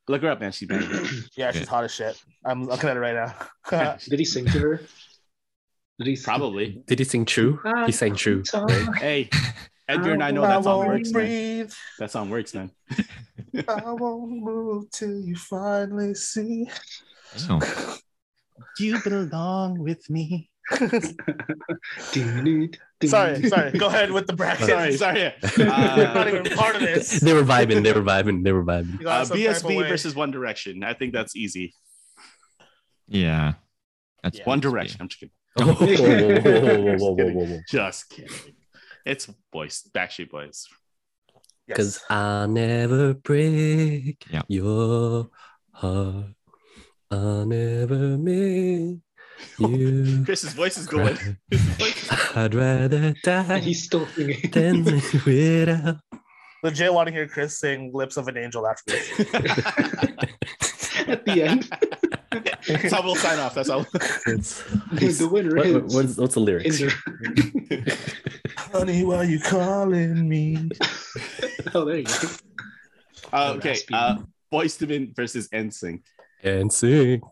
[SPEAKER 2] Look her up, man. She's married.
[SPEAKER 4] Yeah, she's
[SPEAKER 5] Yeah.
[SPEAKER 4] hot as shit. I'm looking at it right now.
[SPEAKER 6] Did he sing to her? Did he sing?
[SPEAKER 2] Probably.
[SPEAKER 3] Did he sing True? He sang True.
[SPEAKER 2] Hey, Edgar and I know
[SPEAKER 4] I
[SPEAKER 2] that song
[SPEAKER 4] won't
[SPEAKER 2] works, man.
[SPEAKER 4] breathe.
[SPEAKER 2] That song works, man.
[SPEAKER 4] I won't move till you finally see.
[SPEAKER 5] No.
[SPEAKER 2] You belong with me.
[SPEAKER 4] Sorry, sorry. Go ahead with the bracket.
[SPEAKER 2] Sorry, sorry.
[SPEAKER 4] I'm not
[SPEAKER 2] Uh,
[SPEAKER 4] even part of this.
[SPEAKER 3] They were vibing. They were vibing. They were vibing.
[SPEAKER 4] You
[SPEAKER 2] uh,
[SPEAKER 4] got some type of
[SPEAKER 2] BSB
[SPEAKER 4] way.
[SPEAKER 2] versus One Direction. I think that's easy.
[SPEAKER 5] Yeah. That's
[SPEAKER 4] Yeah.
[SPEAKER 2] One Direction. I'm just kidding.
[SPEAKER 3] Oh, whoa, whoa, whoa, whoa, whoa, whoa, whoa, whoa.
[SPEAKER 2] Just kidding. It's boys, Backstreet Boys.
[SPEAKER 4] Yes.
[SPEAKER 3] Cause I'll never break
[SPEAKER 5] Yeah.
[SPEAKER 3] your heart. I'll never make Oh, You
[SPEAKER 2] Chris's voice is going.
[SPEAKER 3] cry.
[SPEAKER 2] His voice is-
[SPEAKER 3] I'd rather
[SPEAKER 6] And
[SPEAKER 3] die
[SPEAKER 6] he's still singing.
[SPEAKER 3] than live without.
[SPEAKER 4] Legit want to hear Chris sing "Lips of an Angel" after this.
[SPEAKER 6] At the end,
[SPEAKER 2] That's how we'll sign off. That's all.
[SPEAKER 3] It's,
[SPEAKER 6] the winner
[SPEAKER 3] what, what-
[SPEAKER 6] is
[SPEAKER 3] what's, what's the lyrics?
[SPEAKER 6] Inder.
[SPEAKER 4] Honey, why you calling me?
[SPEAKER 6] Oh, there you go.
[SPEAKER 2] Uh, okay. Uh, Boys to Men versus NSYNC.
[SPEAKER 3] And sync.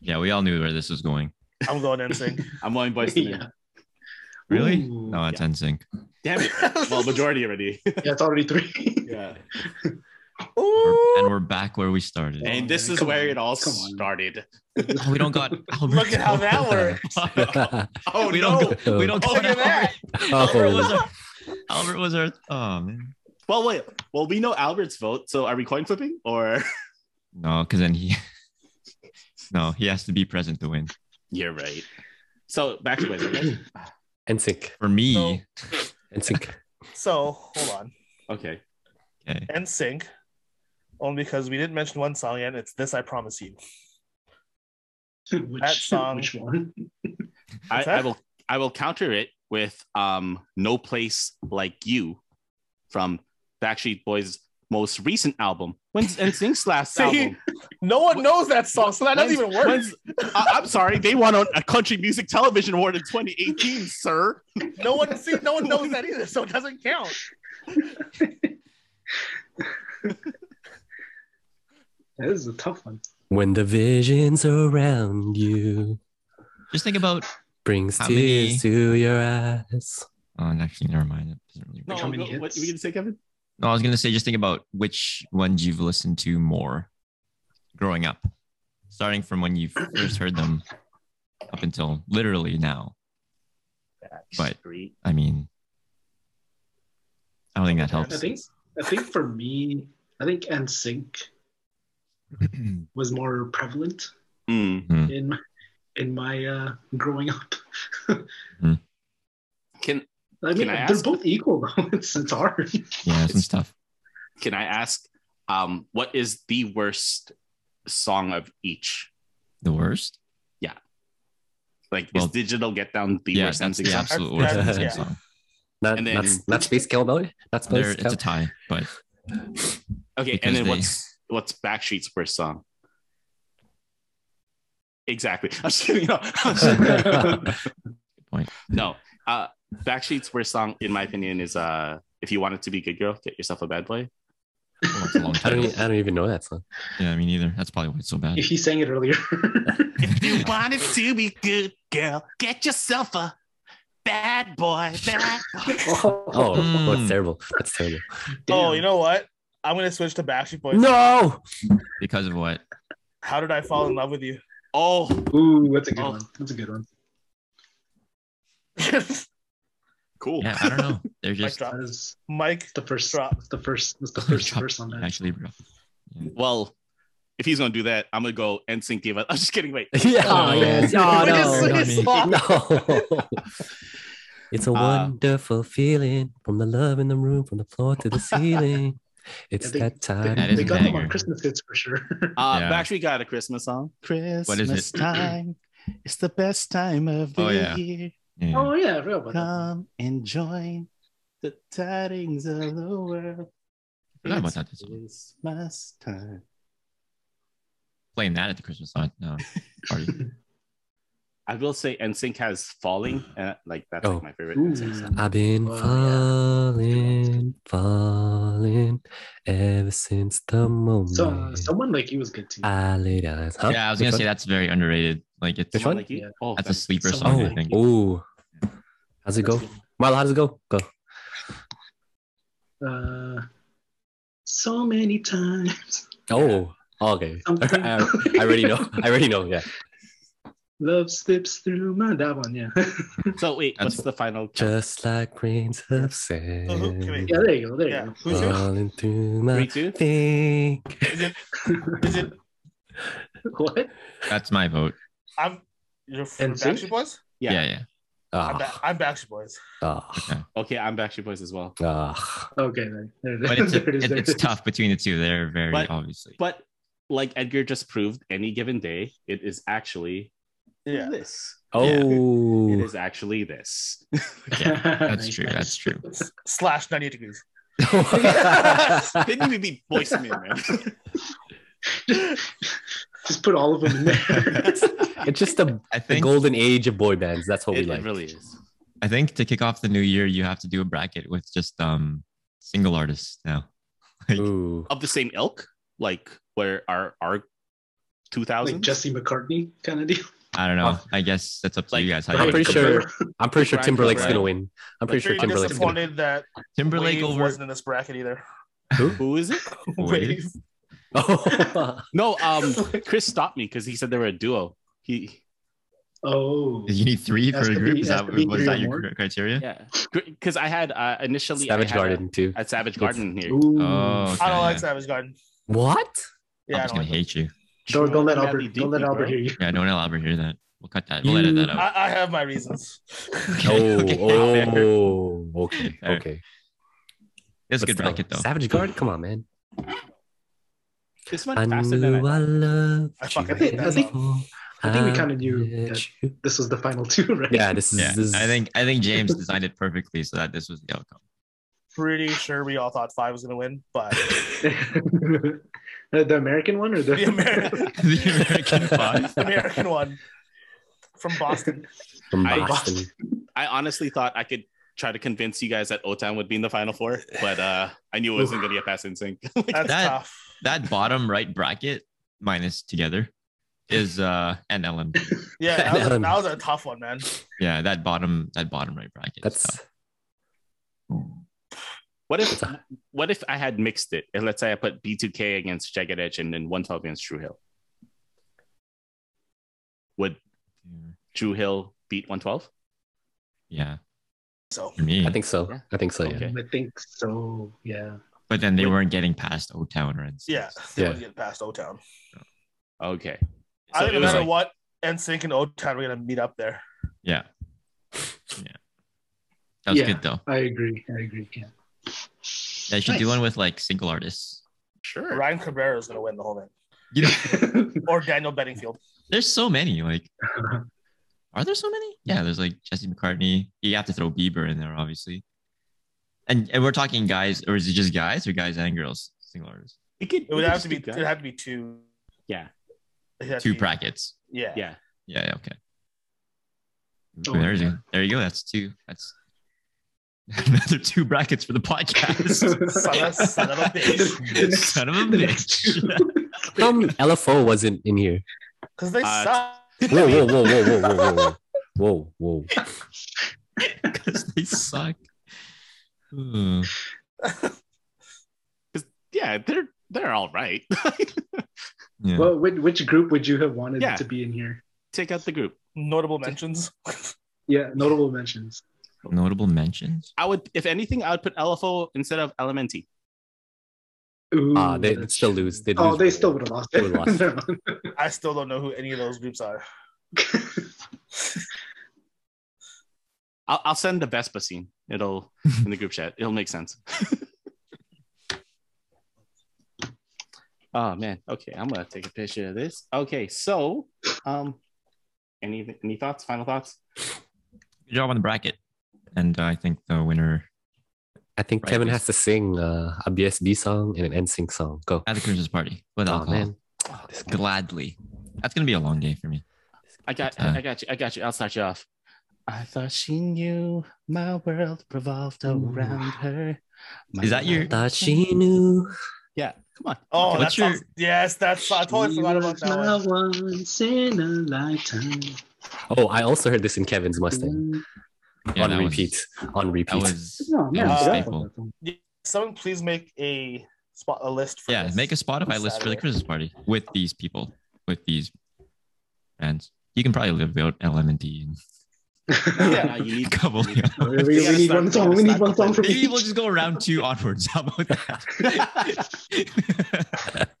[SPEAKER 5] Yeah, we all knew where this was going.
[SPEAKER 4] I'm going in sync.
[SPEAKER 2] I'm going Boys to Men.
[SPEAKER 6] Yeah.
[SPEAKER 5] Really?
[SPEAKER 6] Ooh.
[SPEAKER 5] No, it's NSYNC.
[SPEAKER 2] Damn it. Well, majority already.
[SPEAKER 6] Yeah, it's already three.
[SPEAKER 2] yeah.
[SPEAKER 5] We're- And we're back where we started.
[SPEAKER 2] And this is
[SPEAKER 6] Come
[SPEAKER 2] where
[SPEAKER 6] on.
[SPEAKER 2] it all
[SPEAKER 6] Come on.
[SPEAKER 2] started.
[SPEAKER 5] Oh, we don't got. Albert
[SPEAKER 4] Look at how that
[SPEAKER 5] Delgado.
[SPEAKER 2] Oh
[SPEAKER 5] we
[SPEAKER 2] no.
[SPEAKER 5] don't. Go, we don't.
[SPEAKER 2] Oh,
[SPEAKER 5] go
[SPEAKER 2] look at
[SPEAKER 5] to
[SPEAKER 2] that.
[SPEAKER 5] Albert
[SPEAKER 3] Oh.
[SPEAKER 5] was our. Albert was our. Oh man.
[SPEAKER 2] Well, wait. Well, we know Albert's vote. So are we coin flipping or?
[SPEAKER 5] No, because then he. No, he has to be present to win.
[SPEAKER 2] You're right. So back to Wizard.
[SPEAKER 3] And sync.
[SPEAKER 5] For me,
[SPEAKER 4] So-
[SPEAKER 3] And sync.
[SPEAKER 4] So hold on.
[SPEAKER 2] okay.
[SPEAKER 5] okay.
[SPEAKER 4] and sync only because we didn't mention one song yet. It's This I Promise You.
[SPEAKER 6] Which,
[SPEAKER 4] That song-
[SPEAKER 6] Which one?
[SPEAKER 2] I,
[SPEAKER 4] What's that?
[SPEAKER 2] I will. I will counter it with um, "No Place Like You" from Backstreet Boys' most recent album. When's NSYNC's last
[SPEAKER 4] See?
[SPEAKER 2] album?
[SPEAKER 4] No one knows that song, so that doesn't
[SPEAKER 2] When's-
[SPEAKER 4] even work.
[SPEAKER 2] when's- I, am sorry, they won a, a Country Music Television Award in 2018, sir.
[SPEAKER 4] No one see, no one knows that either, so it doesn't count.
[SPEAKER 6] That is a tough one.
[SPEAKER 3] When the visions around you
[SPEAKER 5] Just think about.
[SPEAKER 3] brings
[SPEAKER 5] How
[SPEAKER 3] tears
[SPEAKER 5] many-
[SPEAKER 3] to your eyes.
[SPEAKER 5] Oh, and actually, never mind. It doesn't really
[SPEAKER 2] No,
[SPEAKER 5] work.
[SPEAKER 6] How many
[SPEAKER 2] what, what
[SPEAKER 6] hits?
[SPEAKER 2] were you gonna say, Kevin?
[SPEAKER 5] No, I was gonna say just think about which ones you've listened to more growing up, starting from when you first heard them up until literally now. But-
[SPEAKER 2] Backstreet.
[SPEAKER 5] I mean, I don't think that
[SPEAKER 6] I
[SPEAKER 5] helps.
[SPEAKER 6] think I think for me, I think NSYNC was more prevalent
[SPEAKER 2] Mm.
[SPEAKER 6] in my- in my uh, growing up.
[SPEAKER 2] Can
[SPEAKER 6] I mean,
[SPEAKER 2] I
[SPEAKER 6] they're
[SPEAKER 2] ask-
[SPEAKER 6] both equal though. It's, it's hard.
[SPEAKER 5] yeah, some stuff.
[SPEAKER 2] Can I ask? Um, what is the worst song of each?
[SPEAKER 5] The worst.
[SPEAKER 2] Like,
[SPEAKER 5] Well-
[SPEAKER 2] is Digital Get Down the
[SPEAKER 5] yeah,
[SPEAKER 2] worst
[SPEAKER 5] that's
[SPEAKER 2] NSYNC
[SPEAKER 5] the
[SPEAKER 2] song?
[SPEAKER 5] absolute
[SPEAKER 4] That's-
[SPEAKER 5] worst.
[SPEAKER 4] that's-
[SPEAKER 5] NSYNC
[SPEAKER 4] yeah.
[SPEAKER 5] song.
[SPEAKER 3] Not,
[SPEAKER 2] And then-
[SPEAKER 3] not, not Space Cowboy? Not
[SPEAKER 5] There,
[SPEAKER 3] Space
[SPEAKER 5] it's
[SPEAKER 3] Cowboy?
[SPEAKER 5] a tie, but
[SPEAKER 2] Okay,
[SPEAKER 5] because
[SPEAKER 2] and then
[SPEAKER 5] they-
[SPEAKER 2] what's what's Backstreet's worst song? Exactly. I'm just kidding. No, I'm just-
[SPEAKER 5] Point.
[SPEAKER 2] no. Uh, Backstreet's worst song, in my opinion, is uh, "If You Want It to Be a Good Girl, Get Yourself a Bad Boy."
[SPEAKER 5] well, it's a long
[SPEAKER 3] I don't,
[SPEAKER 5] time.
[SPEAKER 3] e- I don't even know that song.
[SPEAKER 5] Yeah, me neither. That's probably why it's so bad.
[SPEAKER 6] if you sang it earlier,
[SPEAKER 2] If you want it to be good, girl, get yourself a bad boy. Bad boy.
[SPEAKER 6] oh,
[SPEAKER 3] Oh,
[SPEAKER 5] Mm.
[SPEAKER 3] that's terrible. That's terrible.
[SPEAKER 4] Oh, you know what? I'm gonna switch to Backstreet Boys.
[SPEAKER 3] No!
[SPEAKER 5] Because of what?
[SPEAKER 4] How did I fall in love with you?
[SPEAKER 2] Oh,
[SPEAKER 6] Ooh, that's a good
[SPEAKER 2] Oh.
[SPEAKER 6] one. That's a good one.
[SPEAKER 2] cool.
[SPEAKER 5] Yeah, I don't know. They're
[SPEAKER 4] Mic
[SPEAKER 5] just
[SPEAKER 4] drop.
[SPEAKER 6] That is
[SPEAKER 4] Mike,
[SPEAKER 6] the first.
[SPEAKER 4] Drop.
[SPEAKER 6] That's the first. That's the first verse on that.
[SPEAKER 5] actually, bro.
[SPEAKER 2] Well, if he's gonna do that, I'm gonna go NSYNC gave us. I'm just kidding. Wait.
[SPEAKER 3] Yeah.
[SPEAKER 5] Oh, yes.
[SPEAKER 4] we just
[SPEAKER 5] no,
[SPEAKER 4] switched
[SPEAKER 5] not
[SPEAKER 4] the
[SPEAKER 5] me.
[SPEAKER 4] song.
[SPEAKER 3] No. it's a
[SPEAKER 2] Uh,
[SPEAKER 3] wonderful feeling from the love in the room, from the floor to the ceiling. It's
[SPEAKER 6] Yeah, they-
[SPEAKER 3] that time.
[SPEAKER 5] That
[SPEAKER 6] They,
[SPEAKER 5] is
[SPEAKER 6] they
[SPEAKER 5] a
[SPEAKER 6] got them
[SPEAKER 5] banger.
[SPEAKER 6] on Christmas hits for sure.
[SPEAKER 2] Uh,
[SPEAKER 5] Yeah.
[SPEAKER 2] Backstreet got a Christmas song. Christmas
[SPEAKER 5] it?
[SPEAKER 2] time. It's the best time of the
[SPEAKER 5] Oh, yeah.
[SPEAKER 2] year.
[SPEAKER 5] Yeah.
[SPEAKER 6] oh yeah, I forgot about that.
[SPEAKER 2] Come and join the tidings of the world.
[SPEAKER 5] Forgot about that.
[SPEAKER 2] It's Christmas time.
[SPEAKER 5] Playing that at the Christmas time. No. Party.
[SPEAKER 2] I will say NSYNC has Falling. Uh, like, that's
[SPEAKER 3] Oh.
[SPEAKER 2] like my favorite.
[SPEAKER 6] Ooh.
[SPEAKER 2] NSYNC song.
[SPEAKER 3] I've been
[SPEAKER 6] Well, yeah.
[SPEAKER 3] falling, falling ever since the moment
[SPEAKER 6] So uh, someone like you was good too.
[SPEAKER 3] I laid eyes. Huh?
[SPEAKER 5] Yeah, I was gonna
[SPEAKER 3] Which
[SPEAKER 5] say that's very underrated. Like it's
[SPEAKER 3] Which one?
[SPEAKER 2] Like you?
[SPEAKER 6] Yeah.
[SPEAKER 2] Oh,
[SPEAKER 5] that's a sleeper
[SPEAKER 6] Someone
[SPEAKER 5] song,
[SPEAKER 3] one?
[SPEAKER 5] I think.
[SPEAKER 3] Oh, ooh. How's it
[SPEAKER 6] That's
[SPEAKER 3] go?
[SPEAKER 6] good.
[SPEAKER 3] Marlo, how does it go? Go.
[SPEAKER 6] Uh, so many times.
[SPEAKER 3] Oh, okay.
[SPEAKER 6] Something-
[SPEAKER 3] I, I already know. I already know. Yeah.
[SPEAKER 6] Love slips through my that one, yeah.
[SPEAKER 2] So, wait,
[SPEAKER 5] That's-
[SPEAKER 2] what's the final?
[SPEAKER 3] Just like grains of sand.
[SPEAKER 4] Oh, who- wait.
[SPEAKER 6] yeah, there you go, there
[SPEAKER 4] yeah.
[SPEAKER 6] you go.
[SPEAKER 4] Who's it?
[SPEAKER 3] Falling through
[SPEAKER 2] Three,
[SPEAKER 3] my
[SPEAKER 2] two?
[SPEAKER 3] thing.
[SPEAKER 4] Is it, is it
[SPEAKER 6] What?
[SPEAKER 5] That's my vote.
[SPEAKER 4] I'm you're from
[SPEAKER 6] NSYNC?
[SPEAKER 4] Backstreet Boys?
[SPEAKER 2] Yeah.
[SPEAKER 5] Yeah, yeah.
[SPEAKER 4] I'm,
[SPEAKER 3] Ah,
[SPEAKER 4] ba- I'm Backstreet Boys.
[SPEAKER 3] ah,
[SPEAKER 2] Okay, I'm Backstreet Boys as well.
[SPEAKER 3] ah.
[SPEAKER 6] Okay, there, there,
[SPEAKER 5] But it's,
[SPEAKER 6] there it is.
[SPEAKER 5] it-
[SPEAKER 6] There it
[SPEAKER 5] it's
[SPEAKER 6] is.
[SPEAKER 5] tough between the two. They're very
[SPEAKER 2] But-
[SPEAKER 5] obviously.
[SPEAKER 2] But like Edgar just proved, any given day, it is actually
[SPEAKER 4] Yeah.
[SPEAKER 6] This.
[SPEAKER 1] Oh,
[SPEAKER 2] It is actually this.
[SPEAKER 5] That's true. That's true.
[SPEAKER 4] Slash 90 degrees.
[SPEAKER 2] They need to be voicemail, man.
[SPEAKER 6] Just put all of them in there.
[SPEAKER 1] it's just the,
[SPEAKER 5] I
[SPEAKER 1] the
[SPEAKER 5] think.
[SPEAKER 1] golden age of boy bands. That's what we
[SPEAKER 2] it,
[SPEAKER 1] like.
[SPEAKER 2] it really is.
[SPEAKER 5] I think to kick off the new year, you have to do a bracket with just um single artists now. Like,
[SPEAKER 1] Ooh.
[SPEAKER 2] Of the same ilk, like where our our two
[SPEAKER 6] like
[SPEAKER 2] thousand.
[SPEAKER 6] Jesse McCartney kind of deal.
[SPEAKER 5] I don't know. I guess that's up to
[SPEAKER 2] Like,
[SPEAKER 5] you guys. How
[SPEAKER 1] I'm
[SPEAKER 5] you
[SPEAKER 1] pretty
[SPEAKER 5] do it.
[SPEAKER 1] sure. I'm pretty sure
[SPEAKER 2] Brian
[SPEAKER 1] Timberlake's
[SPEAKER 2] Kilbride.
[SPEAKER 1] gonna win. I'm pretty sure
[SPEAKER 4] I'm
[SPEAKER 1] Timberlake's gonna.
[SPEAKER 4] disappointed that
[SPEAKER 5] Timberlake
[SPEAKER 4] Wave
[SPEAKER 5] over
[SPEAKER 4] wasn't in this bracket either.
[SPEAKER 2] Who is it?
[SPEAKER 5] Wave.
[SPEAKER 1] Oh,
[SPEAKER 2] No, um, Chris stopped me because he said they were a duo. He
[SPEAKER 6] Oh.
[SPEAKER 5] You need three
[SPEAKER 6] Has
[SPEAKER 5] for a
[SPEAKER 6] to
[SPEAKER 5] group.
[SPEAKER 6] be-
[SPEAKER 5] Is
[SPEAKER 6] has
[SPEAKER 5] that
[SPEAKER 6] to be
[SPEAKER 5] was
[SPEAKER 6] three
[SPEAKER 5] that
[SPEAKER 6] or
[SPEAKER 5] your
[SPEAKER 6] more.
[SPEAKER 5] cri- criteria?
[SPEAKER 2] yeah, because I had uh, initially I
[SPEAKER 1] Savage
[SPEAKER 2] had a-
[SPEAKER 1] Garden too.
[SPEAKER 2] at Savage Garden here.
[SPEAKER 6] Ooh.
[SPEAKER 5] Oh, okay,
[SPEAKER 4] I don't like
[SPEAKER 5] yeah.
[SPEAKER 4] Savage Garden.
[SPEAKER 1] What?
[SPEAKER 5] I'm
[SPEAKER 4] Yeah, I
[SPEAKER 5] just
[SPEAKER 4] don't
[SPEAKER 5] gonna
[SPEAKER 4] like
[SPEAKER 5] hate you.
[SPEAKER 6] Don't, don't let
[SPEAKER 2] Madly
[SPEAKER 6] Albert don't let
[SPEAKER 2] deeply,
[SPEAKER 6] Albert
[SPEAKER 2] bro.
[SPEAKER 6] hear you.
[SPEAKER 5] Yeah, don't let Albert hear that. We'll cut that. We'll edit
[SPEAKER 6] You-
[SPEAKER 5] that out.
[SPEAKER 4] I, I have my reasons.
[SPEAKER 5] Okay,
[SPEAKER 1] Oh,
[SPEAKER 5] okay.
[SPEAKER 1] oh, okay,
[SPEAKER 5] Fair.
[SPEAKER 1] okay.
[SPEAKER 5] That's a
[SPEAKER 1] But
[SPEAKER 5] good
[SPEAKER 1] still,
[SPEAKER 5] bracket though.
[SPEAKER 1] Savage Garden, come on, man.
[SPEAKER 2] This
[SPEAKER 1] I
[SPEAKER 2] went faster than I
[SPEAKER 1] knew I loved
[SPEAKER 4] I
[SPEAKER 1] you.
[SPEAKER 4] fucking hate
[SPEAKER 6] that song.
[SPEAKER 1] before
[SPEAKER 6] I think we kinda
[SPEAKER 1] I
[SPEAKER 6] knew
[SPEAKER 1] met
[SPEAKER 6] that.
[SPEAKER 1] you.
[SPEAKER 6] This was the final two, right?
[SPEAKER 1] Yeah, this is.
[SPEAKER 5] Yeah,
[SPEAKER 1] This is
[SPEAKER 5] I think I think James designed it perfectly so that this was the outcome.
[SPEAKER 4] Pretty sure we all thought five was gonna win, but
[SPEAKER 6] the, the American one or the,
[SPEAKER 4] the American,
[SPEAKER 5] the American five.
[SPEAKER 4] the American one from Boston.
[SPEAKER 1] from
[SPEAKER 2] I-
[SPEAKER 1] Boston.
[SPEAKER 2] I honestly thought I could try to convince you guys that Otan would be in the final four, but uh, I knew it wasn't going to get past NSYNC.
[SPEAKER 4] That's
[SPEAKER 5] That-
[SPEAKER 4] tough.
[SPEAKER 5] That bottom right bracket minus together is uh and Ellen.
[SPEAKER 4] Yeah, that was, that was a tough one, man.
[SPEAKER 5] Yeah, that bottom that bottom right bracket.
[SPEAKER 1] That's
[SPEAKER 5] So,
[SPEAKER 2] what if what if I had mixed it and let's say I put B2K against Jagged Edge and then 112 against Drew Hill? Would Drew Hill beat 112?
[SPEAKER 5] yeah,
[SPEAKER 4] So
[SPEAKER 5] for me.
[SPEAKER 1] I think so.
[SPEAKER 2] Yeah.
[SPEAKER 1] I think so. Yeah.
[SPEAKER 2] Okay.
[SPEAKER 6] I think so. Yeah.
[SPEAKER 5] but then they
[SPEAKER 2] Wait.
[SPEAKER 5] weren't getting past O Town or NSYNC.
[SPEAKER 4] yeah, they
[SPEAKER 1] Yeah.
[SPEAKER 4] wouldn't get past O Town.
[SPEAKER 2] Okay.
[SPEAKER 4] I
[SPEAKER 2] So
[SPEAKER 4] think
[SPEAKER 2] it
[SPEAKER 4] no
[SPEAKER 2] was
[SPEAKER 4] matter
[SPEAKER 2] like-
[SPEAKER 4] what, NSYNC and O Town are gonna meet up there.
[SPEAKER 5] Yeah. Yeah. That was
[SPEAKER 6] Yeah.
[SPEAKER 5] good though.
[SPEAKER 6] I agree. I agree. Yeah.
[SPEAKER 5] They should do
[SPEAKER 6] Nice.
[SPEAKER 5] one with like single artists.
[SPEAKER 2] Sure.
[SPEAKER 4] Ryan Cabrera is gonna win the whole thing,
[SPEAKER 5] You know,
[SPEAKER 4] or Daniel Bedingfield.
[SPEAKER 5] there's so many. Like, are there so many? Yeah, there's like Jesse McCartney. You have to throw Bieber in there, obviously. And and we're talking guys, or is it just guys or guys and girls? Single artists.
[SPEAKER 2] It, could,
[SPEAKER 4] It would
[SPEAKER 2] could
[SPEAKER 4] have to
[SPEAKER 2] just
[SPEAKER 4] be.
[SPEAKER 2] do
[SPEAKER 4] It
[SPEAKER 2] that.
[SPEAKER 4] would have to be two.
[SPEAKER 2] Yeah.
[SPEAKER 4] It'd have to
[SPEAKER 5] Two
[SPEAKER 4] be-
[SPEAKER 5] brackets.
[SPEAKER 4] Yeah.
[SPEAKER 2] yeah.
[SPEAKER 5] Yeah, yeah, okay.
[SPEAKER 6] Oh,
[SPEAKER 5] Ooh, there's you. There you go. That's two. That's another two brackets for the podcast.
[SPEAKER 4] Son of, son of a bitch.
[SPEAKER 6] The next-
[SPEAKER 5] Son of a
[SPEAKER 6] the next
[SPEAKER 5] bitch.
[SPEAKER 6] two.
[SPEAKER 1] Um, LFO wasn't in here.
[SPEAKER 4] Because they
[SPEAKER 2] Uh,
[SPEAKER 4] suck.
[SPEAKER 1] Whoa, whoa, whoa, whoa, whoa, whoa, whoa, whoa, whoa.
[SPEAKER 5] Because they suck. Ooh.
[SPEAKER 2] yeah, they're they're all right.
[SPEAKER 5] Yeah.
[SPEAKER 6] Well, which, which group would you have wanted
[SPEAKER 2] Yeah.
[SPEAKER 6] to be in here?
[SPEAKER 2] Take out the group.
[SPEAKER 4] Notable mentions.
[SPEAKER 6] Yeah, notable mentions.
[SPEAKER 5] Notable mentions.
[SPEAKER 2] I would, if anything, I would put LFO instead of Elementi.
[SPEAKER 6] Ooh,
[SPEAKER 1] Ah, they'd
[SPEAKER 6] that's
[SPEAKER 1] still
[SPEAKER 6] true.
[SPEAKER 1] lose. They'd
[SPEAKER 6] oh,
[SPEAKER 1] lose.
[SPEAKER 6] they still would have lost.
[SPEAKER 1] They would've lost.
[SPEAKER 6] Never mind.
[SPEAKER 4] I still don't know who any of those groups are.
[SPEAKER 2] I'll, I'll send the Vespa scene. It'll in the group chat. It'll make sense. oh man. Okay, I'm gonna take a picture of this. Okay, so um, any any thoughts? Final thoughts?
[SPEAKER 5] Good job on the bracket. And uh, I think the winner
[SPEAKER 1] I think
[SPEAKER 5] Right,
[SPEAKER 1] Kevin
[SPEAKER 5] yes.
[SPEAKER 1] has to sing uh, a BSB song and an NSYNC song. Go.
[SPEAKER 5] at the Christmas party with
[SPEAKER 1] Oh,
[SPEAKER 5] alcohol.
[SPEAKER 1] man.
[SPEAKER 5] Gladly. That's gonna be a long day for me.
[SPEAKER 2] I got
[SPEAKER 5] Uh,
[SPEAKER 2] I, I got you. I got you. I'll start you off. I thought she knew my world revolved around her. My
[SPEAKER 5] Is that your-
[SPEAKER 1] Thought she knew.
[SPEAKER 2] Yeah. Come on.
[SPEAKER 4] Oh,
[SPEAKER 5] What's
[SPEAKER 4] that's
[SPEAKER 5] your-
[SPEAKER 4] yes, that's I totally forgot about that one.
[SPEAKER 6] My once in a lifetime.
[SPEAKER 1] Oh, I also heard this in Kevin's Mustang
[SPEAKER 5] Yeah,
[SPEAKER 1] on
[SPEAKER 5] that was-
[SPEAKER 1] repeat. on
[SPEAKER 5] That
[SPEAKER 1] repeat.
[SPEAKER 5] was,
[SPEAKER 6] No,
[SPEAKER 5] that
[SPEAKER 6] no,
[SPEAKER 5] was a
[SPEAKER 4] Uh,
[SPEAKER 6] staple.
[SPEAKER 5] staple.
[SPEAKER 4] Someone please make a spot a list for
[SPEAKER 5] Yeah,
[SPEAKER 4] this.
[SPEAKER 5] make a Spotify list for the
[SPEAKER 4] Saturday.
[SPEAKER 5] Christmas party with these people, with these bands. You can probably live out LMD and
[SPEAKER 2] Yeah, no, you
[SPEAKER 5] a
[SPEAKER 2] need
[SPEAKER 5] couple.
[SPEAKER 2] you need-
[SPEAKER 6] we, we
[SPEAKER 2] gotta
[SPEAKER 6] need
[SPEAKER 2] start-
[SPEAKER 6] one song.
[SPEAKER 2] we
[SPEAKER 6] We
[SPEAKER 2] gotta
[SPEAKER 6] need one
[SPEAKER 2] start
[SPEAKER 6] song from
[SPEAKER 5] Maybe
[SPEAKER 6] each.
[SPEAKER 5] we'll just go round two onwards. How about that?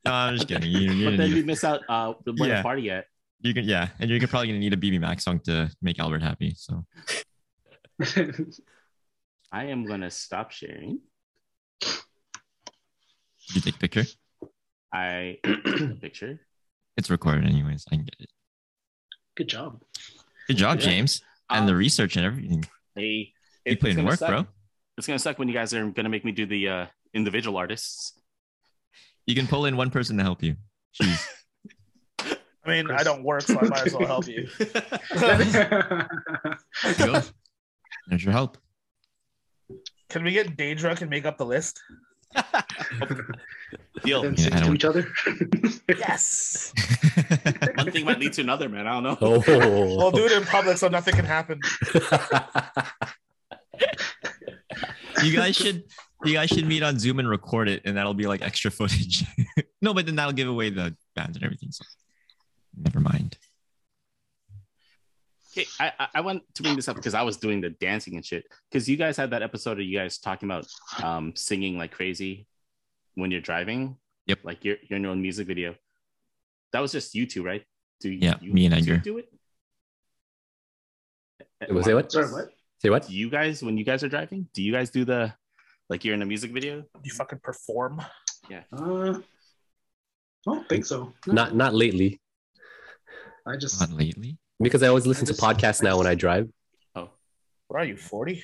[SPEAKER 5] no, I'm just kidding. You're, you're
[SPEAKER 2] But
[SPEAKER 5] gonna
[SPEAKER 2] then we
[SPEAKER 5] need,
[SPEAKER 2] miss out uh the one
[SPEAKER 5] Yeah.
[SPEAKER 2] party at.
[SPEAKER 5] you're gonna, yeah, and you're probably gonna need a BB Max song to make Albert happy. So
[SPEAKER 2] I am gonna stop sharing.
[SPEAKER 5] Did you take a picture.
[SPEAKER 2] I took a picture.
[SPEAKER 5] It's recorded anyways. I can get it.
[SPEAKER 6] Good job.
[SPEAKER 5] Good job,
[SPEAKER 2] Yeah.
[SPEAKER 5] James,
[SPEAKER 2] Um,
[SPEAKER 5] and the research and everything.
[SPEAKER 2] Hey,
[SPEAKER 5] You
[SPEAKER 2] it-
[SPEAKER 5] put
[SPEAKER 2] it's
[SPEAKER 5] in
[SPEAKER 2] gonna
[SPEAKER 5] work,
[SPEAKER 2] suck.
[SPEAKER 5] bro.
[SPEAKER 2] It's gonna suck when you guys are gonna make me do the uh, individual artists.
[SPEAKER 5] You can pull in one person to help you. Jeez.
[SPEAKER 4] I mean,
[SPEAKER 6] Chris.
[SPEAKER 4] I don't work, so I might as well help you.
[SPEAKER 5] Go. There's your help.
[SPEAKER 4] Can we get day drunk and make up the list?
[SPEAKER 2] Deal.
[SPEAKER 6] Then
[SPEAKER 5] Yeah,
[SPEAKER 6] sing
[SPEAKER 5] I
[SPEAKER 6] to
[SPEAKER 5] don't-
[SPEAKER 6] each other.
[SPEAKER 4] Yes.
[SPEAKER 2] One thing might lead to another, man. I don't know.
[SPEAKER 3] Oh.
[SPEAKER 4] We'll do it in public so nothing can happen.
[SPEAKER 5] you guys should you guys should meet on Zoom and record it, and that'll be like extra footage. no, but then that'll give away the bands and everything. So never mind.
[SPEAKER 2] Okay, I, I- I want to bring this up because I was doing the dancing and shit. Because you guys had that episode of you guys talking about um, singing like crazy when you're driving.
[SPEAKER 5] Yep.
[SPEAKER 2] Like your your own music video. That was just you two, right? Do you,
[SPEAKER 5] Yeah,
[SPEAKER 2] you
[SPEAKER 5] me and
[SPEAKER 2] two
[SPEAKER 5] Edgar.
[SPEAKER 2] do it?
[SPEAKER 3] Was it what?
[SPEAKER 6] Sorry, what?
[SPEAKER 3] Say what?
[SPEAKER 2] Do you guys when you guys are driving? Do you guys do the like you're in a music video?
[SPEAKER 4] You fucking perform.
[SPEAKER 6] Uh, I don't think so. No,
[SPEAKER 3] Not not lately,
[SPEAKER 6] I just
[SPEAKER 5] Not lately.
[SPEAKER 3] because I always listen to
[SPEAKER 6] I just-
[SPEAKER 3] podcasts now when I drive.
[SPEAKER 4] What are you, 40?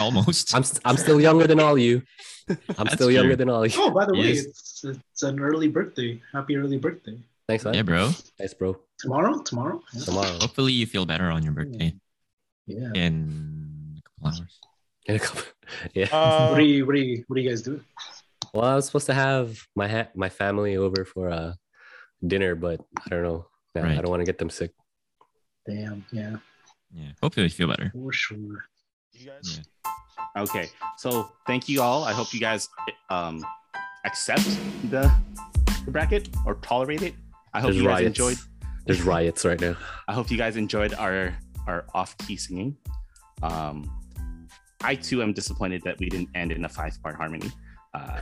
[SPEAKER 5] Almost.
[SPEAKER 3] I'm st- I'm still younger than all you. I'm
[SPEAKER 5] That's
[SPEAKER 3] still younger
[SPEAKER 5] true.
[SPEAKER 3] than all you.
[SPEAKER 6] Oh, by the way,
[SPEAKER 5] Yes.
[SPEAKER 6] it's, it's an early birthday. Happy early birthday.
[SPEAKER 3] Thanks, man.
[SPEAKER 5] yeah, bro.
[SPEAKER 3] Thanks, bro.
[SPEAKER 6] Tomorrow? Tomorrow? Yeah.
[SPEAKER 3] Tomorrow
[SPEAKER 5] Hopefully you feel better on your birthday
[SPEAKER 6] Yeah.
[SPEAKER 5] in a couple hours.
[SPEAKER 3] in a couple. Yeah.
[SPEAKER 6] What do
[SPEAKER 4] Um,
[SPEAKER 6] you what do you what do you guys do?
[SPEAKER 3] Well, I was supposed to have my ha- my family over for uh, dinner, but I don't know. Yeah,
[SPEAKER 5] Right.
[SPEAKER 3] I don't want to get them sick.
[SPEAKER 6] Damn, yeah,
[SPEAKER 5] Yeah. Hopefully you feel better.
[SPEAKER 6] for sure.
[SPEAKER 4] you guys,
[SPEAKER 2] Okay. So thank you all. I hope you guys um accept the, the bracket or tolerate it. I hope
[SPEAKER 3] There's
[SPEAKER 2] you guys
[SPEAKER 3] riots.
[SPEAKER 2] enjoyed
[SPEAKER 3] There's riots right now.
[SPEAKER 2] I hope you guys enjoyed our our off key singing. Um, I too am disappointed that we didn't end in a five part harmony, uh,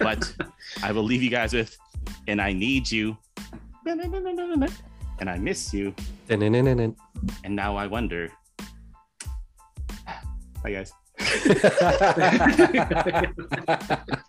[SPEAKER 2] but I will leave you guys with "And I Need You," and I miss you,
[SPEAKER 3] Dun-dun-dun-dun-dun.
[SPEAKER 2] and now I wonder. Bye guys.
[SPEAKER 3] Bye